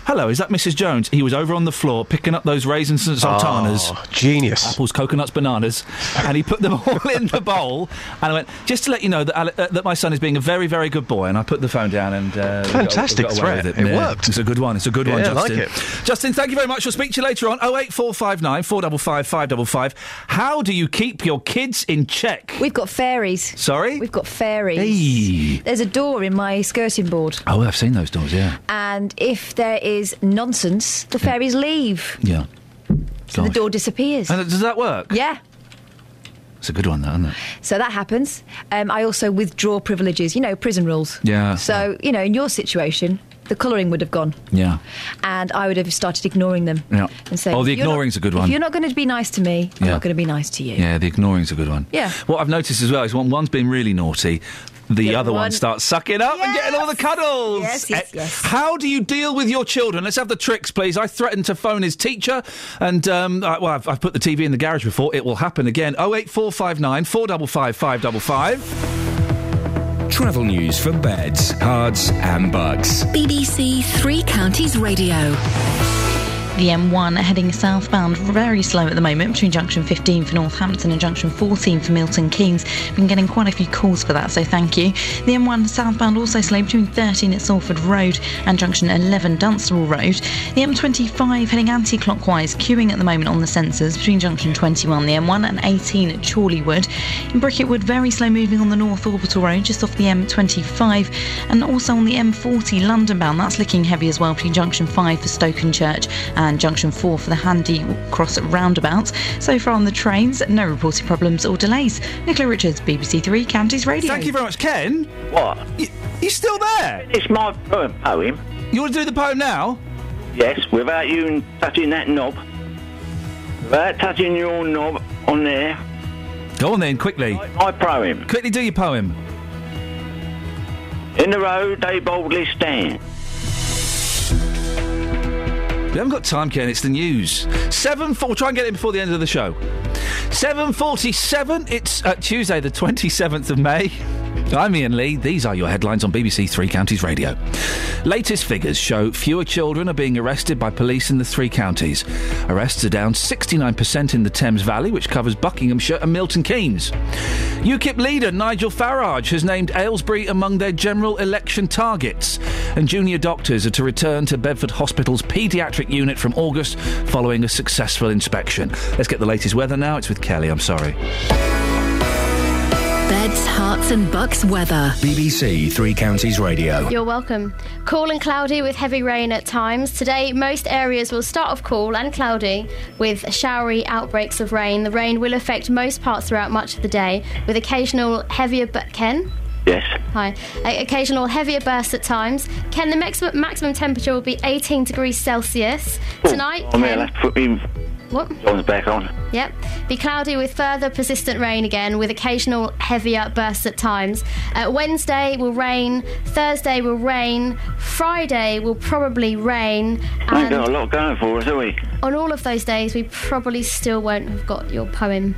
S10: Hello, is that Mrs. Jones? He was over on the floor picking up those raisins and sultanas.
S43: Ah, genius.
S10: Apples, coconuts, bananas. and he put them [laughs] all in the bowl. And I went, just to let you know that, Ale- uh, that my son is being a very, very good boy. And I put the phone down and. Uh, we got-
S43: Fantastic
S10: we got away
S43: threat.
S10: with
S43: It
S10: Yeah.
S43: worked.
S10: It's a good one. It's a good one,
S43: Yeah, I like
S10: Justin.
S43: it.
S10: Justin, thank you very much. We'll speak to you later on. Oh, 08459 455 555. How do you keep your kids in check?
S9: We've got fairies.
S10: Sorry?
S9: We've got fairies.
S10: Hey.
S9: There's a door in my skirting board.
S10: Oh, I've seen those doors, yeah.
S9: And if there is nonsense, the fairies leave.
S10: Yeah.
S9: So the
S10: Gosh.
S9: door disappears.
S10: And it- does that work?
S9: Yeah.
S10: It's a good one, though, isn't it?
S9: So that happens. Um, I also withdraw privileges, you know, prison rules.
S10: Yeah.
S9: So, you know, in your situation, the colouring would have gone
S10: Yeah.
S9: and I would have started ignoring them.
S10: Yeah.
S9: And saying,
S10: Oh, the
S9: "You're not-
S10: ignoring's a good one.
S9: If you're not going to be nice to me, I'm
S10: Yeah.
S9: not going to be nice to you.
S10: Yeah, the ignoring's a good one.
S9: Yeah.
S10: What I've noticed as well is when one's been really naughty, the, other one,
S9: one-
S10: starts sucking up and Oh, getting all the cuddles.
S9: Yes, yes,
S10: Eh, How do you deal with your children? Let's have the tricks, please. I threatened to phone his teacher, and um, I, well, I've, I've put the TV in the garage before. It will happen again. 08459 455 555.
S15: Travel news for beds, cards, and bugs.
S4: BBC Three Counties Radio.
S5: The M1 heading southbound, very slow at the moment between junction 15 for Northampton and junction 14 for Milton Keynes. Been getting quite a few calls for that, so thank you. The M1 southbound also slow between 13 at Salford Road and junction 11 Dunstable Road. The M25 heading anti clockwise, queuing at the moment on the sensors between junction 21, the M1, and 18 at Chorley Wood. In Bricketwood, very slow moving on the North Orbital Road, just off the M25, and also on the M40 London bound. That's looking heavy as well between Junction 5 for Stoke and Church and Junction 4 for the Handy Cross roundabout. So far on the trains, no reported problems or delays. Nicola Richards, BBC Three Counties Radio.
S10: Thank you very much, Ken.
S17: What?
S10: You, you still there?
S17: It's my poem. poem.
S10: You want to do the poem now?
S17: Yes, without you touching that knob. Without touching your knob on there.
S10: Go on then, quickly.
S17: My poem.
S10: Quickly do your poem.
S17: In the road they boldly stand.
S10: We haven't got time, Ken. It's the news. Seven. Four, we'll try and get it before the end of the show. Seven forty-seven. It's uh, Tuesday, the twenty-seventh of May. I'm Ian Lee. These are your headlines on BBC Three Counties Radio. Latest figures show fewer children are being arrested by police in the three counties. Arrests are down 69% in the Thames Valley, which covers Buckinghamshire and Milton Keynes. UKIP leader Nigel Farage has named Aylesbury among their general election targets, and junior doctors are to return to Bedford Hospital's paediatric unit from August following a successful inspection. Let's get the latest weather now. It's with Kelly, I'm sorry.
S4: Beds, hearts, and bucks weather.
S15: BBC Three Counties Radio.
S11: You're welcome. Cool and cloudy with heavy rain at times. Today, most areas will start off cool and cloudy with showery outbreaks of rain. The rain will affect most parts throughout much of the day with occasional heavier. But Ken?
S17: Yes.
S11: Hi. O- occasional heavier bursts at times. Ken, the maximum, maximum temperature will be 18 degrees Celsius. Tonight,
S44: Oh,
S17: On there,
S11: Ken.
S17: let's put him
S11: What?
S17: John's back on.
S11: Yep. Be cloudy with further persistent rain again, with occasional heavier bursts at times. Uh, Wednesday will rain. Thursday will rain. Friday will probably rain.
S17: Ain't
S11: And
S17: got a lot going for us, have we?
S11: on all of those days, we probably still won't have got your poem.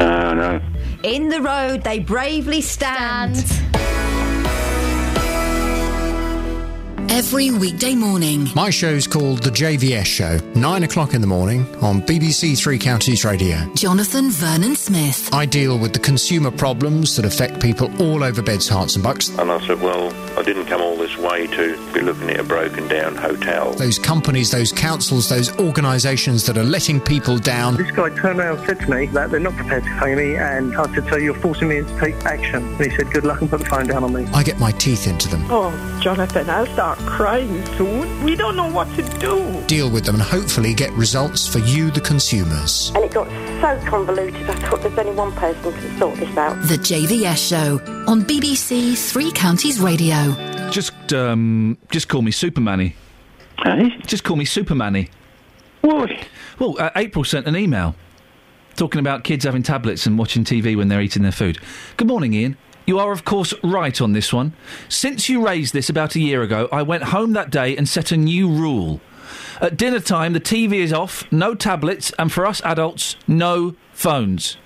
S17: No, no.
S9: In the road, they bravely stand.
S4: Every weekday morning.
S35: My show's called The JVS Show, 9 o'clock in the morning on BBC Three Counties Radio.
S4: Jonathan Vernon Smith.
S35: I deal with the consumer problems that affect people all over beds, hearts, and bucks.
S16: [laughs] And I said, well, I didn't come all this way to be looking at a broken down hotel.
S35: Those companies, those councils, those organisations that are letting people down.
S36: This guy turned around and said to me that they're not prepared to pay me, and I said, So you're forcing me to take action. And he said, Good luck and put the phone down on me.
S35: I get my teeth into them,
S25: Oh, Jonathan, I'll start crying soon. We don't know what to do.
S35: deal with them, and hopefully get results for you, the consumers.
S25: And it got so convoluted, I thought there's only one person can sort this out.
S4: The JVS Show on BBC Three Counties Radio.
S10: Just, um, just call me Supermanny. Just call me Supermanny.
S17: Why?
S10: Well, uh, April sent an email talking about kids having tablets and watching TV when they're eating their food. Good morning, Ian. You are, of course, right on this one. Since you raised this about a year ago, I went home that day and set a new rule. At dinner time, the TV is off, no tablets, and for us adults, no phones.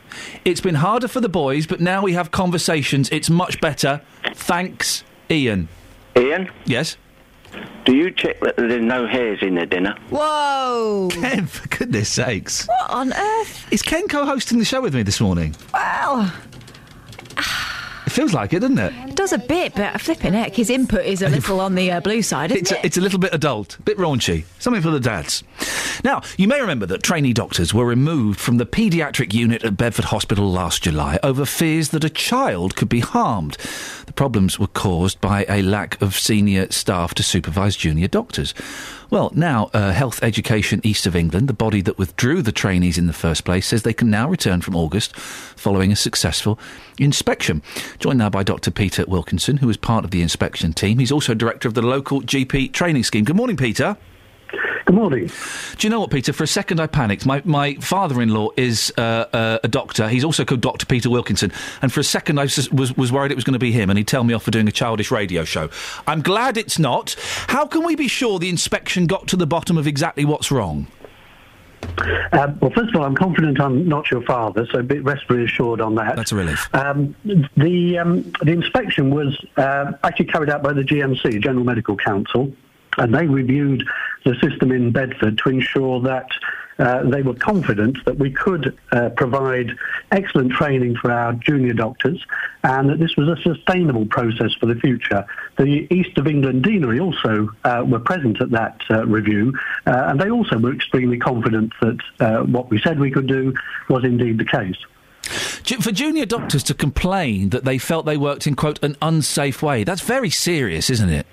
S10: It's been harder for the boys, but now we have conversations. It's much better. Thanks, Ian.
S17: Ian?
S10: Yes?
S17: Do you check that there's no hairs in the dinner?
S10: [laughs]
S9: Whoa!
S10: Ken, [laughs] for goodness sakes.
S9: What on earth?
S10: Is Ken co hosting the show with me this morning?
S9: Well,
S10: It feels like it, doesn't it?
S9: it does a bit, but flipping heck, his input is a little on the uh, blue side, isn't
S10: It's
S9: it?
S10: a, it's a little bit adult, a bit raunchy. Something for the dads. Now, you may remember that trainee doctors were removed from the paediatric unit at Bedford Hospital last July over fears that a child could be harmed. The problems were caused by a lack of senior staff to supervise junior doctors. Well, now, uh, Health Education East of England, the body that withdrew the trainees in the first place, says they can now return from August following a successful inspection. Joined now by Dr. Peter Wilkinson, who is part of the inspection team. He's also director of the local GP training scheme. Good morning, Peter.
S28: Good morning.
S10: Do you know what, Peter? For a second, I panicked. My, my father in law is uh, uh, a doctor. He's also called Dr. Peter Wilkinson. And for a second, I was, was, was worried it was going to be him, and he'd tell me off for doing a childish radio show. I'm glad it's not. How can we be sure the inspection got to the bottom of exactly what's wrong?
S28: Um, well, first of all, I'm confident I'm not your father, so be, rest reassured on that.
S10: That's a relief.
S28: Um, the um, the inspection was uh, actually carried out by the GMC, General Medical Council, and they reviewed the system in Bedford to ensure that. Uh, they were confident that we could uh, provide excellent training for our junior doctors and that this was a sustainable process for the future. The East of England Deanery also uh, were present at that uh, review uh, and they also were extremely confident that uh, what we said we could do was indeed the case.
S10: Ju- For junior doctors to complain that they felt they worked in, quote, an unsafe way, that's very serious, isn't it?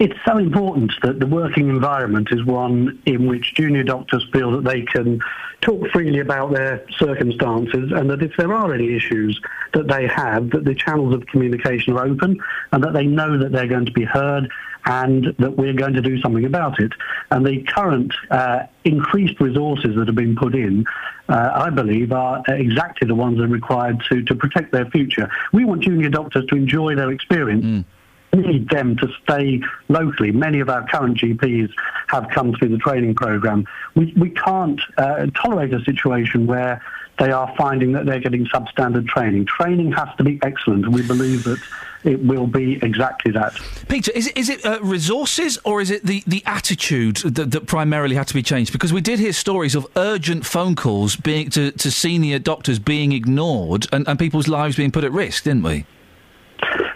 S28: It's so important that the working environment is one in which junior doctors feel that they can talk freely about their circumstances and that if there are any issues that they have, that the channels of communication are open and that they know that they're going to be heard and that we're going to do something about it. And the current uh, increased resources that have been put in, uh, I believe, are exactly the ones that are required to, to protect their future. We want junior doctors to enjoy their experience need them to stay locally. Many of our current GPs have come through the training program. We, we can't uh, tolerate a situation where they are finding that they're getting substandard training. Training has to be excellent, and we believe that it will be exactly that.
S10: Peter, is it, is it uh, resources or is it the, the attitude that, that primarily had to be changed? Because we did hear stories of urgent phone calls being to, to senior doctors being ignored and, and people's lives being put at risk, didn't we?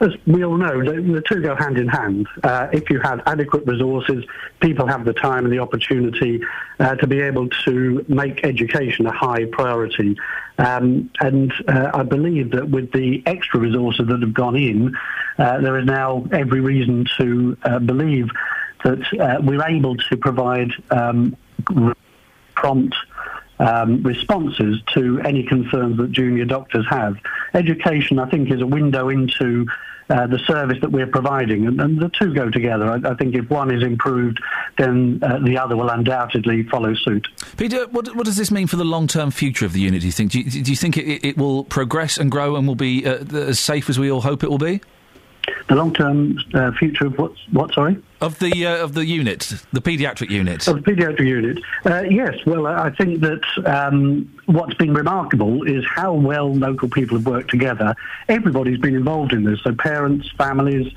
S28: As we all know, the, the two go hand in hand. Uh, if you have adequate resources, people have the time and the opportunity uh, to be able to make education a high priority. Um, and uh, I believe that with the extra resources that have gone in, uh, there is now every reason to uh, believe that uh, we're able to provide um, prompt um, responses to any concerns that junior doctors have. Education, I think, is a window into uh, the service that we're providing, and, and the two go together. I, I think if one is improved, then uh, the other will undoubtedly follow suit.
S10: Peter, what, what does this mean for the long term future of the unit, do you think? Do you, do you think it, it will progress and grow and will be uh, th- as safe as we all hope it will be?
S28: The long-term uh, future of what? What? Sorry.
S10: Of the, uh, of the unit, the paediatric unit.
S28: Of the paediatric unit. Uh, yes, well, I I think that um, what's been remarkable is how well local people have worked together. Everybody's been involved in this, so parents, families,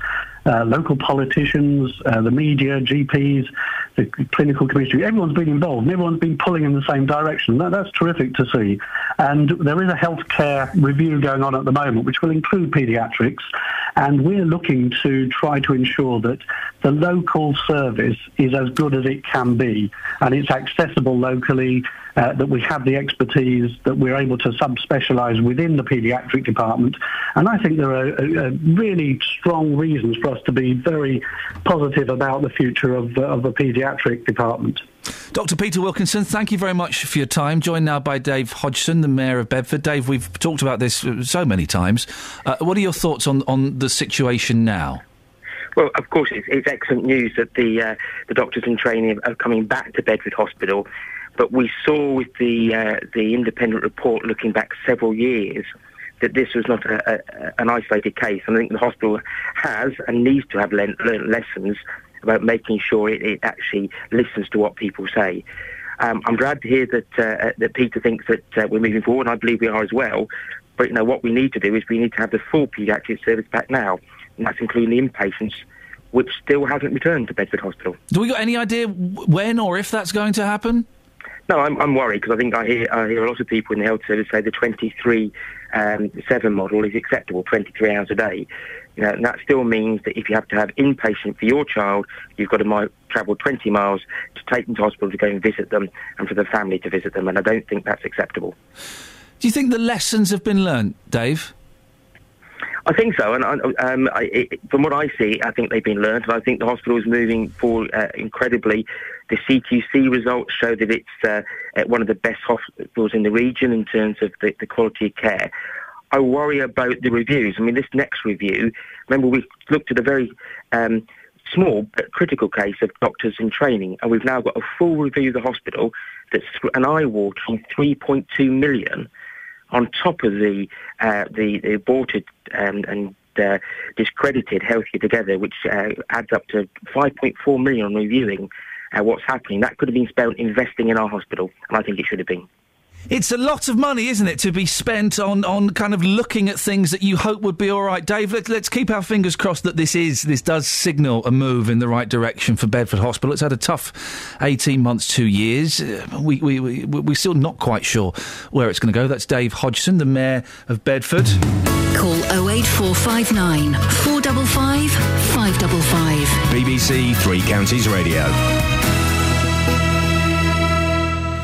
S28: uh, local politicians, uh, the media, GPs, the clinical community, everyone's been involved and everyone's been pulling in the same direction. That, that's terrific to see. And there is a healthcare review going on at the moment, which will include paediatrics. And we're looking to try to ensure that the local service is as good as it can be and it's accessible locally, uh, that we have the expertise, that we're able to sub-specialise within the paediatric department. And I think there are uh, uh, really strong reasons for us to be very positive about the future of, uh, of the paediatric department.
S10: Dr. Peter Wilkinson, thank you very much for your time. Joined now by Dave Hodgson, the Mayor of Bedford. Dave, we've talked about this uh, so many times. Uh, what are your thoughts on, on the situation now?
S37: Well, of course, it's, it's excellent news that the uh, the doctors in training are coming back to Bedford Hospital. But we saw with the uh, the independent report looking back several years that this was not a, a, an isolated case, and I think the hospital has and needs to have learnt, learnt lessons about making sure it, it actually listens to what people say. Um, I'm glad to hear that uh, that Peter thinks that uh, we're moving forward, and I believe we are as well. But you know what we need to do is we need to have the full paediatric service back now, and that's including the inpatients.
S44: which still hasn't returned to Bedford Hospital.
S10: Do we got any idea w- when or if that's going to happen?
S44: No, I'm, I'm worried because I think I hear, I hear a lot of people in the health service say the 23 um, 7 model is acceptable, 23 hours a day. You know, and that still means that if you have to have inpatient for your child, you've got to mi- travel 20 miles to take them to hospital to go and visit them and for the family to visit them. And I don't think that's acceptable.
S10: Do you think the lessons have been learnt, Dave?
S44: I think so, and I, um, I, it, from what I see, I think they've been learned, and I think the hospital is moving forward uh, incredibly. The CQC results show that it's uh, uh, one of the best hospitals in the region in terms of the, the quality of care. I worry about the reviews. I mean, this next review, remember we looked at a very um, small but critical case of doctors in training, and we've now got a full review of the hospital that's an eye-watering 3.2 million on top of the uh, the, the aborted um, and uh, discredited Healthier Together, which uh, adds up to 5.4 million on reviewing uh, what's happening. That could have been spent investing in our hospital, and I think it should have been.
S10: It's a lot of money, isn't it, to be spent on, on kind of looking at things that you hope would be all right. Dave, let, let's keep our fingers crossed that this is this does signal a move in the right direction for Bedford Hospital. It's had a tough eighteen months, two years. Uh, We we we we're still not quite sure where it's going to go. That's Dave Hodgson, the mayor of Bedford.
S4: Call 08459 455 555.
S15: BBC Three Counties Radio.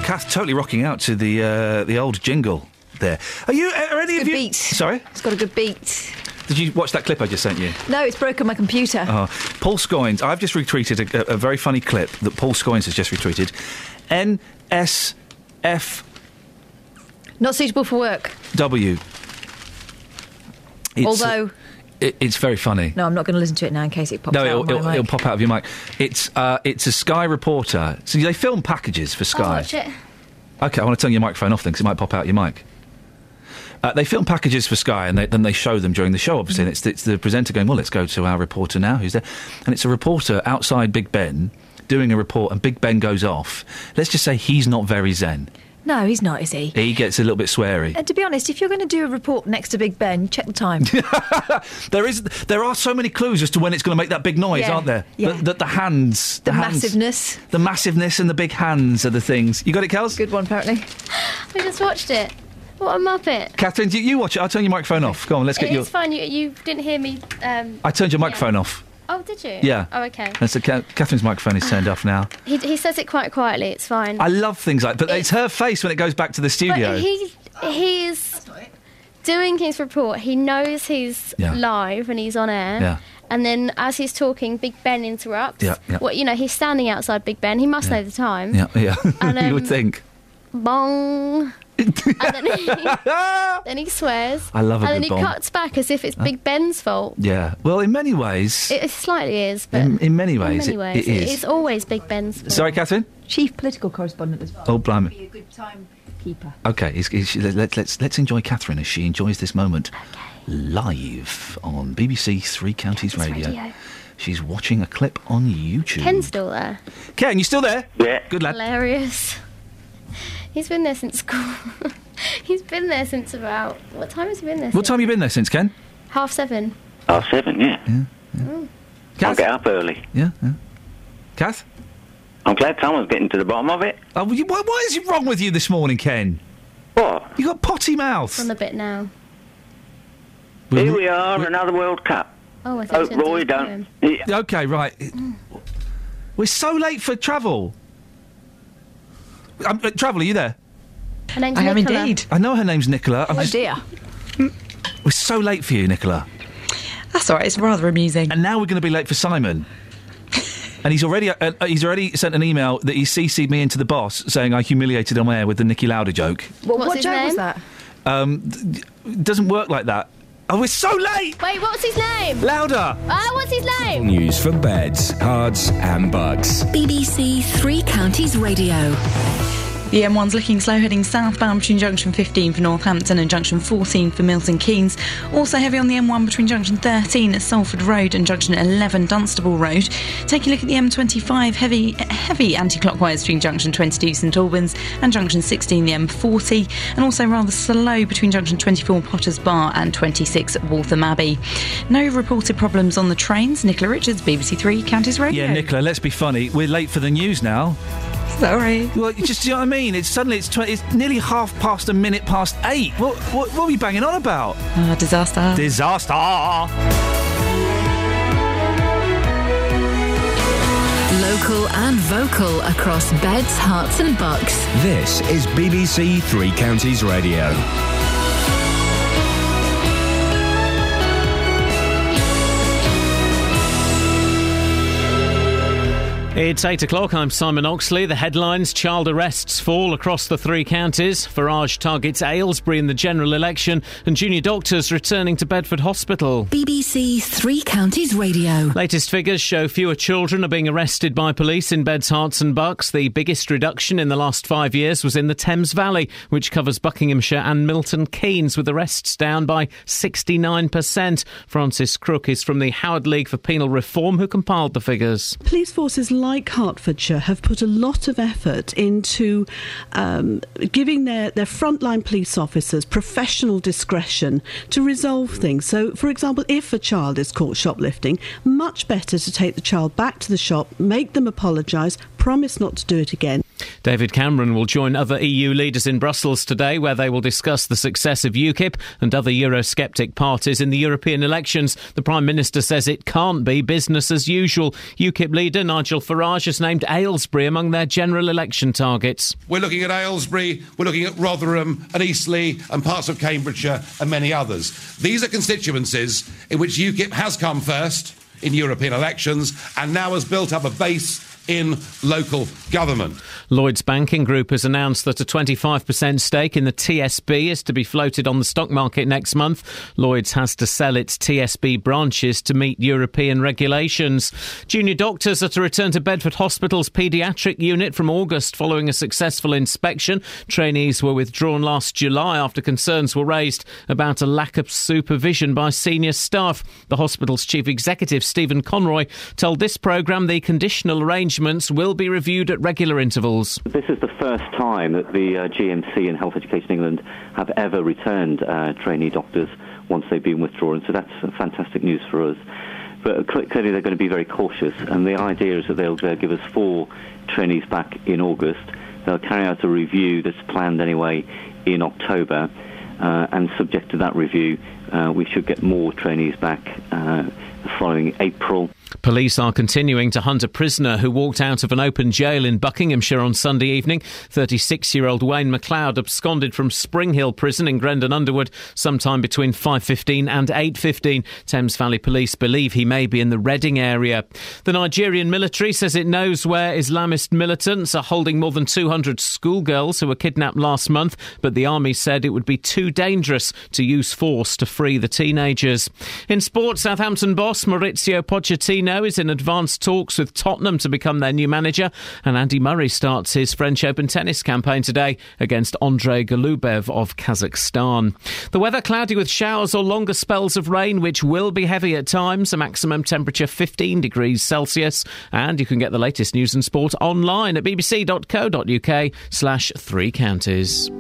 S10: Kath totally rocking out to the uh, the old jingle there. Are you? Are any of you? Sorry,
S9: It's got a good beat.
S10: did you watch that clip I just sent you?
S9: No, it's broken my computer.
S10: Oh, Paul Scoins. I've just retweeted a, a, a very funny clip that Paul Scoins has just retweeted. NSFW.
S9: Not suitable for work.
S10: It's,
S9: Although,
S10: it, it's very funny.
S9: no, I'm not going to listen to it now in case it pops
S10: No,
S9: out.
S10: it'll,
S9: on my
S10: it'll,
S9: mic.
S10: it'll pop out of your mic. It's uh, it's a Sky reporter. So they film packages
S9: Oh,
S10: for Sky.
S11: it.
S10: Okay, I want to turn your microphone off then, because it might pop out your mic. Uh, they film packages for Sky, and they, then they show them during the show, obviously.
S9: Mm-hmm.
S10: And it's, it's the presenter going, "Well, let's go to our reporter now, who's there?" And it's a reporter outside Big Ben doing a report, and Big Ben goes off. Let's just say he's not very zen.
S9: No, he's not, is he?
S10: He gets a little bit sweary.
S9: And to be honest, if you're going to do a report next to Big Ben, check the time.
S10: There is, there are so many clues as to when it's going to make that big noise,
S9: Yeah,
S10: aren't there?
S9: yeah.
S10: The, the, the hands, the,
S9: the
S10: hands,
S9: massiveness.
S10: the massiveness, and the big hands are the things. You got it, Kels?
S9: Good one, apparently.
S11: We just watched it. What a muppet.
S10: Catherine, you, you watch it. I'll turn your microphone off. Go on, let's get
S11: It
S10: your.
S11: is fine. You, you didn't hear me. Um,
S10: I turned your
S11: yeah.
S10: microphone off.
S11: Oh, did you?
S10: Yeah.
S11: Oh, okay.
S10: And so Ca- Catherine's microphone is turned off
S11: [sighs]
S10: now.
S11: He, he says it quite quietly. It's fine.
S10: I love things like, but it's her face when it goes back to the studio.
S11: But he he's doing his report. He knows he's
S10: Yeah.
S11: live and he's on air.
S10: Yeah.
S11: And then as he's talking, Big Ben interrupts.
S10: Yeah, yeah.
S11: Well, you know, he's standing outside Big Ben. He must
S10: Yeah.
S11: know the time.
S10: yeah, yeah. [laughs]
S11: And,
S10: you would
S11: um,
S10: think.
S11: Bong.
S10: [laughs]
S11: and then he, then he swears.
S10: I love a
S11: And then
S10: good
S11: he
S10: bong.
S11: cuts back as if it's
S10: Uh,
S11: Big Ben's fault.
S10: Yeah. Well, in many ways,
S11: It, it slightly is, but
S10: in, in many ways,
S11: in many ways,
S10: it, it is.
S11: It's always Big Ben's
S10: [laughs]
S11: fault.
S10: Sorry, Catherine.
S9: Chief political correspondent as well.
S10: Oh, blimey. Be
S9: a good timekeeper.
S10: Okay, it's, it's, let's, let's, let's enjoy Catherine as she enjoys this moment live on BBC Three Counties Radio.
S11: Radio.
S10: She's watching a clip on YouTube.
S11: Ken's still there.
S10: Ken, you still there? Yeah. Good lad.
S11: Hilarious. [laughs] He's been there since school. [laughs] He's been there since about what time has he been there?
S10: What time you been there since, Ken?
S11: since? Half seven.
S45: Half seven, yeah.
S11: Mm.
S45: I'll get up early.
S10: Yeah, yeah. Kath?
S45: I'm glad someone's getting to the bottom of it.
S10: Oh, you, what, what is wrong with you this morning, Ken?
S45: What?
S10: You got potty mouth.
S11: On the bit now.
S45: Here we are, another World Cup.
S11: Oh, I thought
S45: Oh,
S11: it was
S45: Roy,
S11: in
S45: don't.
S11: time.
S10: Okay, right. We're so late for travel. Um, uh, travel, are you there?
S11: Her name's Nicola.
S10: I Uh, know her name's Nicola. I'm
S5: Oh,
S9: dear.
S10: We're so late for you, Nicola.
S5: That's all right. It's rather amusing.
S10: And now we're going to be late for
S5: [laughs]
S10: Simon. and he's already uh, uh, he's already sent an email that he cc'd me into the boss saying I humiliated him there with the Nicky Lauder joke.
S9: What,
S11: What's
S9: what
S11: his
S9: joke
S11: name?
S9: was that?
S10: Um, d- d- doesn't work like that. Oh, we're so late.
S11: Wait, what's his name?
S10: Louder.
S11: Ah, what's his name?
S15: News for beds, cards, and bugs.
S4: BBC Three Counties Radio.
S5: The M1's looking slow heading southbound between junction 15 for Northampton and junction 14 for Milton Keynes. Also heavy on the M1 between junction 13 at Salford Road and junction 11 Dunstable Road. Take a look at the M25 heavy heavy anti-clockwise between junction 22 St Albans and junction 16 the M40 and also rather slow between junction 24 Potters Bar and 26 Waltham Abbey. No reported problems on the trains. Nicola Richards, BBC 3 Counties Radio.
S10: Yeah, Nicola, let's be funny. We're late for the news now.
S5: Sorry.
S10: Well, you just do you know what I mean? It's suddenly it's tw- it's nearly half past a minute past eight. What what, what are we banging on about?
S5: Ah, disaster.
S10: Disaster.
S4: Local and vocal across beds, hearts, and bucks.
S46: This is BBC Three Counties Radio.
S1: It's 8 o'clock. I'm Simon Oxley. The headlines Child arrests fall across the three counties. Farage targets Aylesbury in the general election. And junior doctors returning to Bedford Hospital.
S4: BBC Three Counties Radio.
S1: Latest figures show fewer children are being arrested by police in Beds, Herts and Bucks. The biggest reduction in the last five years was in the Thames Valley, which covers Buckinghamshire and Milton Keynes, with arrests down by 69%. Francis Crook is from the Howard League for Penal Reform, who compiled the figures.
S37: Police forces like Hertfordshire have put a lot of effort into um, giving their, their frontline police officers professional discretion to resolve things. So, for example, if a child is caught shoplifting, much better to take the child back to the shop, make them apologise, promise not to do it again.
S1: David Cameron will join other EU leaders in Brussels today, where they will discuss the success of UKIP and other Eurosceptic parties in the European elections. The Prime Minister says it can't be business as usual. UKIP leader Nigel Farage has named Aylesbury among their general election targets.
S2: We're looking at Aylesbury, we're looking at Rotherham and Eastleigh and parts of Cambridgeshire and many others. These are constituencies in which UKIP has come first in European elections and now has built up a base in local government.
S1: Lloyds Banking Group has announced that a 25% stake in the TSB is to be floated on the stock market next month. Lloyds has to sell its TSB branches to meet European regulations. Junior doctors are to return to Bedford Hospital's paediatric unit from August following a successful inspection. Trainees were withdrawn last July after concerns were raised about a lack of supervision by senior staff. The hospital's chief executive, Stephen Conroy, told this programme the conditional arrangement arrangements will be reviewed at regular intervals.
S33: This is the first time that the uh, GMC and Health Education England have ever returned uh, trainee doctors once they've been withdrawn, so that's fantastic news for us. But cl- clearly they're going to be very cautious, and the idea is that they'll, they'll give us four trainees back in August. They'll carry out a review that's planned anyway in October, uh, and subject to that review, uh, we should get more trainees back uh, following April.
S1: Police are continuing to hunt a prisoner who walked out of an open jail in Buckinghamshire on Sunday evening. 36 year old Wayne McLeod absconded from Springhill Prison in Grendon Underwood sometime between 5.15 and 8.15. Thames Valley Police believe he may be in the Reading area. The Nigerian military says it knows where Islamist militants are holding more than 200 schoolgirls who were kidnapped last month, but the army said it would be too dangerous to use force to free the teenagers. In sport, Southampton boss Maurizio Pochettino is in advanced talks with Tottenham to become their new manager, and Andy Murray starts his French Open tennis campaign today against Andrei Golubev of Kazakhstan. The weather cloudy with showers or longer spells of rain, which will be heavy at times. A maximum temperature 15 degrees Celsius, and you can get the latest news and sport online at bbc.co.uk/slash three counties.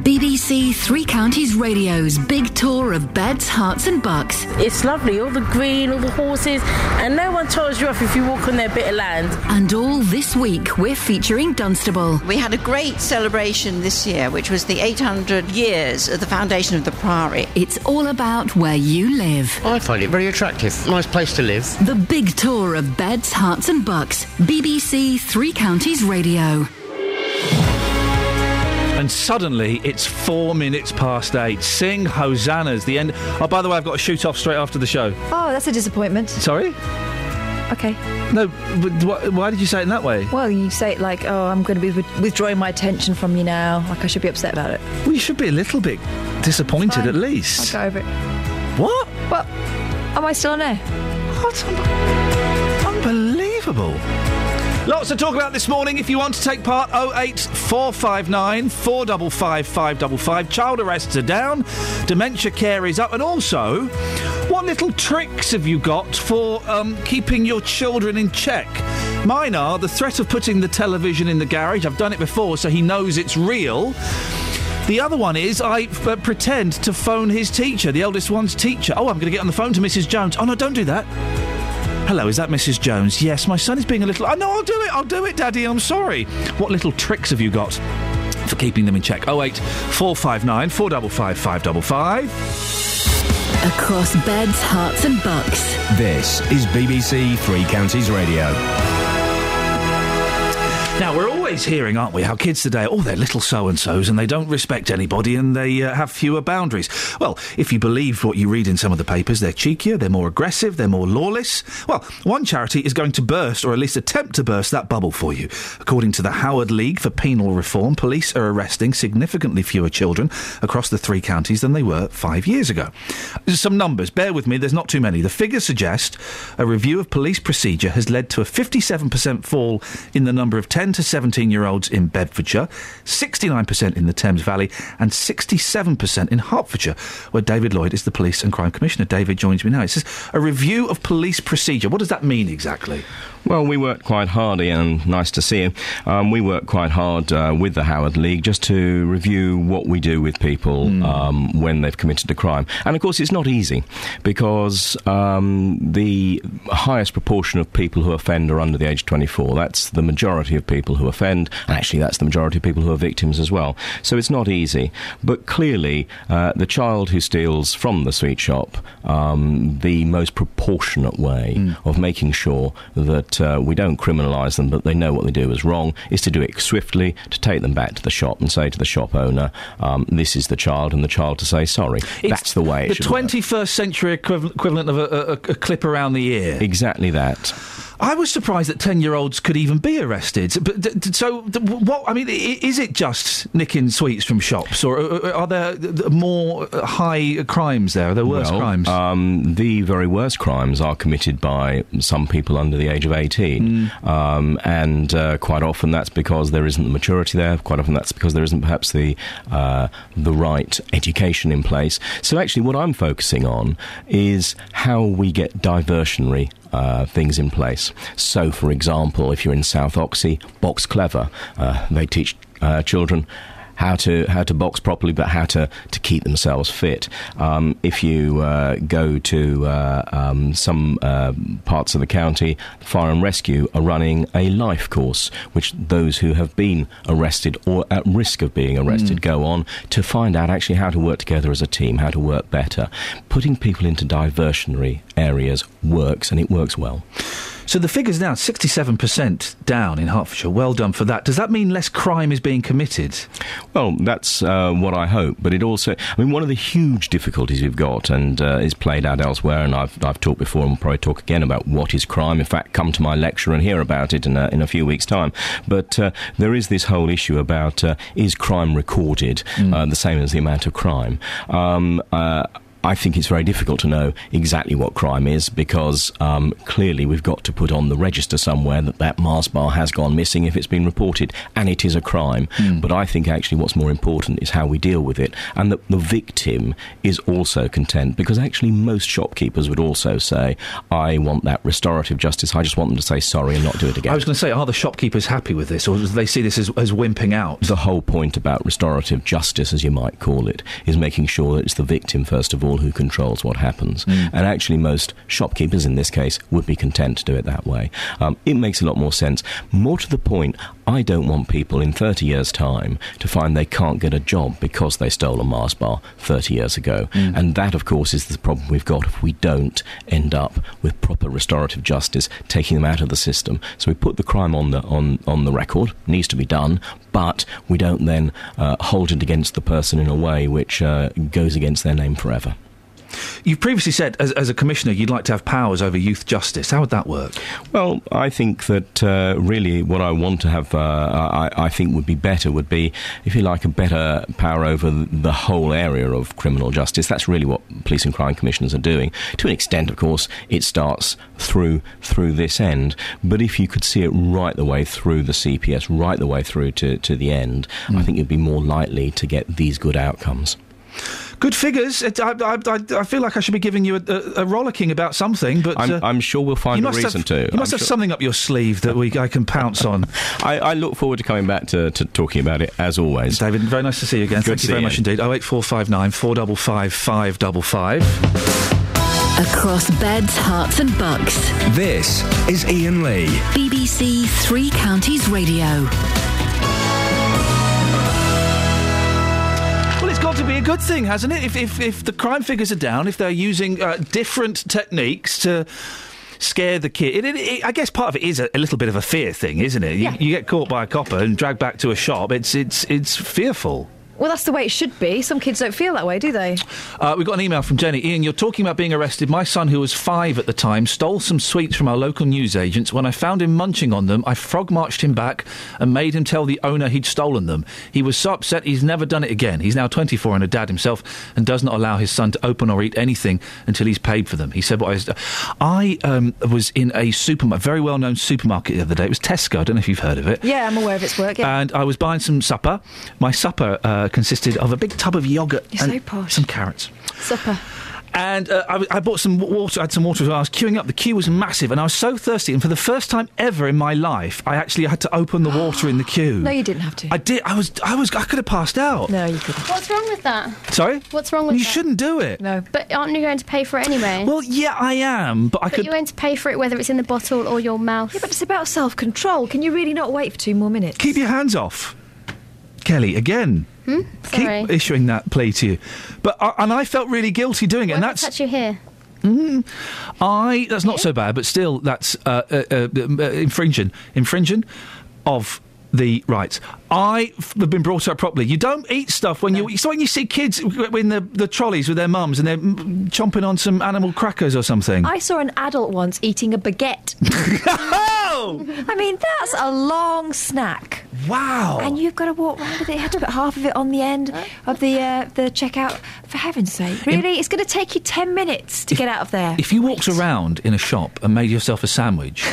S4: BBC Three Counties Radio's big tour of beds, hearts, and bucks.
S47: It's lovely, all the green, all the horses, and no one tells you off if you walk on their bit of land.
S4: And all this week, we're featuring Dunstable.
S17: We had a great celebration this year, which was the 800 years of the foundation of the Priory.
S4: It's all about where you live.
S30: I find it very attractive. Nice place to live.
S4: The big tour of beds, hearts, and bucks. BBC Three Counties Radio.
S10: And suddenly it's four minutes past eight. Sing hosannas. The end. Oh, by the way, I've got to shoot off straight after the show.
S9: Oh, that's a disappointment.
S10: Sorry.
S9: Okay.
S10: No. But wh- why did you say it in that way?
S9: Well, you say it like, oh, I'm going to be with- withdrawing my attention from you now. Like, I should be upset about it.
S10: Well, you should be a little bit disappointed at least.
S9: I'll go over it.
S10: What?
S9: Well, am I still on air?
S10: What? Unbelievable. Lots to talk about this morning. If you want to take part, 08459 455 555. Child arrests are down, dementia care is up, and also, what little tricks have you got for um, keeping your children in check? Mine are the threat of putting the television in the garage. I've done it before, so he knows it's real. The other one is I uh, pretend to phone his teacher, the eldest one's teacher. Oh, I'm going to get on the phone to Mrs. Jones. Oh, no, don't do that. Hello, is that Mrs. Jones? Yes, my son is being a little. Oh, no, I'll do it. I'll do it, Daddy. I'm sorry. What little tricks have you got for keeping them in check? 08 459 455 555.
S4: Across beds, hearts, and bucks.
S15: This is BBC Three Counties Radio.
S10: Now, we're always hearing, aren't we, how kids today, oh, they're little so and so's and they don't respect anybody and they uh, have fewer boundaries. Well, if you believe what you read in some of the papers, they're cheekier, they're more aggressive, they're more lawless. Well, one charity is going to burst, or at least attempt to burst, that bubble for you. According to the Howard League for Penal Reform, police are arresting significantly fewer children across the three counties than they were five years ago. Some numbers, bear with me, there's not too many. The figures suggest a review of police procedure has led to a 57% fall in the number of 10 to 17 year olds in Bedfordshire, 69% in the Thames Valley, and 67% in Hertfordshire, where David Lloyd is the police and crime commissioner. David joins me now. It says a review of police procedure. What does that mean exactly?
S43: Well, we worked quite hard, Ian. Nice to see you. Um, we worked quite hard uh, with the Howard League just to review what we do with people um, when they've committed a crime. And of course, it's not easy because um, the highest proportion of people who offend are under the age of 24. That's the majority of people who offend. And actually, that's the majority of people who are victims as well. So it's not easy. But clearly, uh, the child who steals from the sweet shop, um, the most proportionate way of making sure that uh, we don't criminalise them, but they know what they do is wrong, is to do it swiftly, to take them back to the shop and say to the shop owner, um, this is the child, and the child to say sorry. that's the way it
S10: the
S43: should work.
S10: 21st century equiv- equivalent of a, a, a clip around the ear.
S43: Exactly that.
S10: I was surprised that 10 year olds could even be arrested. But d- d- so, d- what, I mean, i- is it just nicking sweets from shops, or uh, are there th- more uh, high crimes there? Are there worse
S43: Well,
S10: crimes?
S43: Um, the very worst crimes are committed by some people under the age of 18.
S10: Hmm.
S43: Um, and uh, quite often that's because there isn't the maturity there. Quite often that's because there isn't perhaps the, uh, the right education in place. So actually, what I'm focusing on is how we get diversionary uh, things in place. So, for example, if you're in South Oxy, Box Clever, uh, they teach uh, children. How to how to box properly, but how to, to keep themselves fit. Um, if you uh, go to uh, um, some uh, parts of the county, fire and rescue are running a life course, which those who have been arrested or at risk of being arrested go on to find out actually how to work together as a team, how to work better. Putting people into diversionary areas works, and it works well.
S10: So the figures now 67% down in Hertfordshire. Well done for that. Does that mean less crime is being committed?
S43: Well, that's uh, what I hope, but it also, I mean, one of the huge difficulties we've got and uh, is played out elsewhere, and I've, I've talked before and will probably talk again about what is crime. In fact, come to my lecture and hear about it in a, in a few weeks' time. But uh, there is this whole issue about uh, is crime recorded uh, the same as the amount of crime? Um, uh, I think it's very difficult to know exactly what crime is because um, clearly we've got to put on the register somewhere that that Mars bar has gone missing if it's been reported, and it is a crime. But I think actually what's more important is how we deal with it, and that the victim is also content because actually most shopkeepers would also say, "I want that restorative justice. I just want them to say sorry and not do it again."
S10: I was going to say, are the shopkeepers happy with this, or do they see this as, as wimping out?
S43: The whole point about restorative justice, as you might call it, is making sure that it's the victim, first of all, who controls what happens.
S10: Mm.
S43: And actually, most shopkeepers in this case would be content to do it that way. Um, it makes a lot more sense. More to the point, I don't want people in 30 years' time to find they can't get a job because they stole a Mars bar 30 years ago. And that, of course, is the problem we've got if we don't end up with proper restorative justice, taking them out of the system. So we put the crime on the, on, on the record, needs to be done, but we don't then uh, hold it against the person in a way which uh, goes against their name forever.
S10: You've previously said, as, as a commissioner, you'd like to have powers over youth justice. How would that work?
S43: Well, I think that uh, really what I want to have, uh, I, I think would be better, would be, if you like, a better power over the whole area of criminal justice. That's really what police and crime commissioners are doing. To an extent, of course, it starts through through this end. But if you could see it right the way through the CPS, right the way through to, to the end, I think you'd be more likely to get these good outcomes.
S10: Good figures. It, I, I, I- I feel like I should be giving you a, a, a rollicking about something, but
S43: I'm,
S10: uh,
S43: I'm sure we'll find
S10: you
S43: a
S10: must
S43: reason
S10: have,
S43: to.
S10: You must
S43: I'm
S10: have
S43: sure-
S10: something up your sleeve that we I can pounce on.
S43: [laughs] I, I look forward to coming back to, to talking about it as always.
S10: David, very nice to see you again. Thank you very much indeed. 08459 455 555.
S4: Across beds, hearts, and bucks.
S15: This is Ian Lee.
S4: BBC Three Counties Radio.
S10: Well, it's got to be a good thing, hasn't it? If, if, if the crime figures are down, if they're using uh, different techniques to scare the kid, it, it, it, I guess part of it is a, a little bit of a fear thing, isn't it? You,
S9: Yeah.
S10: you get caught by a copper and dragged back to a shop. It's it's it's fearful.
S9: Well, that's the way it should be. Some kids don't feel that way, do they?
S10: Uh, we got an email from Jenny. Ian, you're talking about being arrested. My son, who was five at the time, stole some sweets from our local newsagents. When I found him munching on them, I frog marched him back and made him tell the owner he'd stolen them. He was so upset he's never done it again. He's now 24 and a dad himself and does not allow his son to open or eat anything until he's paid for them. He said, "What I, I um, was in a supermarket, very well known supermarket the other day. It was Tesco. I don't know if you've heard of it.
S9: Yeah, I'm aware of its work. Yeah.
S10: And I was buying some supper. My supper uh, consisted of a big tub of yogurt
S9: You're
S10: and
S9: so posh.
S10: some carrots.
S9: Supper.
S10: And uh, I, w- I bought some w- water. I had some water. as well. I was queuing up. The queue was massive, and I was so thirsty. And for the first time ever in my life, I actually had to open the water in the queue.
S9: [gasps] No, you didn't have to.
S10: I did. I was. I was. I could have passed out.
S9: No, you couldn't.
S11: What's wrong with that?
S10: Sorry.
S11: What's wrong with
S10: you
S11: that?
S10: shouldn't do it.
S9: No.
S11: But aren't you going to pay for it anyway?
S10: Well, yeah, I am, but I
S11: but
S10: could.
S11: you're going to pay for it whether it's in the bottle or your mouth. Yeah,
S9: but it's about self control. Can you really not wait for two more minutes?
S10: Keep your hands off, Kelly. Again.
S11: Hmm? Sorry.
S10: Keep issuing that plea to you, but I and I felt really guilty doing it. and that's
S11: touch your hair.
S10: Mm, I that's not so bad, but still that's uh, uh, uh, uh, infringing infringing of the rights. I f- have been brought up properly. You don't eat stuff when you. So when you see kids w- in the the trolleys with their mums and they're mm, chomping on some animal crackers or something.
S9: I saw an adult once eating a baguette. I mean, that's a long snack.
S10: Wow.
S9: And you've got to walk round with it. You have to put half of it on the end of the uh, the checkout. For heaven's sake. Really? it's going to take you 10 minutes to get out of there.
S10: if you walked around in a shop and made yourself a sandwich,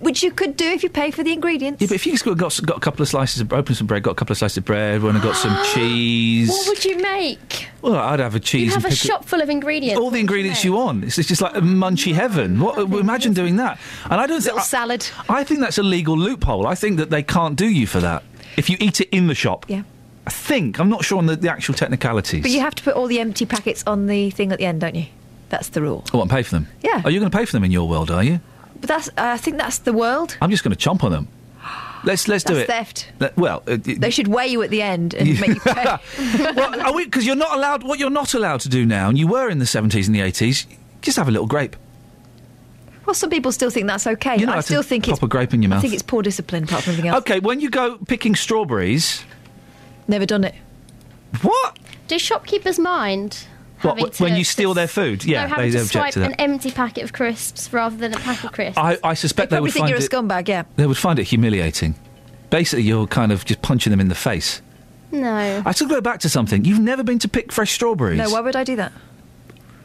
S9: Which you could do if you pay for the ingredients.
S10: yeah, but if you just got, got, got a couple of slices of opened some bread, got a couple of slices of bread, when I got
S11: [gasps]
S10: some cheese.
S11: What would you make?
S10: well, I'd have a cheese.
S11: You
S10: and
S11: have a
S10: pickle-
S11: shop full of ingredients.
S10: all the ingredients you want. It's, it's just like a munchy heaven. What, imagine doing that. And I don't think salad. I think that's a legal loophole. I think that they can't do you for that if you eat it in the shop.
S9: Yeah.
S10: I think I'm not sure on the, the actual technicalities.
S9: But you have to put all the empty packets on the thing at the end, don't you? That's the rule.
S10: I want to pay for them.
S9: Yeah.
S10: Are you going to pay for them in your world? Are you?
S9: But that's, I think that's the world.
S10: I'm just going to chomp on them. Let's let's do
S9: That's
S10: it.
S9: theft.
S10: Let- well, uh,
S9: They should weigh you at the end and make
S10: [laughs]
S9: you pay.
S10: well, because you're not allowed. What you're not allowed to do now, and you were in the 70s and the 80s, just have a little grape.
S9: Well, some people still think that's okay.
S10: You're not
S9: I
S10: allowed to
S9: still think it's
S10: pop a grape in your
S9: I
S10: mouth. Uh,
S9: think it's poor discipline, apart from anything else.
S10: Okay, when you go picking strawberries,
S9: Never done it.
S10: What?
S11: Do shopkeepers mind?
S10: What,
S11: having
S10: wh- when
S11: to-
S10: you steal their food, yeah,
S11: no, having
S10: they, they
S11: to
S10: object
S11: swipe
S10: to
S11: an
S10: that.
S11: empty packet of crisps rather than a pack of crisps.
S10: I, I suspect they,
S9: Probably
S10: would
S9: think
S10: find
S9: you're a
S10: it,
S9: scumbag, yeah.
S10: they would find it humiliating. Basically, you're kind of just punching them in the face.
S11: No.
S10: I still go back to something. You've never been to pick fresh strawberries.
S9: No, why would I do that?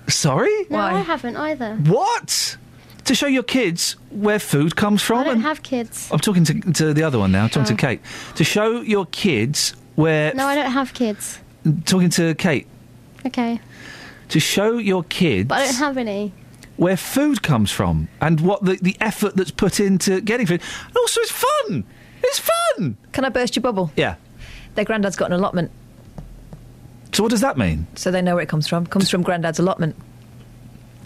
S10: Sorry.
S11: No, I haven't either.
S10: What? To show your kids where food comes from.
S11: I don't
S10: and-
S11: have kids.
S10: I'm talking to, to the other one now. I'm talking to
S11: Oh.
S10: Kate. To show your kids where.
S11: No, I don't have kids.
S10: Talking to Kate.
S11: Okay.
S10: To show your kids
S11: But I don't have any.
S10: where food comes from and what the, the effort that's put into getting food. And also, it's fun. It's fun.
S9: Can I burst your bubble?
S10: Yeah.
S9: Their granddad's got an allotment,
S10: So what does that mean?
S9: so they know where it comes from. Comes from granddad's allotment.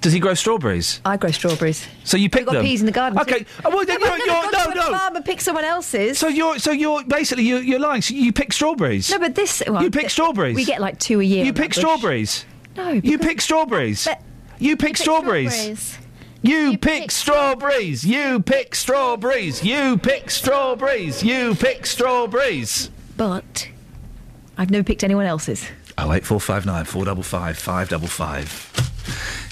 S10: Does he grow strawberries?
S9: I grow strawberries.
S10: So you pick
S9: We've got
S10: them.
S9: peas in the garden.
S10: Okay.
S9: too.
S10: Oh, well, then
S9: Yeah,
S10: you're,
S9: but I've
S10: you're no
S9: never gone to
S10: no.
S9: a farm and pick someone else's.
S10: So you're so you're basically you're, you're lying. So you pick strawberries.
S9: no, but this well,
S10: you pick
S9: th-
S10: strawberries.
S9: We get like two a year.
S10: You
S9: on that
S10: pick
S9: bush.
S10: strawberries.
S9: No.
S10: You
S9: because-
S10: pick strawberries.
S9: But-
S10: You pick strawberries. You pick strawberries. You pick strawberries. You pick strawberries. You pick strawberries.
S9: But I've never picked anyone else's.
S10: Oh eight four five nine four double five five double five.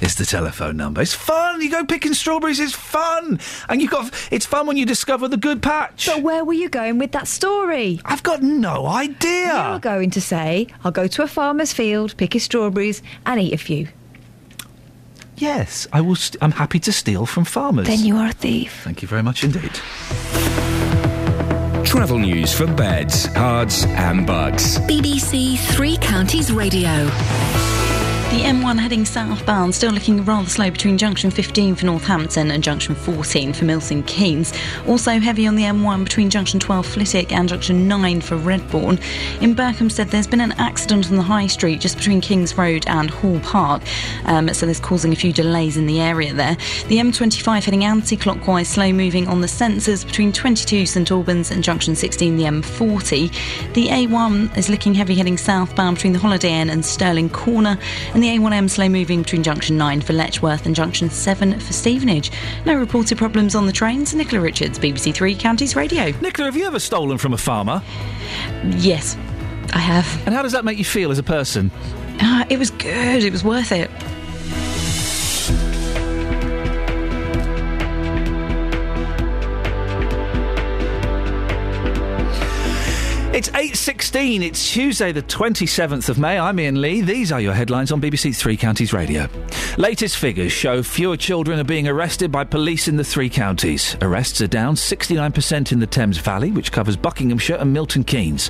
S10: is the telephone number. It's fun. You go picking strawberries. It's fun, and you've got. It's fun when you discover the good patch.
S9: But where were you going with that story?
S10: I've got no idea.
S9: You were going to say, I'll go to a farmer's field, pick his strawberries, and eat a few.
S10: Yes, I will. St- I'm happy to steal from farmers.
S9: Then you are a thief.
S10: Thank you very much indeed.
S15: Travel news for beds, cards, and bugs.
S4: BBC Three Counties Radio.
S5: The M1 heading southbound still looking rather slow between junction 15 for Northampton and junction 14 for Milton Keynes. Also heavy on the M1 between junction 12 Flitwick and junction 9 for Redbourne. In Berkhamsted, there's been an accident on the high street just between Kings Road and Hall Park, um, so there's causing a few delays in the area there. The M25 heading anti-clockwise, slow moving on the sensors between 22 St Albans and junction 16 the M40. The A1 is looking heavy heading southbound between the Holiday Inn and Sterling Corner. And and the A1M slow moving between junction 9 for Letchworth and junction 7 for Stevenage. No reported problems on the trains. Nicola Richards, BBC Three Counties Radio.
S10: Nicola, have you ever stolen from a farmer?
S5: Yes, I have.
S10: And how does that make you feel as a person?
S5: Uh, it was good, it was worth it.
S10: It's 8.16, it's Tuesday the 27th of May. I'm Ian Lee. These are your headlines on BBC Three Counties Radio. Latest figures show fewer children are being arrested by police in the three counties. Arrests are down 69% in the Thames Valley, which covers Buckinghamshire and Milton Keynes.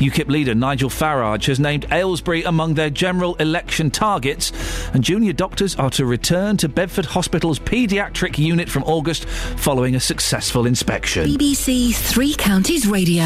S10: UKIP leader Nigel Farage has named Aylesbury among their general election targets, and junior doctors are to return to Bedford Hospital's paediatric unit from August following a successful inspection.
S4: BBC Three Counties Radio.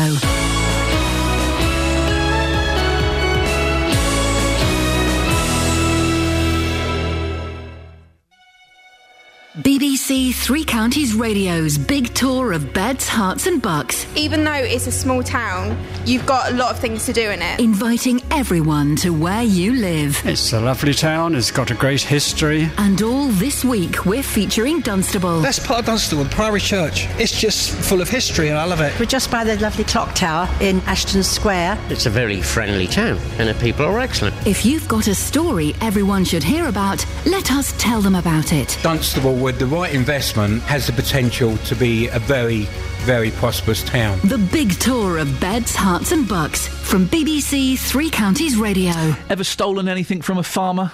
S4: BBC Three Counties Radio's big tour of beds, hearts, and bucks,
S27: Even though it's a small town, you've got a lot of things to do in it.
S4: inviting everyone to where you live.
S3: It's a lovely town, it's got a great history.
S4: And all this week, we're featuring Dunstable.
S16: Best part of Dunstable, the Priory Church. It's just full of history and I love it.
S33: We're just by the lovely clock tower in Ashton Square.
S30: It's a very friendly town, and the people are excellent.
S4: If you've got a story everyone should hear about, let us tell them about it.
S48: Dunstable, with the right investment, has the potential to be a very, very prosperous town.
S4: The big tour of beds, hearts, and bucks from BBC Three Counties Radio.
S10: Ever stolen anything from a farmer?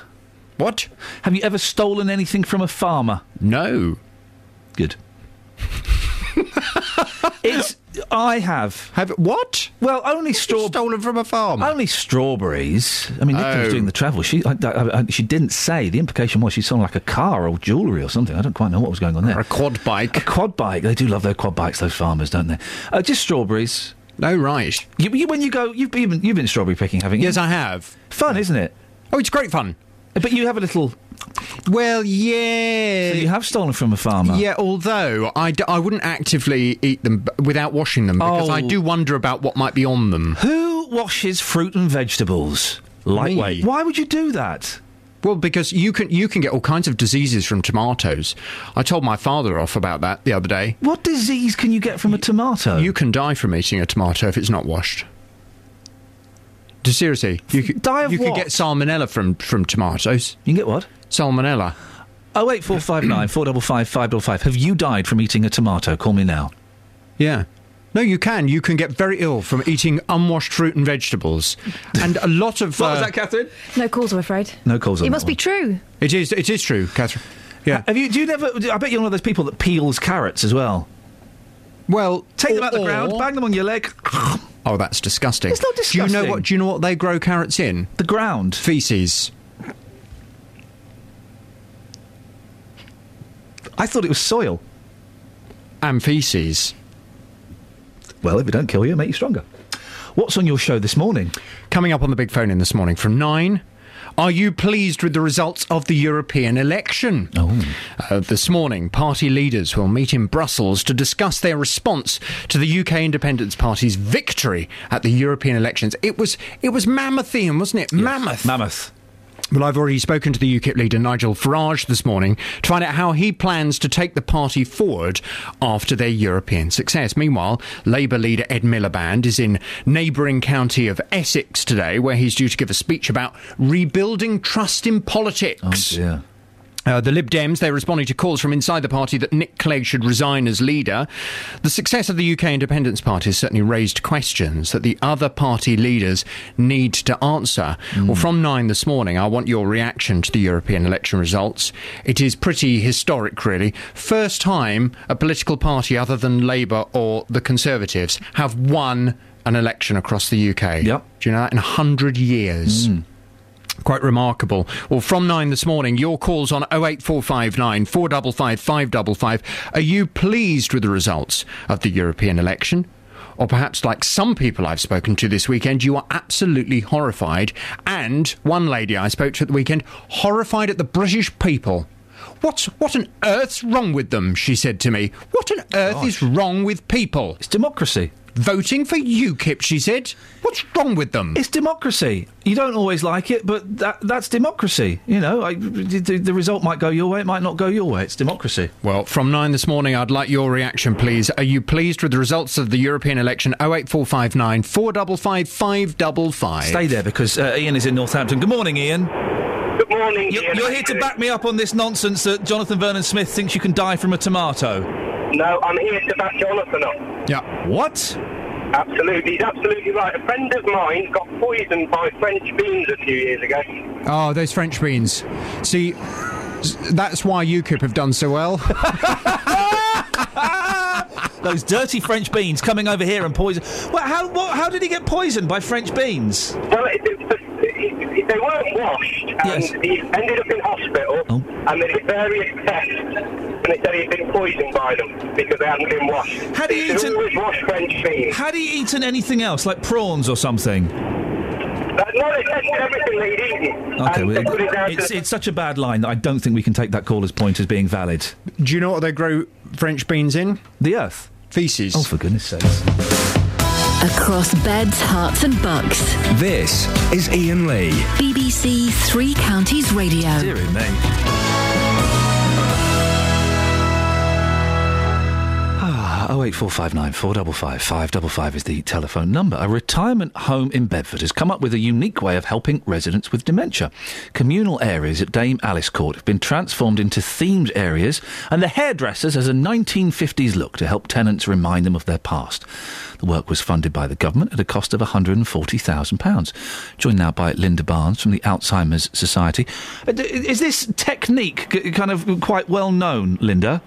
S10: What? Have you ever stolen anything from a farmer? No. Good. it's. I have. Have what? Well, only strawberries. Stolen from a farmer. Only strawberries. I mean, Nicola was
S49: Oh.
S10: doing the travel. She, I, I- I- she didn't say. The implication was she sold like a car or jewellery or something. I don't quite know what was going on there. a quad bike. A quad bike. They do love their quad bikes. Those farmers, don't they? Uh, just strawberries. No, Oh, right. You, you, when you go, you've been you've been strawberry picking, haven't you? Yes, I have. Fun, isn't it? Oh, it's great fun. But you have a little.
S16: Well, yeah.
S10: you have stolen from a farmer.
S16: Yeah, although I, d- I wouldn't actively eat them b- without washing them because I
S10: Oh.
S16: do wonder about what might be on them.
S10: Who washes fruit and vegetables? Lightweight. Why would you do that?
S16: Well, because you can you can get all kinds of diseases from tomatoes. I told my father off about that the other day.
S10: What disease can you get from a tomato?
S16: You can die from eating a tomato if it's not washed. D- Seriously, you could, die
S10: of
S16: you
S10: what?
S16: could get salmonella from from tomatoes.
S10: You can get what?
S16: Salmonella.
S10: Oh wait, four five nine four double five five double five. Have you died from eating a tomato? Call me now.
S16: Yeah. No, you can. You can get very ill from eating unwashed fruit and vegetables, and a
S10: [laughs]
S16: lot of. uh, what was that,
S10: Catherine?
S9: No calls, I'm afraid.
S16: No calls
S9: It must be true.
S16: It is. It is true, Catherine. Yeah.
S10: Have you? Do you never? I bet you're one of those people that peels carrots as well.
S16: Well,
S10: take them out the ground,
S16: or-
S10: bang them on your leg. [laughs]
S16: Oh, that's disgusting.
S10: It's not
S16: Do you
S10: disgusting.
S16: know what? Do you know what they grow carrots in?
S10: The ground.
S16: Feces.
S10: I thought it was soil.
S16: And feces.
S10: Well, if it don't kill you, it make you stronger. What's on your show this morning?
S16: Coming up on the big phone in this morning from nine. Are you pleased with the results of the European election?
S10: Oh.
S16: Uh, this morning, party leaders will meet in Brussels to discuss their response to the UK Independence Party's victory at the European elections. It was it was mammothian, wasn't it? Mammoth.
S10: Mammoth.
S16: Well, I've already spoken to the UKIP leader Nigel Farage this morning to find out how he plans to take the party forward after their European success. Meanwhile, Labour leader Ed Miliband is in neighbouring county of Essex today, where he's due to give a speech about rebuilding trust in politics.
S10: Yeah.
S16: Uh, the Lib Dems, they're responding to calls from inside the party that Nick Clegg should resign as leader. The success of the UK Independence Party has certainly raised questions that the other party leaders need to answer. Well, from nine this morning, I want your reaction to the European election results. It is pretty historic, really. First time a political party other than Labour or the Conservatives have won an election across the UK. Yep. Do you know that? In 100 years. Quite remarkable. Well, from nine this morning, your calls on 08459 455 555. Are you pleased with the results of the European election? Or perhaps, like some people I've spoken to this weekend, you are absolutely horrified. And one lady I spoke to at the weekend, horrified at the British people. What, what on earth's wrong with them? She said to me. What on earth is wrong with people? It's
S10: democracy.
S16: Voting for UKIP, she said. What's wrong with them?
S10: It's democracy. You don't always like it, but that, that's democracy. You know, I, the, the result might go your way, it might not go your way. It's democracy.
S16: Well, from nine this morning, I'd like your reaction, please. Are you pleased with the results of the European election? 08459 455 555.
S10: Stay there because uh, Ian is in Northampton. Good morning, Ian.
S28: Good morning.
S10: You're,
S28: Ian,
S10: you're here to
S28: actually.
S10: back me up on this nonsense that Jonathan Vernon Smith thinks you can die from a tomato.
S28: No, I'm here to back Jonathan up.
S10: Yeah. What?
S28: Absolutely, he's absolutely right. A friend of mine got poisoned by French beans a few years ago.
S16: Oh, those French beans. See, s- that's why UKIP have done so
S10: [laughs]
S16: well.
S10: Those dirty French beans coming over here and poison. Well, how what, how did he get poisoned by French beans?
S28: Well, it, it, it, it- they weren't washed, and he ended up in hospital,
S10: Oh.
S28: and they did various tests, and they said he'd been poisoned by them because they hadn't been washed. Had he eaten... always wash French beans.
S10: Had he eaten anything else, like prawns or something?
S28: Uh, no, they tested everything they'd eaten.
S10: Okay,
S28: and
S10: well,
S28: they put it down to
S10: it's, it's such a bad line that I don't think we can take that caller's point as being valid.
S16: Do you know what they grow French beans in?
S10: The earth.
S16: Feces.
S10: Oh, for goodness sakes.
S4: Across beds, hearts and bucks.
S15: This is Ian Lee.
S4: BBC Three Counties Radio.
S10: Ah, 08459 455 555 is the telephone number. A retirement home in Bedford has come up with a unique way of helping residents with dementia. Communal areas at Dame Alice Court have been transformed into themed areas, and the hairdressers has a 1950s look to help tenants remind them of their past. The work was funded by the government at a cost of £140,000. Joined now by Linda Barnes from the Alzheimer's Society. Uh, d- Is this technique c- kind of quite well known, Linda?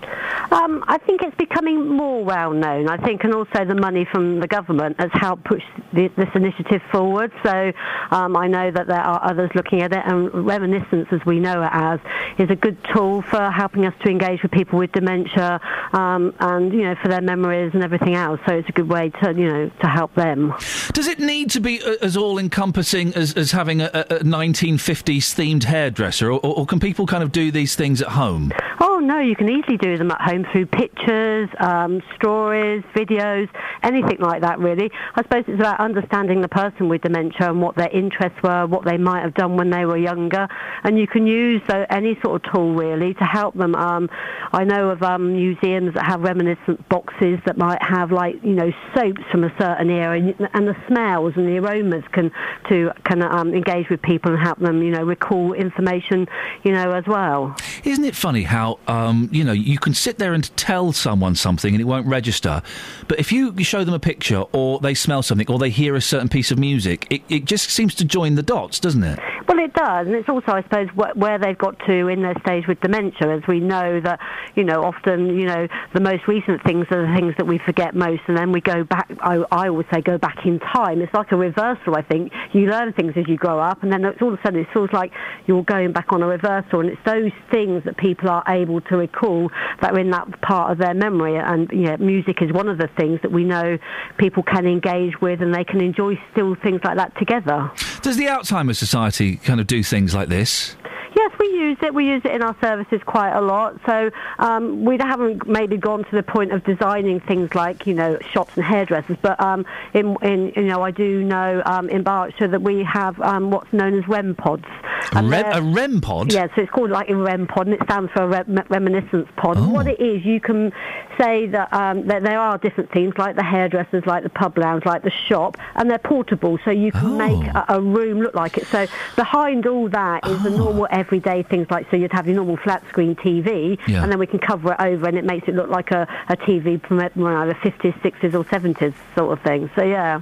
S35: Um, I think it's becoming more well known, I think, and also the money from the government has helped push th this initiative forward. So um, I know that there are others looking at it, and reminiscence, as we know it as, is a good tool for helping us to engage with people with dementia um, and, you know, for their memories and everything else. So it's a good way to, you know, to help them.
S10: Does it need to be a- as all encompassing as, as having a, a a 1950s themed hairdresser, or, or can people kind of do these things at home?
S35: Oh no, you can easily do them at home through pictures, um, stories, videos, anything like that. Really, I suppose it's about understanding the person with dementia and what their interests were, what they might have done when they were younger, and you can use uh, any sort of tool really to help them. Um, I know of um, museums that have reminiscent boxes that might have like you know soaps from a certain era, and, and the smells and the aromas can to can um, engage with people and help them you know recall information you know as well.
S10: Isn't it funny how um, you know you can sit there and tell someone something and it won't register, but if you show them a picture or they smell something or they hear a certain piece of music, it, it just seems to join the dots, doesn't it?
S35: Well, it does, and it's also, I suppose, wh- where they've got to in their stage with dementia, as we know that, you know, often, you know, the most recent things are the things that we forget most, and then we go back. I, I always say, go back in time. It's like a reversal. I think you learn things as you grow up, and then it's all of a sudden it feels like you're going back on a reversal, and it's those things that people are able to recall that are in that part of their memory, and you know, music is one of the things that we know people can engage with, and they can enjoy still things like that together.
S10: Does the Alzheimer's Society kind of do things like this?
S35: Yes, we use it. We use it in our services quite a lot. So um, we haven't maybe gone to the point of designing things like you know shops and hairdressers, but um, in, in you know I do know um, in Berkshire that we have um, what's known as REM pods. And
S10: Rem-
S35: they're-
S10: a REM pod?
S35: Yeah, so it's called like a REM pod, and it stands for a rem- reminiscence pod. And What it is, you can say that, um, that there are different things like the hairdressers, like the pub lounge, like the shop, and they're portable, so you can make a, a room look like it. So behind all that is the normal everyday day things like so you'd have your normal flat screen TV,
S19: Yeah.
S35: and then we can cover it over, and it makes it look like a, a TV from uh, well, the 50s, 60s, or 70s sort of thing. So yeah.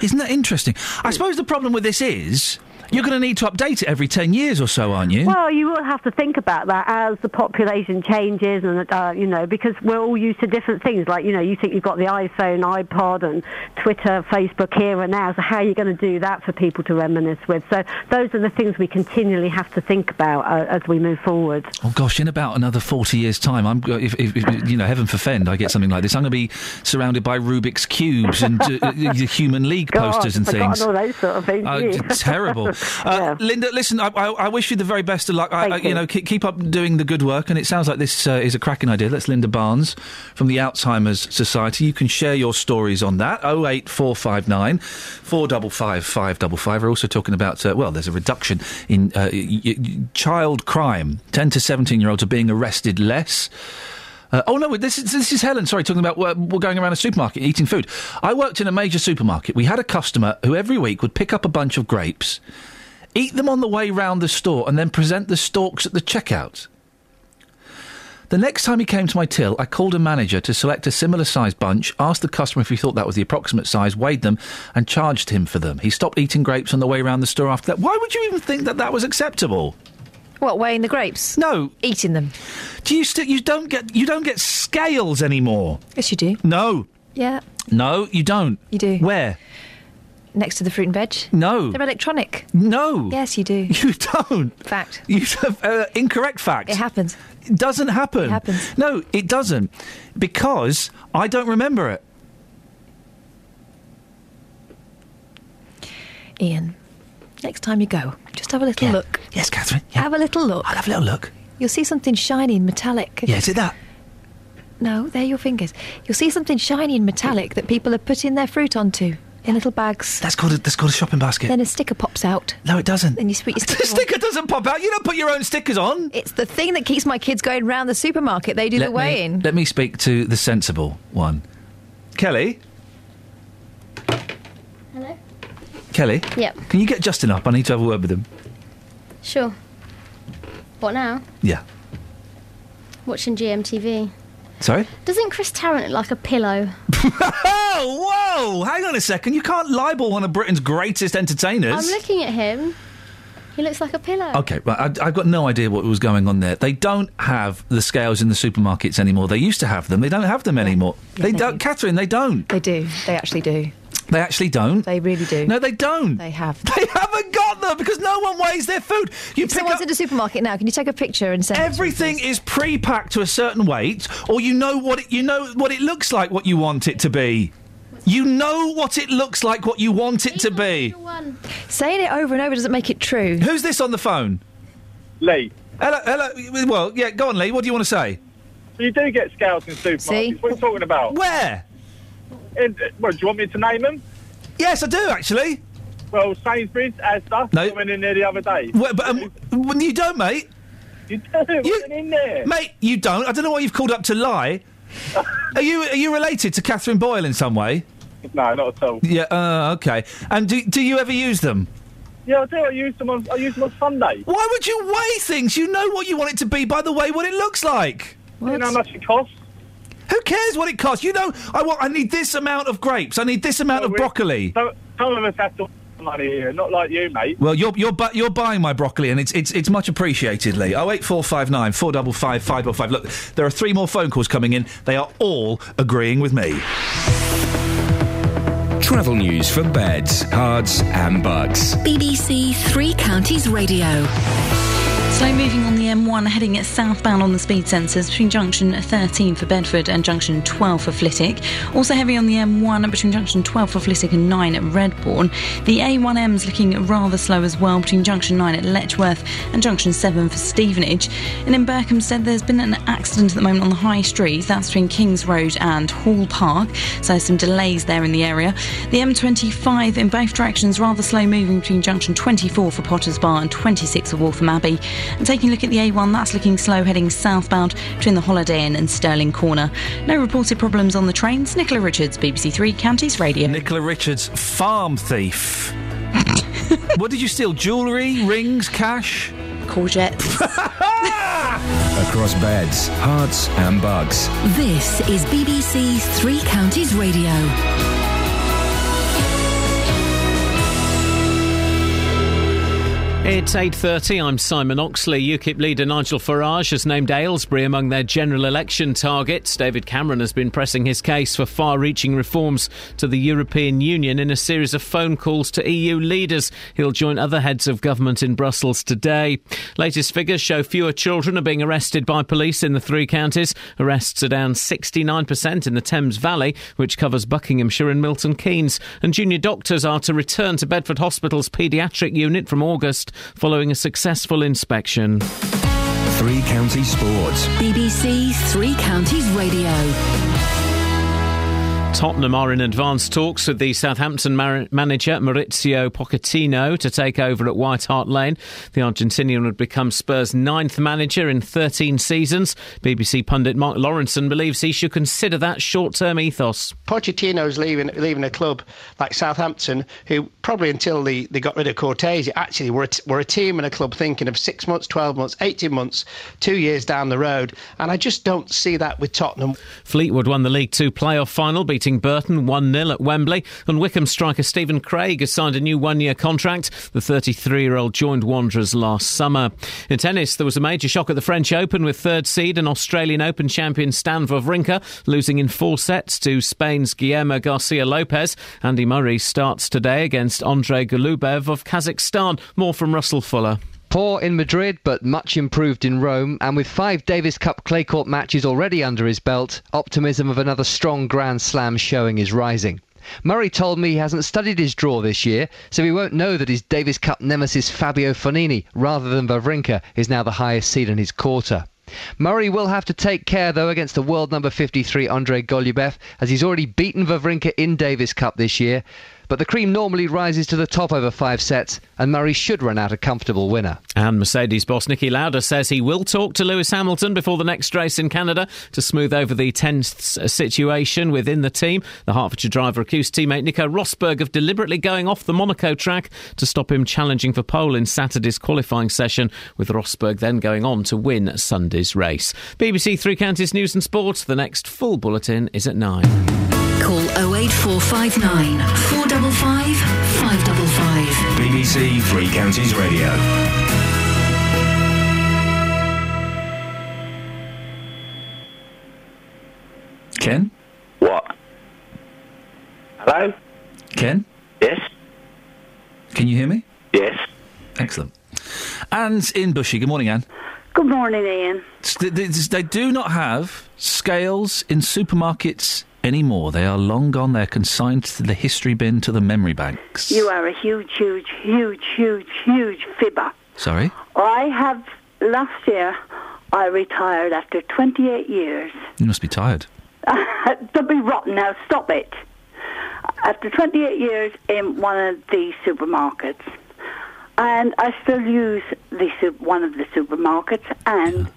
S10: Isn't that interesting? I suppose the problem with this is you're going to need to update it every 10 years or so, aren't you?
S35: Well, you will have to think about that as the population changes, and uh, you know, because we're all used to different things. Like you know, you think you've got the iPhone, iPod, and Twitter, Facebook here and now. So how are you going to do that for people to reminisce with? So those are the things we continually have to think about uh, as we move forward.
S10: Oh gosh! In about another forty years' time, I'm if, if, if you know heaven forfend I get something like this, I'm going to be surrounded by Rubik's cubes and uh, [laughs] uh, the Human League
S35: God,
S10: posters and
S35: I've forgotten
S10: things.
S35: all those sort of things.
S10: Oh,
S35: gee.
S10: d- terrible. Uh, Linda, listen, I, I, I wish you the very best of luck. I, I, you, know, keep, keep up doing the good work, and it sounds like this uh, is a cracking idea. That's Linda Barnes from the Alzheimer's Society. You can share your stories on that. 08459 455 555. We're also talking about, uh, well, there's a reduction in uh, y- y- y- child crime. 10 to 17 year olds are being arrested less. Uh, oh no! This is this is Helen. Sorry, talking about uh, we're going around a supermarket eating food. I worked in a major supermarket. We had a customer who every week would pick up a bunch of grapes, eat them on the way round the store, and then present the stalks at the checkout. The next time he came to my till, I called a manager to select a similar sized bunch, asked the customer if he thought that was the approximate size, weighed them, and charged him for them. He stopped eating grapes on the way round the store after that. Why would you even think that that was acceptable?
S9: What weighing the grapes?
S10: No,
S9: eating them.
S10: Do you still you don't get you don't get scales anymore?
S9: Yes, you do.
S10: No,
S9: Yeah,
S10: no, you don't.
S9: you do.
S10: Where?
S9: Next to the fruit and veg.
S10: No.
S9: They're electronic.
S10: No.
S9: Yes, you do.
S10: [laughs] You don't.
S9: Fact.
S10: You [laughs] have uh, incorrect fact.
S9: It happens.
S10: It doesn't happen.
S9: It happens.
S10: No, it doesn't, because I don't remember it.
S9: Ian, next time you go, just have a little look.
S10: Yes, Catherine.
S9: Have a little look. I'll
S10: have a little look.
S9: You'll see something shiny and metallic.
S10: Yeah, is it that?
S9: No, they're your fingers. You'll see something shiny and metallic that people are putting their fruit onto in little bags.
S10: That's called a, that's called a shopping basket. [laughs]
S9: Then a sticker pops out.
S10: No, it doesn't.
S9: Then you put your sticker.
S10: the sticker doesn't pop out. You don't put your own stickers on.
S9: It's the thing that keeps my kids going round the supermarket. They do
S10: let
S9: the
S10: me-
S9: weighing.
S10: let me speak to the sensible one, Kelly.
S11: Hello?
S10: Kelly.
S11: Yep,
S10: Can you get Justin up? I need to have a word with him.
S11: sure. What now?
S10: Yeah.
S11: Watching GMTV.
S9: [laughs]
S10: Sorry.
S11: Doesn't Chris Tarrant look like a pillow?
S10: Oh, whoa! Hang on a second. You can't libel one of Britain's greatest entertainers.
S11: I'm looking at him. He looks like a pillow.
S10: Okay, well, I, I've got no idea what was going on there. They don't have the scales in the supermarkets anymore. They used to have them. They don't have them anymore. they don't, Catherine. They don't.
S9: They do. They actually do.
S10: They actually don't.
S9: They really do.
S10: No, they don't.
S9: They have.
S10: [laughs] They haven't got them because no one weighs their food. You
S9: if someone's in a supermarket now, can you take a picture and send?
S10: Everything is pre-packed to a certain weight, or you know what it, you know what it looks like, what you want it to be. You know what it looks like, what you want it to be.
S11: One.
S9: Saying it over and over doesn't make it true.
S10: Who's this on the phone? Lee. Hello, hello. Well, yeah, go on, Lee. What do you want to say?
S36: You do get scales in supermarkets.
S10: See?
S36: What are you talking about?
S10: Where?
S36: In, well, do you want me to name them?
S10: Yes, I do actually.
S36: Well, Sainsbury's, Asda. No. I went in there the other day.
S10: Well, but um, well, you don't, mate.
S36: You do. You, went in there.
S10: Mate, you don't. I don't know why you've called up to lie. are you are you related to Catherine Boyle in some way?
S36: No, not at all.
S10: Yeah. Uh, okay. And do do you ever use them?
S36: Yeah, I do. I use them on. I use them on Sunday.
S10: Why would you weigh things? You know what you want it to be by the way what it looks like.
S36: You know how much it costs?
S10: Who cares what it costs? You know, I want. I need this amount of grapes. I need this amount of broccoli.
S36: So, some of us have to money here, not like you, mate.
S10: Well, you're you're bu- you're buying my broccoli, and it's it's it's much appreciated, Lee. Oh eight four five nine four double five five double five. Look, there are three more phone calls coming in. They are all agreeing with me.
S15: Travel news for beds, cards, and bugs.
S4: BBC Three Counties Radio.
S5: Slow moving on the M1 heading southbound on the speed sensors between junction 13 for Bedford and junction 12 for Flitwick. Also heavy on the M1 between junction 12 for Flitwick and 9 at Redbourne. The A1M's looking rather slow as well between junction 9 at Letchworth and junction 7 for Stevenage. And in Berkhamsted there's been an accident at the moment on the high street. That's between Kings Road and Hall Park. So some delays there in the area. The M25 in both directions rather slow moving between junction 24 for Potters Bar and 26 for Waltham Abbey. And taking a look at the A1, that's looking slow heading southbound between the Holiday Inn and Sterling Corner. No reported problems on the trains. Nicola Richards, BBC Three Counties Radio.
S10: Nicola Richards, [laughs] farm thief. what did you steal? Jewellery, rings, cash?
S5: courgettes.
S15: Across beds, hearts, and bugs.
S4: This is BBC Three Counties Radio.
S1: It's 8.30, I'm Simon Oxley. UKIP leader Nigel Farage has named Aylesbury among their general election targets. David Cameron has been pressing his case for far-reaching reforms to the European Union in a series of phone calls to EU leaders. He'll join other heads of government in Brussels today. Latest figures show fewer children are being arrested by police in the three counties. Arrests are down 69% in the Thames Valley, which covers Buckinghamshire and Milton Keynes. And junior doctors are to return to Bedford Hospital's paediatric unit from August following a successful inspection.
S15: Three County Sports.
S4: BBC Three Counties Radio.
S1: Tottenham are in advanced talks with the Southampton mar- manager Maurizio Pochettino to take over at White Hart Lane. The Argentinian would become Spurs' ninth manager in 13 seasons. BBC pundit Mark Lawrenson believes he should consider that short-term ethos.
S19: Pochettino's leaving leaving a club like Southampton, who probably until they, they got rid of Cortese, actually were a, t- were a team and a club thinking of six months, 12 months, 18 months, two years down the road. And I just don't see that with Tottenham.
S1: Fleetwood won the League Two playoff final, beating Burton 1 0 at Wembley. And Wickham striker Stephen Craig has signed a new one year contract. The 33 year old joined Wanderers last summer. In tennis, there was a major shock at the French Open with third seed and Australian Open champion Stan Wawrinka losing in four sets to Spain's Guillermo Garcia Lopez. Andy Murray starts today against Andrei Golubev of Kazakhstan. More from Russell Fuller.
S32: Poor in Madrid, but much improved in Rome, and with five Davis Cup clay court matches already under his belt, optimism of another strong Grand Slam showing is rising. Murray told me he hasn't studied his draw this year, so he won't know that his Davis Cup nemesis Fabio Fognini, rather than Vavrinka, is now the highest seed in his quarter. Murray will have to take care, though, against the world number 53 Andrei Golubev, as he's already beaten Vavrinka in Davis Cup this year. But the cream normally rises to the top over five sets, and Murray should run out a comfortable winner.
S1: And Mercedes boss Nicky Lauda says he will talk to Lewis Hamilton before the next race in Canada to smooth over the tense s- uh, situation within the team. The Hertfordshire driver accused teammate Nico Rosberg of deliberately going off the Monaco track to stop him challenging for pole in Saturday's qualifying session, with Rosberg then going on to win Sunday's race. BBC Three Counties News and Sport. The next full bulletin is at nine.
S4: Call 08459 455 555.
S15: BBC Three Counties Radio.
S10: [laughs] Ken?
S28: What? Hello?
S10: Ken?
S28: Yes?
S10: Can you hear me?
S28: Yes.
S10: Excellent. Anne's in Bushy. Good morning, Anne.
S49: Good morning, Ian.
S10: S- th- th- They do not have scales in supermarkets anymore. They are long gone. They're consigned to the history bin to the memory banks.
S49: You are a huge, huge, huge, huge, huge fibber.
S10: Sorry?
S49: I have, last year, I retired after 28 years. [laughs]
S10: You must be tired.
S49: Don't be rotten now, stop it. After 28 years in one of the supermarkets. And I still use the su- one of the supermarkets, and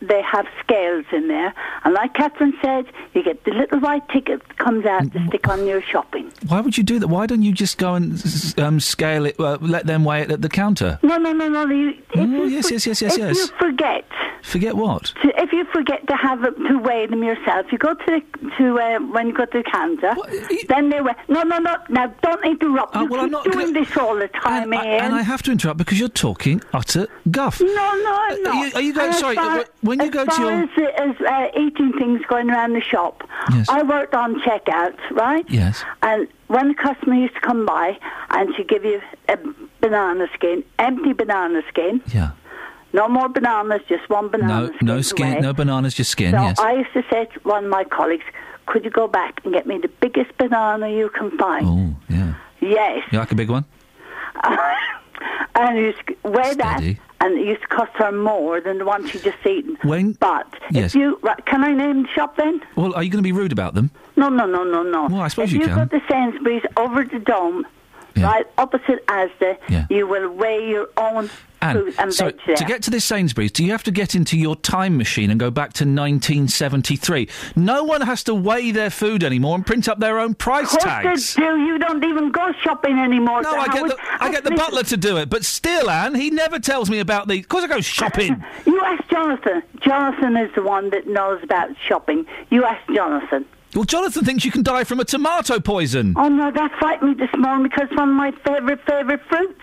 S49: they have scales in there. And like Catherine said, you get the little white ticket that comes out to stick on your shopping.
S10: Why would you do that? Why don't you just go and s- um, scale it, uh, let them weigh it at the counter?
S49: No, no, no, no. You, if you
S10: Oh, yes,
S49: for-
S10: yes, yes, yes,
S49: if
S10: yes.
S49: you forget,
S10: Forget what?
S49: to, if you forget to have it, to weigh them yourself, you go to the, to uh, when you go to the counter, then they weigh. No, no, no. Now don't interrupt.
S10: Oh,
S49: you
S10: well,
S49: keep
S10: I'm not
S49: doing this all the time, Ian.
S10: And I have to interrupt because you're talking utter guff.
S49: No, no, I'm
S10: Uh,
S49: not.
S10: Are you, are you going?
S49: And as
S10: sorry,
S49: far-
S10: uh, when you
S49: as
S10: go to
S49: far
S10: your
S49: as, as uh, eating things going around the shop, I worked on checkouts, right?
S10: Yes.
S49: And when the customer used to come by and she give you a banana skin, empty banana skin.
S10: Yeah.
S49: No more bananas, just one banana.
S10: no, no skin,
S49: away.
S10: no bananas, just skin.
S49: so
S10: yes.
S49: I used to say to one of my colleagues, "Could you go back and get me the biggest banana you can find?"
S10: Oh, yeah.
S49: Yes.
S10: You like a big one?
S49: and you sc- weigh that, and it used to cost her more than the one she just eaten.
S10: When?
S49: But
S10: Mm. Yes.
S49: if you right, can I name the shop then?
S10: Well, are you going to be rude about them?
S49: No, no, no, no, no.
S10: Well, I suppose
S49: if
S10: you
S49: you
S10: can.
S49: got the Sainsbury's over the dome, right opposite Asda, you will weigh your own fruit and
S10: so
S49: veg there.
S10: to get to this Sainsbury's, do you have to get into your time machine and go back to 1973? No one has to weigh their food anymore and print up their own price
S49: Of
S10: tags.
S49: course they do. You don't even go shopping anymore.
S10: No,
S49: so
S10: I
S49: how
S10: get
S49: would-
S10: the, I get the
S49: listen,
S10: butler to do it, but still, Anne, he never tells me about the. Of course, I go
S49: [laughs]
S10: shopping.
S49: You ask Jonathan. Jonathan is the one that knows about shopping. You ask Jonathan.
S10: well, Jonathan thinks you can die from a tomato poison.
S49: Oh no, that frightened me this morning because it's one of my favourite favourite fruits.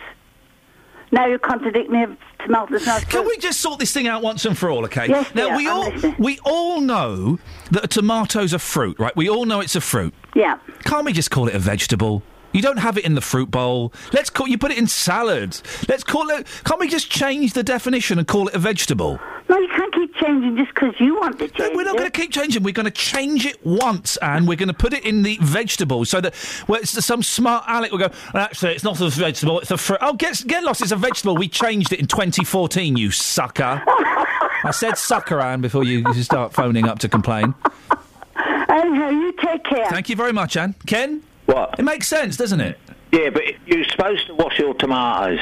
S49: Now you contradict me. if Tomatoes not
S10: Can we just sort this thing out once and for all, okay?
S49: Yes,
S10: now
S49: dear,
S10: we
S49: I'm
S10: all
S49: listening.
S10: we all know that a tomato's a fruit, right? We all know it's a fruit.
S49: Yeah.
S10: Can't we just call it a vegetable? You don't have it in the fruit bowl. Let's call you put it in salad. Let's call it. Can't we just change the definition and call it a vegetable?
S49: No, you can't keep changing just because you want to change.
S10: We're not going to keep changing. We're going to change it once, and we're going to put it in the vegetable so that well, it's some smart Alec will go. "Well, actually, it's not a vegetable. It's a fruit. Oh, get get lost. It's a vegetable. We changed it in 2014. You sucker. I said sucker, Anne, before you, you start phoning up to complain.
S49: Anyhow, you take care.
S10: Thank you very much, Anne. Ken. What? It makes sense, doesn't it?
S37: Yeah, but you're supposed to wash your tomatoes.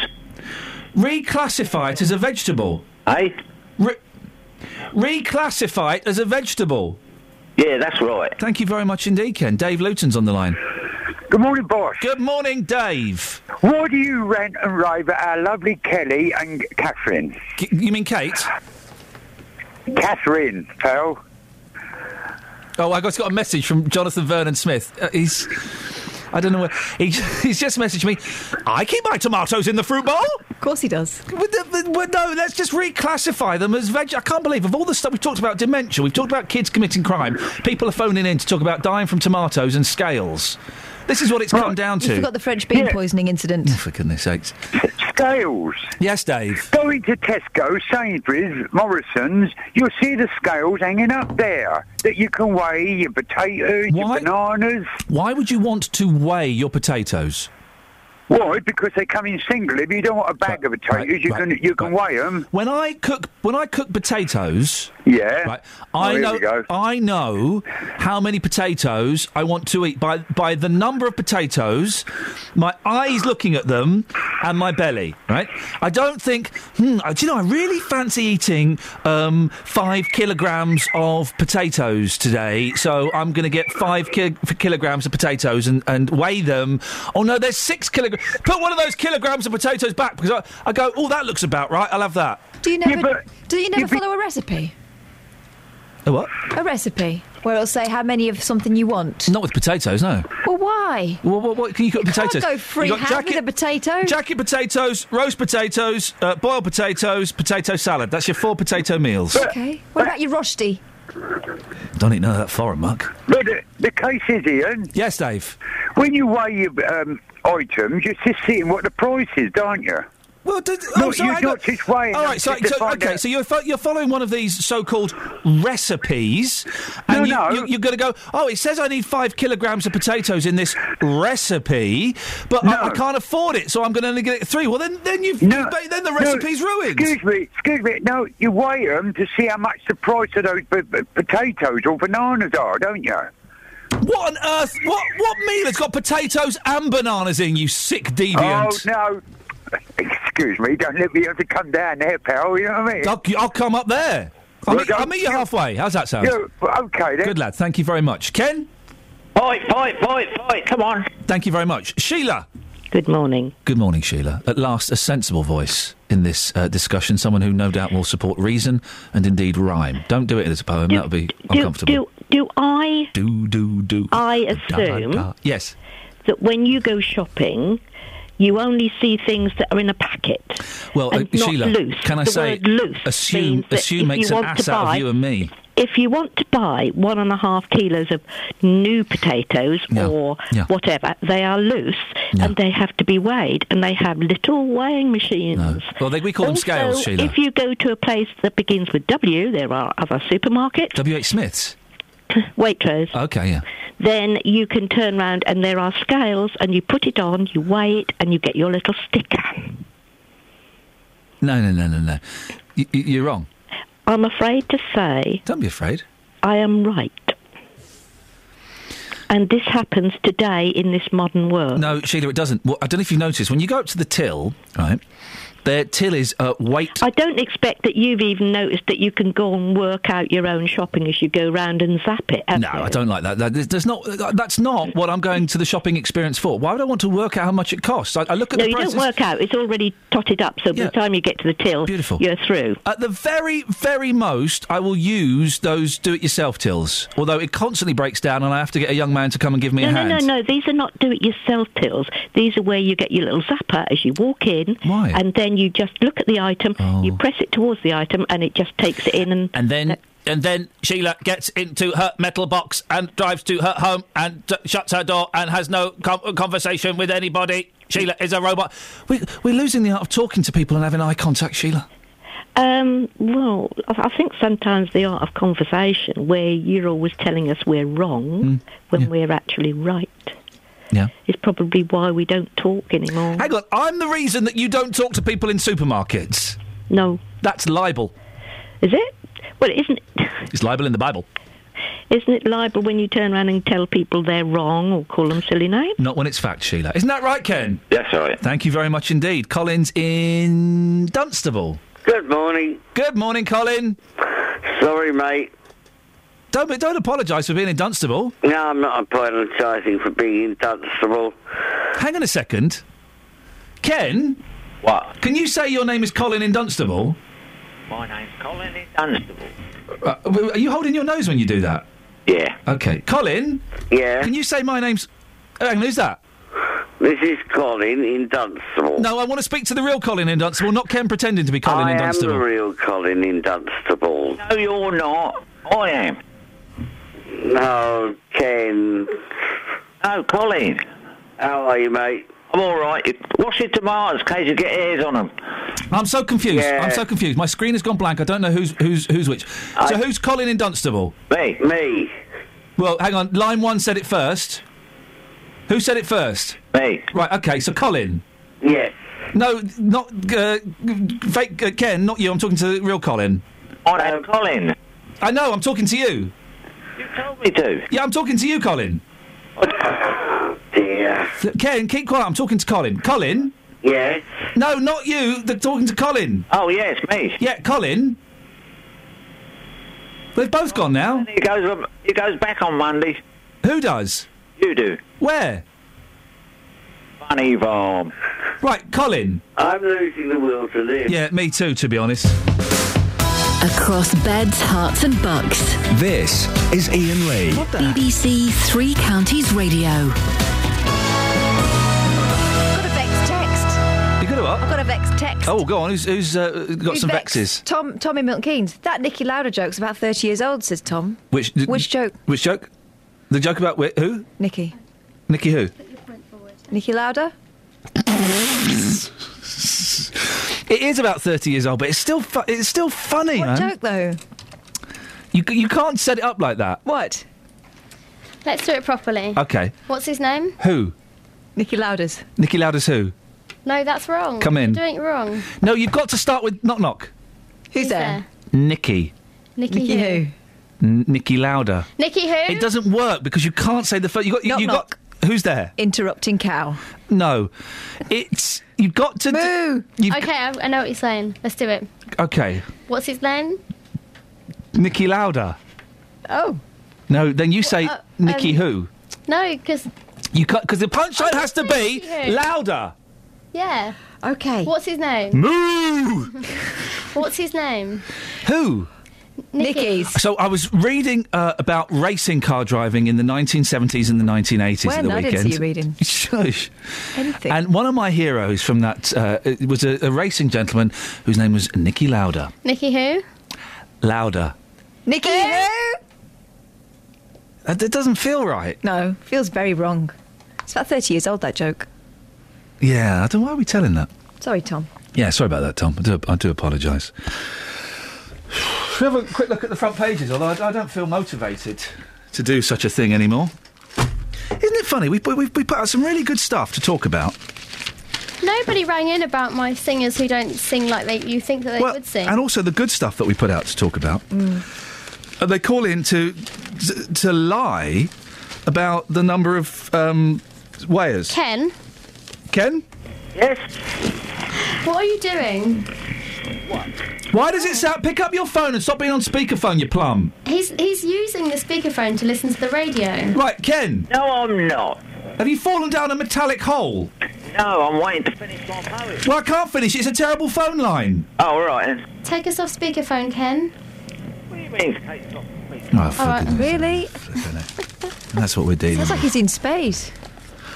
S10: Reclassify it as a vegetable.
S37: Eh?
S10: Re- reclassify it as a vegetable.
S37: Yeah, that's right.
S10: Thank you very much indeed, Ken. Dave Luton's on the line.
S38: Good morning, boss.
S10: Good morning, Dave.
S38: Why do you rant and rave at our lovely Kelly and Catherine?
S10: you mean Kate?
S38: Catherine, pal.
S10: Oh, I got, got a message from Jonathan Vernon Smith. Uh, he's. I don't know where. He, [laughs] he's just messaged me. I keep my tomatoes in the fruit bowl. Of
S9: course he does.
S10: no, let's just reclassify them as veg. I can't believe of all the stuff we've talked about dementia, we've talked about kids committing crime, people are phoning in to talk about dying from tomatoes and scales. This is what it's come down
S9: You
S10: to.
S9: forgot the French bean poisoning incident.
S10: For goodness sakes.
S38: Scales.
S10: Yes, Dave.
S38: Going to Tesco, Sainsbury's, Morrison's, you'll see the scales hanging up there that you can weigh your potatoes, your bananas.
S10: Why would you want to weigh your potatoes?
S38: Why? Because they come in single. If you don't want a bag of potatoes, you can you can weigh 'em. weigh them.
S10: When I cook when I cook potatoes,
S38: yeah,
S10: right,
S38: Oh,
S10: I
S38: here
S10: know
S38: we go.
S10: I know how many potatoes I want to eat by by the number of potatoes, my eyes looking at them, and my belly. Right, I don't think. Hmm, I- do you know? I really fancy eating um, five kilograms of potatoes today, so I'm going to get five ki- kilograms of potatoes and, and weigh them. Oh no, there's six kilograms. Put one of those kilograms of potatoes back because I, I go, oh, that looks about right. I'll have that.
S9: Do you never? do you never follow a recipe?
S10: A what?
S9: A recipe where it'll say how many of something you want.
S10: Not with potatoes, no.
S9: Well, why?
S10: Well, what, what can you cook potatoes?
S9: go
S10: You
S9: freehand
S10: got
S9: with a potato.
S10: Jacket potatoes, roast potatoes, uh, boiled potatoes, potato salad. That's your four potato meals.
S9: Okay. What about your rosti?
S10: Don't eat none of that foreign muck.
S38: But the, the case is, Ian.
S10: Yes, Dave.
S38: When you weigh your um, items, you're just seeing what the price is, don't you?
S10: Well, did,
S38: no,
S10: oh, so
S38: you're
S10: hang on.
S38: not just weighing.
S10: All
S38: them
S10: right, so,
S38: just to
S10: so
S38: find
S10: okay,
S38: out.
S10: so you're fo- you're following one of these so-called recipes, and you, You, you're going to go, oh, it says I need five kilograms of potatoes in this recipe, but I, I can't afford it, so I'm going to only get three. Well, then then you've
S38: No,
S10: then the
S38: no,
S10: recipe's ruined.
S38: Excuse me, excuse me. No, you weigh them to see how much the price of those b- b- potatoes or bananas are, don't you?
S10: What on earth? What what meal has got potatoes and bananas in? You sick deviant!
S38: Oh no! [laughs] Excuse me. Don't let me have to come down there, pal. You know what I mean?
S10: I'll, I'll come up there. I'll,
S38: Well,
S10: meet, I'll
S38: don't-
S10: meet you halfway. How's that sound?
S38: You- okay then.
S10: Good lad. Thank you very much, Ken.
S37: Fight, fight, fight, fight. Come on.
S10: Thank you very much, Sheila.
S17: Good morning.
S10: Good morning, Sheila. At last, a sensible voice in this uh, discussion. Someone who no doubt will support reason and indeed rhyme. Don't do it as a poem. that would be
S17: Do, do,
S10: uncomfortable.
S17: do I
S10: Do do do.
S17: I
S10: Da, da,
S17: assume
S10: da. Yes.
S17: that when you go shopping, you only see things that are in a packet?
S10: Well, uh,
S17: and not
S10: Sheila,
S17: loose.
S10: can I
S17: The
S10: say
S17: word loose
S10: assume
S17: means that if
S10: assume
S17: you
S10: makes an
S17: want
S10: ass
S17: to
S10: out of
S17: buy-
S10: you and me?
S17: If you want to buy one and a half kilos of new potatoes or
S10: Yeah.
S17: whatever, they are loose and they have to be weighed, and they have little weighing machines.
S10: Well, they, we call them
S17: also,
S10: scales, Sheila.
S17: if you go to a place that begins with W, there are other supermarkets,
S10: W. H. Smiths.
S17: [coughs] Waitrose.
S10: Okay, yeah.
S17: Then you can turn round and there are scales, and you put it on, you weigh it, and you get your little sticker.
S10: No, no, no, no, no. Y- y- you're wrong.
S17: I'm afraid to say
S10: Don't be afraid.
S17: I am right. And this happens today in this modern world.
S10: No, Sheila, it doesn't. Well, I don't know if you've noticed when you go up to the till, right? Their till is uh, wait.
S17: I don't expect that you've even noticed that you can go and work out your own shopping as you go round and zap it. have
S10: No,
S17: you?
S10: I don't like that. That- there's- there's not. uh, That's not what I'm going to the shopping experience for. Why would I want to work out how much it costs? I, I look at
S17: No,
S10: the
S17: you
S10: prices.
S17: don't work out. It's already totted up. So by the time you get to the till,
S10: Beautiful.
S17: you're through.
S10: At the very, very most, I will use those do-it-yourself tills. Although it constantly breaks down, and I have to get a young man to come and give me
S17: no,
S10: a
S17: no,
S10: hand.
S17: no, no. These are not do-it-yourself tills. These are where you get your little zapper as you walk in, and then you just look at the item, you press it towards the item, and it just takes it in. And
S10: Oh. And then and then Sheila gets into her metal box and drives to her home and t- shuts her door and has no com- conversation with anybody. Sheila is a robot. We, we're losing the art of talking to people and having eye contact, Sheila.
S17: um, well, I I think sometimes the art of conversation, where you're always telling us we're wrong when we're actually right,
S10: Yeah.
S17: is probably why we don't talk anymore.
S10: Hang on, I'm the reason that you don't talk to people in supermarkets.
S17: No.
S10: That's libel.
S17: Is it? Well, isn't
S10: It's libel in the Bible.
S17: isn't it libel when you turn around and tell people they're wrong or call them silly names?
S10: Not when it's fact, Sheila. Isn't that right, Ken? Yes, right. Thank you very much indeed. Colin's in Dunstable.
S43: Good morning.
S10: Good morning, Colin.
S43: Sorry, mate.
S10: Don't, don't apologise for being in Dunstable.
S43: No, I'm not apologising for being intolerable.
S10: Hang on a second. Ken?
S37: What?
S10: Can you say your name is Colin in Dunstable?
S37: My name's Colin in Dunstable.
S10: Uh, w- are you holding your nose when you do that?
S43: Yeah.
S10: Okay. Colin?
S43: Yeah.
S10: Can you say my name's. Oh, Hang on, who's that?
S43: This is Colin in Dunstable.
S10: No, I want to speak to the real Colin in Dunstable, not Ken pretending to be Colin
S43: I am
S10: in
S43: the
S10: Dunstable.
S43: real Colin in Dunstable.
S37: No, you're not. I am.
S43: No, Oh, Ken.
S37: No, Colin.
S43: How are you, mate?
S37: I'm all right. It- Wash your tomatoes in case you get hairs on them.
S10: I'm so confused.
S37: Yeah.
S10: I'm so confused. My screen has gone blank. I don't know who's who's who's which. so who's Colin in Dunstable?
S37: Me.
S43: Me.
S10: Well, hang on. Line one said it first. Who said it first?
S37: Me.
S10: Right. Okay. So Colin.
S43: Yes.
S10: No, not uh, g- fake uh, Ken. Not you. I'm talking to the real Colin.
S37: I am Colin.
S10: I know. I'm talking to you.
S37: You told me to.
S10: Yeah, I'm talking to you, Colin.
S43: Dear.
S10: Ken, keep quiet. I'm talking to Colin. Colin.
S43: Yes.
S10: No, not you. The talking to Colin.
S37: Oh yes, me.
S10: Yeah, Colin. They've both gone now.
S37: It goes.
S43: um,
S37: on- It goes back on Monday.
S10: Who does?
S37: You do.
S10: Where?
S37: Funny farm.
S10: Right, Colin.
S43: I'm losing the will to live.
S10: Yeah, me too. To be honest.
S4: Across beds, hearts, and bucks.
S15: This is Ian Lee.
S4: BBC Three Counties Radio.
S9: got a vex text.
S10: You got to
S9: I
S10: up.
S9: got a vex text.
S10: Oh, go on. Who's who's uh, got
S9: Who's
S10: some
S9: vexed?
S10: vexes?
S9: Tom, Tommy Milton Keynes. That Nicky Lauder joke's about 30 years old, says Tom.
S10: Which
S9: Which joke?
S10: Which joke? The joke about wh- who?
S9: Nicky.
S10: Nikki who?
S9: Nicky Lauder?
S10: It is about thirty years old, but it's still fu- it's still funny,
S9: What
S10: man.
S9: joke, though?
S10: You c- you can't set it up like that.
S9: What?
S11: Let's do it properly.
S10: Okay.
S11: What's his name?
S10: Who?
S9: Nicky Lauder's.
S10: Nikki Lauder's who?
S11: No, that's wrong.
S10: Come in.
S11: You're doing it wrong.
S10: No, you've got to start with knock knock.
S9: Who's
S11: there?
S10: Nikki.
S11: Nikki, who?
S10: N- Nikki Louder.
S11: Nikki who?
S10: It doesn't work because you can't say the first. You got. You,
S9: Knock,
S10: you got. Who's there?
S9: Interrupting cow.
S10: No, it's you've got to. Moo. you've,
S11: Okay, I, I know what you're saying. Let's do it.
S10: okay.
S11: What's his name?
S10: Nikki Louder.
S9: Oh.
S10: No, then you say
S11: uh,
S10: Nikki
S11: um,
S10: who.
S11: No, because
S10: You can't because the punchline has to be
S11: Nikki who.
S10: louder.
S11: yeah.
S9: Okay.
S11: What's his name?
S10: Moo.
S11: What's his name?
S10: [laughs] Who?
S9: Nicky's.
S10: So I was reading uh, about racing car driving in the 1970s and the 1980s
S9: Where?
S10: at the
S9: No, I
S10: weekend.
S9: didn't see you reading.
S10: [laughs] Shush.
S9: Anything.
S10: And one of my heroes from that uh, it was a, a racing gentleman whose name was Nicky Lauder.
S11: Nikki who?
S10: Lauder.
S9: Nicky who?
S10: That, that doesn't feel right.
S9: No, feels very wrong. It's about 30 years old, that joke.
S10: Yeah, I don't. Why are we telling that?
S9: Sorry, Tom.
S10: Yeah, sorry about that, Tom. I do, I do apologise. Should we have a quick look at the front pages? Although I, I don't feel motivated to do such a thing anymore. Isn't it funny? We, we, we put out some really good stuff to talk about.
S11: Nobody rang in about my singers who don't sing like they you think that they would sing.
S10: and also the good stuff that we put out to talk about. And Uh, they call in to to, to lie about the number of um, weighers.
S11: Ken,
S10: Ken,
S43: Yes.
S11: What are you doing?
S10: Why does it sound? Pick up your phone and stop being on speakerphone, you plum.
S11: He's he's using the speakerphone to listen to the radio.
S10: Right, Ken.
S37: No, I'm not.
S10: Have you fallen down a metallic hole?
S37: No, I'm waiting to finish my poem.
S10: Well, I can't finish. It's a terrible phone line.
S37: Oh, all right. then.
S11: Take us off speakerphone, Ken.
S10: Oh, for goodness-
S9: really?
S10: That's what we're dealing
S9: Sounds
S10: with.
S9: like he's in space.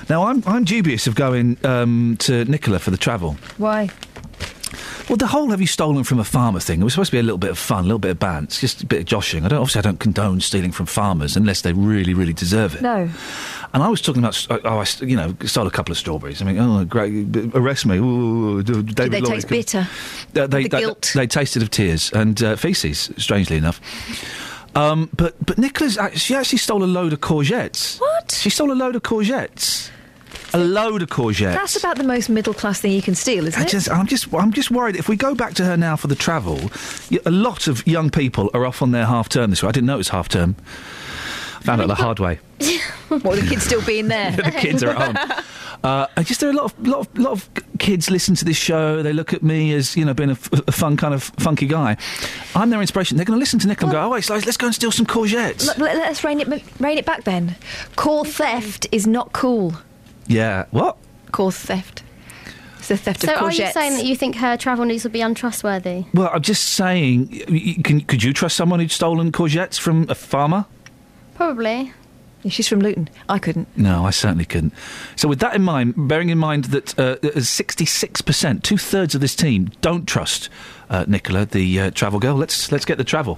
S10: Now, I'm, I'm dubious of going um, to Nicola for the travel.
S9: Why?
S10: Well, the whole have you stolen from a farmer thing, it was supposed to be a little bit of fun, a little bit of bants, just a bit of joshing. I don't, obviously, I don't condone stealing from farmers unless they really, really deserve it.
S9: No.
S10: And I was talking about, st- oh, I, st- you know, stole a couple of strawberries. I mean, oh, great, b- arrest me. Ooh, d- David
S9: Did they
S10: Lloyd
S9: taste
S10: could-
S9: bitter?
S10: Uh, they,
S9: The
S10: they,
S9: guilt.
S10: they tasted of tears and uh, feces, strangely enough. Um, but but Nicholas, she actually stole a load of courgettes.
S9: What?
S10: She stole a load of courgettes. A load of courgettes.
S9: That's about the most middle class thing you can steal, isn't
S10: I
S9: it? [laughs]
S10: just, I'm just, I'm just worried. If we go back to her now for the travel, y- a lot of young people are off on their half term this way. I didn't know it was half term. Found out the hard way. [laughs]
S9: what, the kids still being there? [laughs]
S10: the kids are at home. Uh, I just there are a lot of lot of lot of kids listen to this show. They look at me as you know being a, f- a fun kind of funky guy. I'm their inspiration. They're going to listen to Nick and go, oh, it's like, let's go and steal some courgettes.
S9: Let, let- let us rein it, rein it back then. Core theft is not cool.
S10: yeah, what?
S9: Core theft. It's the theft
S11: So
S9: of
S11: are you
S9: courgettes.
S11: saying that you think her travel news will be untrustworthy?
S10: Well, I'm just saying. y- y- Can, could you trust someone who'd stolen courgettes from a farmer?
S11: Probably.
S9: Yeah, she's from Luton. I couldn't.
S10: No, I certainly couldn't. So, with that in mind, bearing in mind that uh, 66%, two thirds of this team don't trust uh, Nicola, the uh, travel girl. Let's let's get the travel.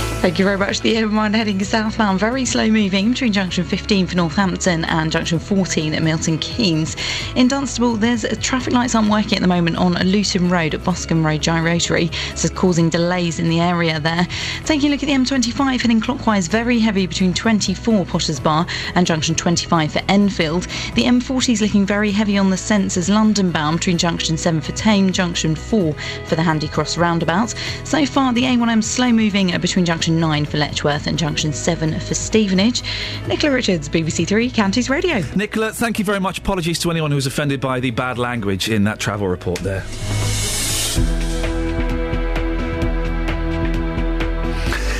S5: Thank you very much. The M1 heading southbound, very slow moving between junction 15 for Northampton and junction 14 at Milton Keynes. In Dunstable, there's uh, traffic lights aren't working at the moment on Luton Road at Boscombe Road Gyratory, so it's causing delays in the area there. Taking a look at the M25 heading clockwise, very heavy between 24 Potter's Bar and junction 25 for Enfield. The M40 is looking very heavy on the sensors London bound between junction 7 for Tame, junction 4 for the Handy Cross roundabout. So far, the A1M slow moving at between junction 9 for Letchworth and junction 7 for Stevenage. Nicola Richards, BBC Three Counties Radio.
S10: Nicola, thank you very much. Apologies to anyone who was offended by the bad language in that travel report there.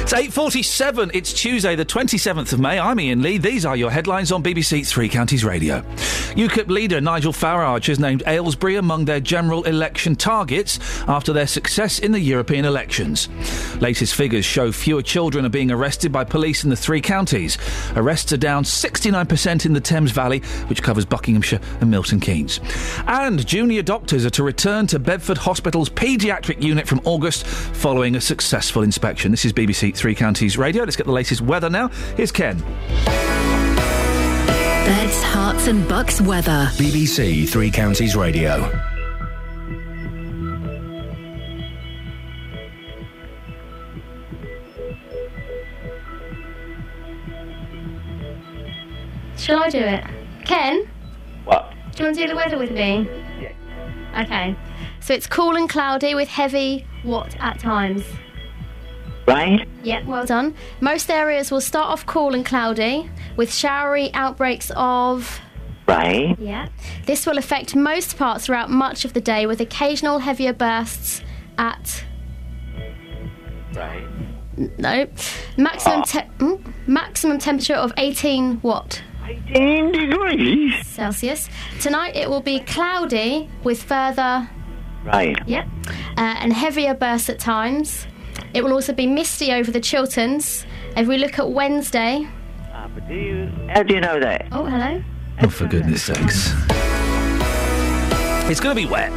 S10: It's 8.47. It's Tuesday, the 27th of May. I'm Ian Lee. These are your headlines on BBC Three Counties Radio. UKIP leader Nigel Farage has named Aylesbury among their general election targets after their success in the European elections. Latest figures show fewer children are being arrested by police in the three counties. Arrests are down 69% in the Thames Valley, which covers Buckinghamshire and Milton Keynes. And junior doctors are to return to Bedford Hospital's paediatric unit from August following a successful inspection. This is BBC Three Counties Radio. Let's get the latest weather now. Here's Ken. Oh,
S4: Beds, hearts, and bucks weather.
S15: BBC Three Counties Radio.
S11: Shall I do it? Ken?
S37: What?
S11: Do you want to do the weather with me? Yeah. Okay. So it's cool and cloudy with heavy what at times?
S37: Rain?
S11: Yep, well done. Most areas will start off cool and cloudy with showery outbreaks of.
S37: Rain?
S11: Yeah. This will affect most parts throughout much of the day with occasional heavier bursts at.
S37: Rain.
S11: No. Maximum, te- mm, maximum temperature of 18 what?
S37: 18 degrees?
S11: Celsius. Tonight it will be cloudy with further.
S17: Oh,
S37: Rain.
S11: Yep. Uh, and heavier bursts at times. It will also be misty over the Chilterns. If we look at Wednesday.
S37: Ah, but do you, how do you know that?
S11: Oh, hello.
S10: Oh, for goodness sakes. It's going to be wet.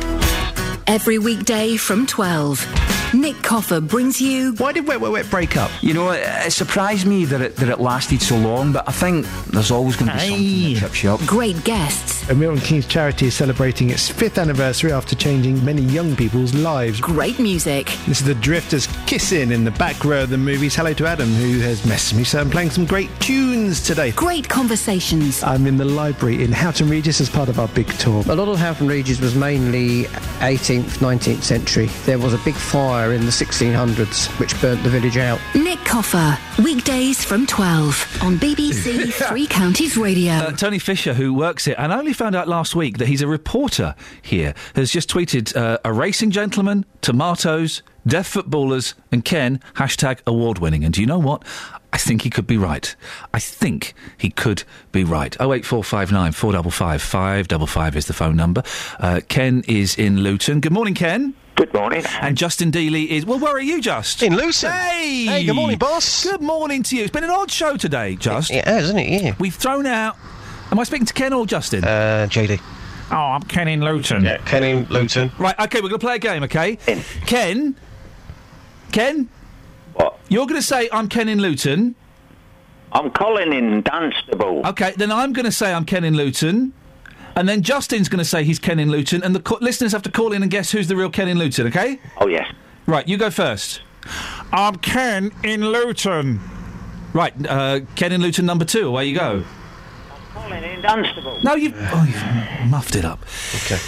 S4: Every weekday from 12. Nick Coffer brings you.
S27: Why did Wet Wet Wet break up? You know, it, it surprised me that it, that it lasted so long, but I think there's always going to be something that trips you up.
S4: Great guests,
S3: And Milton Keynes Charity is celebrating its fifth anniversary after changing many young people's lives.
S4: great music,
S3: This is the Drifters kissing in the back row of the movies. Hello to Adam, who has messaged me, so I'm playing some great tunes today.
S4: Great conversations.
S3: I'm in the library in Houghton Regis as part of our big tour.
S33: A lot of Houghton Regis was mainly 18th, 19th century. There was a big fire
S27: fire in the 1600s, which burnt the village out.
S4: Nick Coffer, weekdays from 12 on
S10: [laughs]
S4: BBC Three Counties Radio.
S10: Uh, Tony Fisher, who works it and only found out last week that he's a reporter here, has just tweeted uh, a racing gentleman, tomatoes, deaf footballers, and Ken hashtag award winning. And do you know what? I think he could be right. I think he could be right. 08459 455 555 is the phone number. Uh, Ken is in Luton. Good morning, Ken.
S7: Good morning.
S10: And Justin Deely is. Well, where are you, Just?
S27: In Luton.
S10: Hey!
S27: Hey, good morning, boss.
S10: Good morning to you. It's been an odd show today, Just.
S27: It has, hasn't it? Yeah.
S10: We've thrown out. Am I speaking to Ken or Justin?
S27: Uh, JD.
S10: Oh, I'm Ken in Luton.
S27: Yeah, Ken in Luton.
S10: Right, okay, we're going to play a game, okay? Ken? Ken? What? You're going to say, I'm Ken in Luton.
S7: I'm Colin in Dunstable.
S10: Okay, then I'm going to say I'm Ken in Luton. And then Justin's going to say he's Ken in Luton. And the co- listeners have to call in and guess who's the real Ken in Luton, okay?
S7: Oh, yes.
S10: Right, you go first. I'm Ken in Luton. Right, uh, Ken in Luton number two, away you go.
S7: Colin in Dunstable.
S10: No, you've, oh, you've muffed it up.
S27: Okay.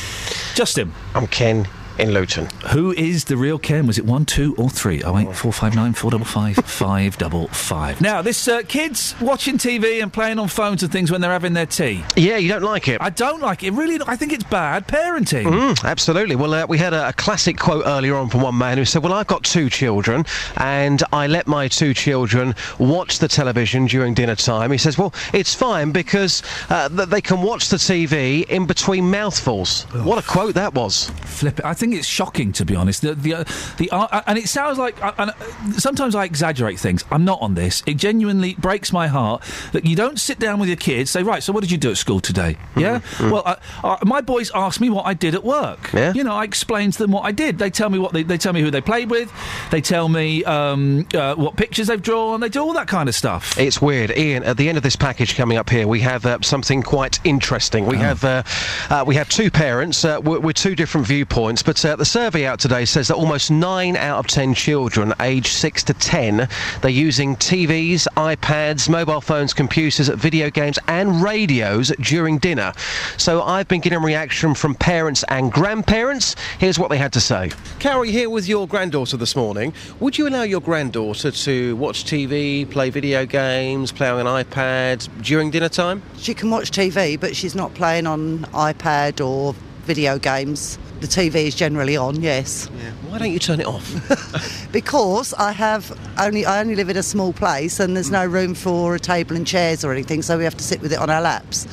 S10: Justin.
S27: I'm Ken in Luton.
S10: Who is the real Ken? Was it one, two, or three? Oh wait, four, five, nine, four, double five, five, double five. Now, this uh, kids watching TV and playing on phones and things when they're having their tea.
S27: Yeah, you don't like it.
S10: I don't like it. Really, I think it's bad parenting.
S27: Mm, absolutely. Well, uh, we had a, a classic quote earlier on from one man who said, Well, I've got two children, and I let my two children watch the television during dinner time. He says, Well, it's fine because uh, th- they can watch the TV in between mouthfuls. What a quote that was.
S10: Flip it. I think it's shocking to be honest. The the uh, the uh, and it sounds like uh, and uh, sometimes I exaggerate things. I'm not on this. It genuinely breaks my heart that you don't sit down with your kids say right. So what did you do at school today? Yeah.
S27: mhm.
S10: Well, uh, uh, my boys asked me what I did at work.
S27: Yeah.
S10: You know, I explained to them what I did. They tell me what they they tell me who they played with. They tell me um, uh, what pictures they've drawn. They do all that kind of stuff.
S27: It's weird, Ian. At the end of this package coming up here, we have uh, something quite interesting. We have uh, uh, we have two parents uh, with, with two different viewpoints, but uh, the survey out today says that almost nine out of ten children, aged six to ten, they're using TVs, iPads, mobile phones, computers, video games, and radios during dinner. So I've been getting reaction from parents and grandparents. Here's what they had to say.
S50: Carol, you're here with your granddaughter this morning. Would you allow your granddaughter to watch TV, play video games, play on an iPad during dinner time?
S48: She can watch TV, but she's not playing on iPad or video games. The TV is generally on, yes.
S27: Why don't you turn it off?
S48: [laughs]
S27: [laughs]
S48: Because I have only I only live in a small place and there's no room for a table and chairs or anything, so we have to sit with it on our laps.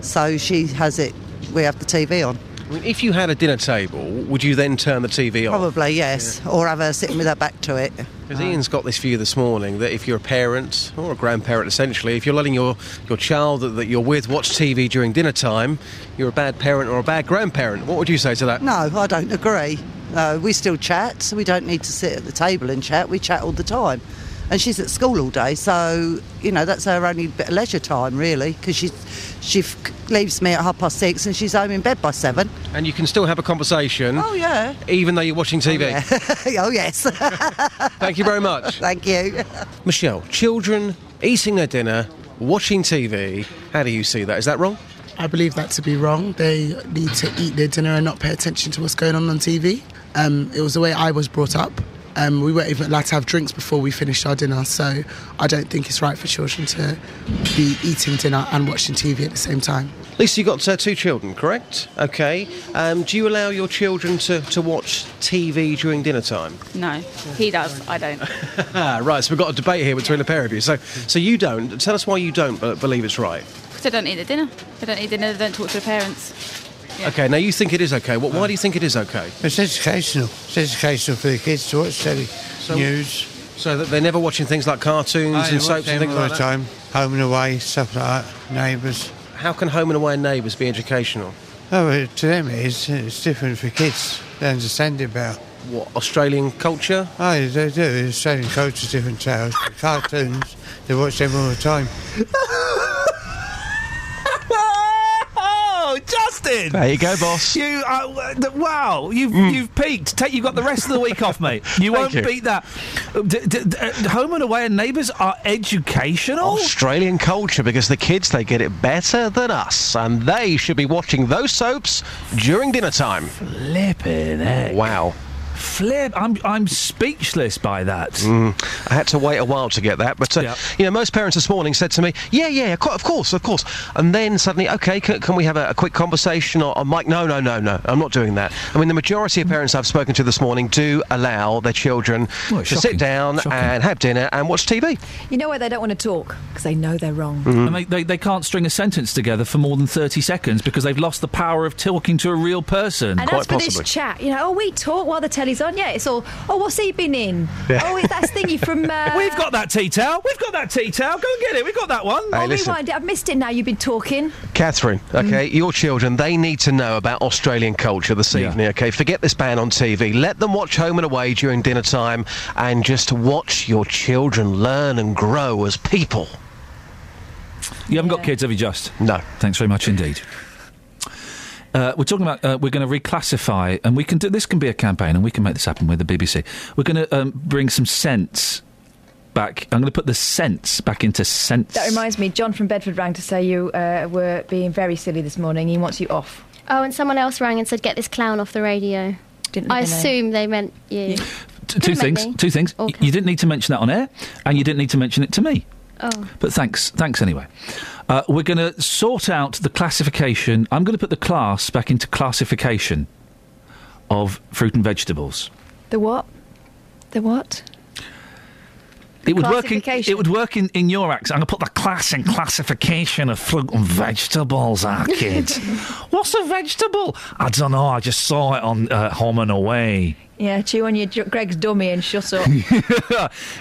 S48: So she has it. We have the TV on.
S27: I mean, if you had a dinner table, would you then turn the TV on?
S48: Probably yes, or have her sitting with her back to it.
S27: Because Ian's got this view this morning that if you're a parent or a grandparent, essentially, if you're letting your, your child that, that you're with watch TV during dinner time, you're a bad parent or a bad grandparent. What would you say to that?
S48: No, I don't agree. No, we still chat. So we don't need to sit at the table and chat. We chat all the time. And she's at school all day, so you know that's her only bit of leisure time, really, because she she f- leaves me at half past six and she's home in bed by seven.
S27: And you can still have a conversation.
S48: Oh yeah.
S27: Even though you're watching TV.
S48: [laughs] oh yes.
S27: [laughs]
S48: [laughs]
S27: Thank you very much.
S48: Thank you.
S27: Michelle, children eating their dinner, watching TV, how do you see that? Is that wrong?
S51: I believe that to be wrong. They need to eat their dinner and not pay attention to what's going on on TV. Um, it was the way I was brought up. Um, we weren't even allowed to have drinks before we finished our dinner, so I don't think it's right for children to be eating dinner and watching TV at the same time.
S27: Lisa, you've got uh, two children, correct? Okay. Um, do you allow your children to, to watch TV during dinner time?
S5: No, he does. I don't.
S27: Ah, [laughs] right, so we've got a debate here between the pair of you. So, so you don't. Tell us why you don't uh, believe it's right.
S5: Because they don't eat the dinner. They don't eat dinner. They don't talk to their parents.
S27: Okay, now you think it is okay. What, why do you think it is okay?
S52: It's educational. It's educational for the kids to watch telly, news.
S27: So that they're never watching things like cartoons
S52: I
S27: and
S52: watch
S27: soaps and
S52: them
S27: things
S52: all
S27: like
S52: the
S27: that.
S52: time. Home and away, stuff like that. Neighbours.
S27: How can home and away and neighbours be educational?
S52: Oh, well, to them it is. It's different for kids. They understand it better.
S27: What Australian culture?
S52: Oh, they do. The Australian culture's different to ours. The cartoons, they watch them all the time.
S10: Oh, Justin!
S52: There you go, boss. Mm.
S10: You, uh, w- th- wow, you've you've peaked. Take, you've got the rest of the week off, mate. You won't
S27: you.
S10: beat that. Uh, d- d- d- uh, home and away and neighbours are
S52: Oh,
S10: educational.
S27: Australian culture because the kids they get it better than us, and they should be watching those soaps during dinner time.
S10: Flipping heck.
S27: Wow.
S10: Flip! I'm I'm speechless by that.
S33: Mm. I had to wait a while to get that, but uh, you know, most parents this morning said to me, "Yeah, yeah, qu- of course, of course," and then suddenly, okay, can, can we have a, a quick conversation? Or, or Mike, no, no, no, no, I'm not doing that. I mean, the majority of parents I've spoken to this morning do allow their children
S10: Well,
S33: to
S10: it's shocking.
S33: sit down and have dinner and watch TV.
S9: You know why they don't want to talk? Because they know they're wrong.
S52: Mm-hmm.
S10: And they, they, they can't string a sentence together for more than 30 seconds because they've lost the power of talking to a real person.
S9: And as for this chat, you know, oh, we talk while the telly's on. Yeah, it's all, oh, what's he been in?
S10: Yeah.
S9: Oh, it's that thingy
S10: [laughs]
S9: from. Uh,
S10: We've got that tea towel. We've got that tea towel. Go and get it. We've got that one.
S33: Hey,
S9: Oh,
S33: listen.
S9: rewind it. I've missed it now. You've been talking.
S33: Catherine, okay, your children, they need to know about Australian culture this evening, okay? Forget this ban on TV. Let them watch Home and Away during dinner time and just watch your children learn and grow as people.
S10: You haven't got kids, have you, Just?
S33: No.
S10: Thanks very much indeed. Uh, we're talking about uh, we're going to reclassify, and we can do this. Can be a campaign, and we can make this happen with the BBC. We're going to um, bring some sense back. I'm going to put the sense back into sense.
S9: That reminds me, John from Bedford rang to say you uh, were being very silly this morning. He wants you off.
S11: Oh, and someone else rang and said, "Get this clown off the radio."
S9: Didn't
S11: I
S9: they know?
S11: assume they meant
S10: T-
S11: you?
S10: two
S11: Could've meant
S10: things.
S11: me.
S10: Two things. Y- You didn't need to mention that on air, and you didn't need to mention it to me.
S11: Oh.
S10: But thanks, thanks anyway. Uh, we're going to sort out the classification. I'm going to put the class back into classification of fruit and vegetables.
S9: The what? The what?
S10: It would work. In,
S9: Classification.
S10: it would work in, in your accent. I'm going to put the class in classification of fruit and vegetables.
S9: [laughs]
S10: Our kids. What's a vegetable? I don't know. I just saw it on uh, Home and Away. [laughs]
S9: Yeah, chew on your J- Greg's dummy and shut up.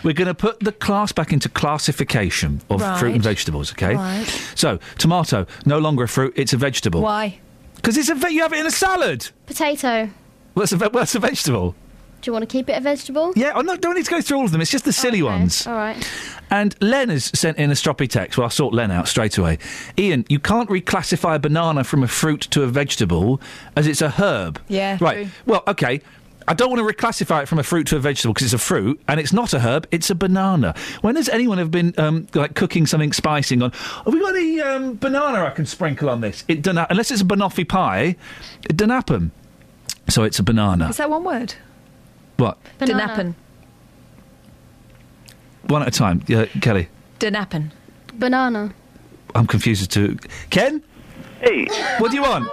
S10: We're going to put the class back into classification of fruit
S9: Right.
S10: and vegetables. Okay.
S9: Right.
S10: So tomato, no longer a fruit. It's a vegetable.
S11: Why?
S10: Because it's a ve- you have it in a salad.
S11: Potato.
S10: Well, that's a, ve- well, that's a vegetable.
S11: Do you want to keep it a vegetable?
S10: Yeah, I don't don't need to go through all of them. It's just the silly ones.
S11: All right.
S10: And Len has sent in a stroppy text. Well, I'll sort Len out straight away. Ian, you can't reclassify a banana from a fruit to a vegetable as it's a herb.
S9: Yeah,
S10: Right.
S9: true.
S10: Well, okay. I don't want to reclassify it from a fruit to a vegetable because it's a fruit and it's not a herb, it's a banana. When has anyone ever been um, like cooking something spicy and gone, have we got any um, banana I can sprinkle on this? It don't, ha- unless it's a banoffee pie, it doesn't happen. So it's a banana.
S9: Is that one word?
S10: What?
S9: Danappen.
S10: One at a time. Yeah, Kelly,
S9: Danappen.
S11: Banana.
S10: I'm confused as to. Ken?
S37: Hey.
S10: What do you want?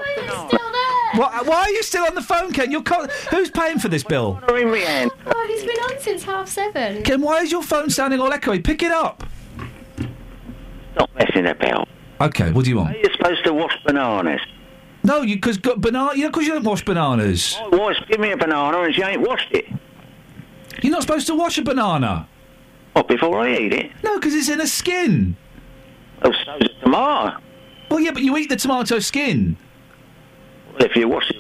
S10: What, why are you still on the phone, Ken? You're con- who's paying for this bill?
S11: Oh, he's been on since half seven.
S10: Ken, why is your phone sounding all echoey? Pick it up.
S37: Stop messing about.
S10: Okay, what do you want?
S37: You're supposed to wash bananas.
S10: No, you because banana. You know, 'cause you don't wash bananas.
S37: My wife's give me a banana and she ain't washed it.
S10: You're not supposed to wash a banana.
S37: What, before I eat it?
S10: No, because it's in a skin.
S37: Oh, so's a tomato.
S10: Well, yeah, but you eat the tomato skin.
S37: Well, if you wash it,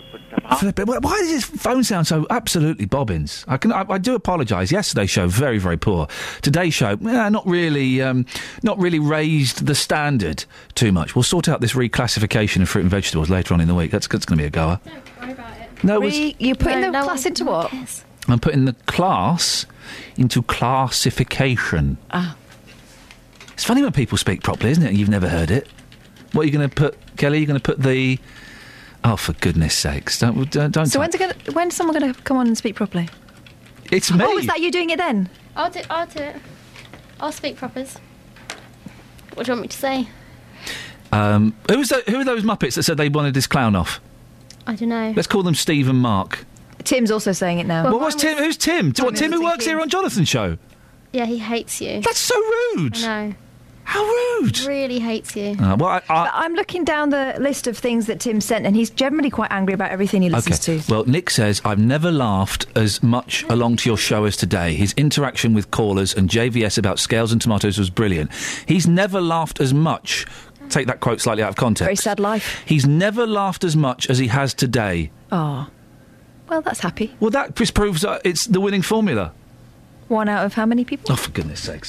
S10: Flip it. Why why does this phone sound so absolutely bobbins? I can. I, I do apologise. Yesterday's show very very poor. Today's show eh, not really um, not really raised the standard too much. We'll sort out this reclassification of fruit and vegetables later on in the week. That's that's going to be a goer. No, it was-
S9: Re- you're putting
S11: No,
S9: the
S11: no
S9: class
S11: one-
S9: into what?
S10: I'm putting the class into classification.
S9: Ah.
S10: It's funny when people speak properly, isn't it? You've never heard it. What are you going to put, Kelly? You're going to put the. Oh, for goodness sakes! Don't don't. don't
S9: So when's, it gonna, when's someone going to come on and speak properly?
S10: it's me.
S9: Oh, is that you doing it then?
S11: I'll do. I'll do it. I'll speak propers. What do you want me to say?
S10: Um, who was tho- who are those Muppets that said they wanted this clown off?
S11: I don't know.
S10: Let's call them Steve and Mark.
S9: Tim's also saying it now.
S10: Well, what's Tim? Who's Tim?
S11: mine
S10: What Tim
S11: was
S10: who works
S11: thinking-
S10: here on Jonathan's show?
S11: Yeah, he hates you.
S10: That's so rude.
S11: I know.
S10: How rude!
S11: Really hates you.
S10: Uh, well, I, I,
S9: But I'm looking down the list of things that Tim sent, and he's generally quite angry about everything he listens
S10: okay.
S9: to.
S10: Well, Nick says I've never laughed as much along to your show as today. His interaction with callers and JVS about scales and tomatoes was brilliant. He's never laughed as much. Take that quote slightly out of context.
S9: Very sad life.
S10: He's never laughed as much as he has today.
S9: Ah, well, that's happy.
S10: Well, that just proves uh, it's the winning formula.
S9: One out of how many people?
S10: Oh, for goodness sakes.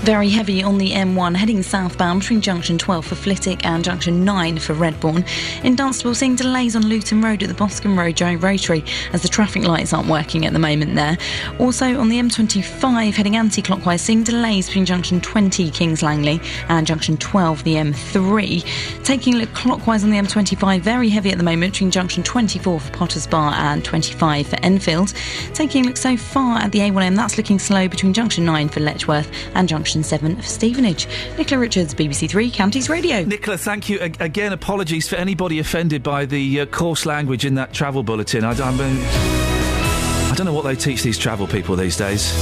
S5: Very heavy on the M1 heading southbound between junction 12 for Flitwick and junction 9 for Redbourne. In Dunstable, seeing delays on Luton Road at the Boscombe Road Giant Rotary as the traffic lights aren't working at the moment there. Also on the M25 heading anti clockwise, seeing delays between junction 20 Kings Langley and junction 12 the M3. Taking a look clockwise on the M25, very heavy at the moment between junction 24 for Potters Bar and 25 for Enfield. Taking a look so far at the A1M, that's looking slow between junction 9 for Letchworth and junction 7 for Stevenage. Nicola Richards, BBC Three Counties Radio.
S10: Nicola, thank you. A- again, apologies for anybody offended by the uh, coarse language in that travel bulletin. I, d- I mean, I don't know what they teach these travel people these days.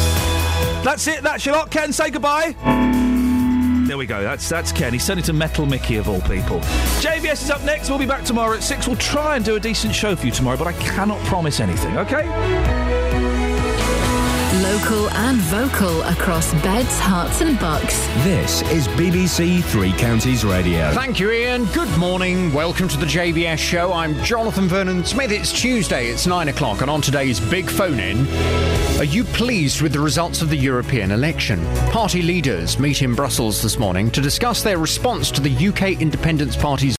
S10: That's it. That's your lot. Ken, say goodbye. There we go. That's that's Ken. He's turned into Metal Mickey of all people. JVS is up next. We'll be back tomorrow at six. We'll try and do a decent show for you tomorrow, but I cannot promise anything. Okay.
S4: Local and vocal across beds, hearts, and bucks.
S15: This is BBC Three Counties Radio.
S16: Thank you, Ian. Good morning. Welcome to the JBS show. I'm Jonathan Vernon Smith. It's Tuesday, it's nine o'clock, and on today's big phone in, are you pleased with the results of the European election? Party leaders meet in Brussels this morning to discuss their response to the UK Independence Party's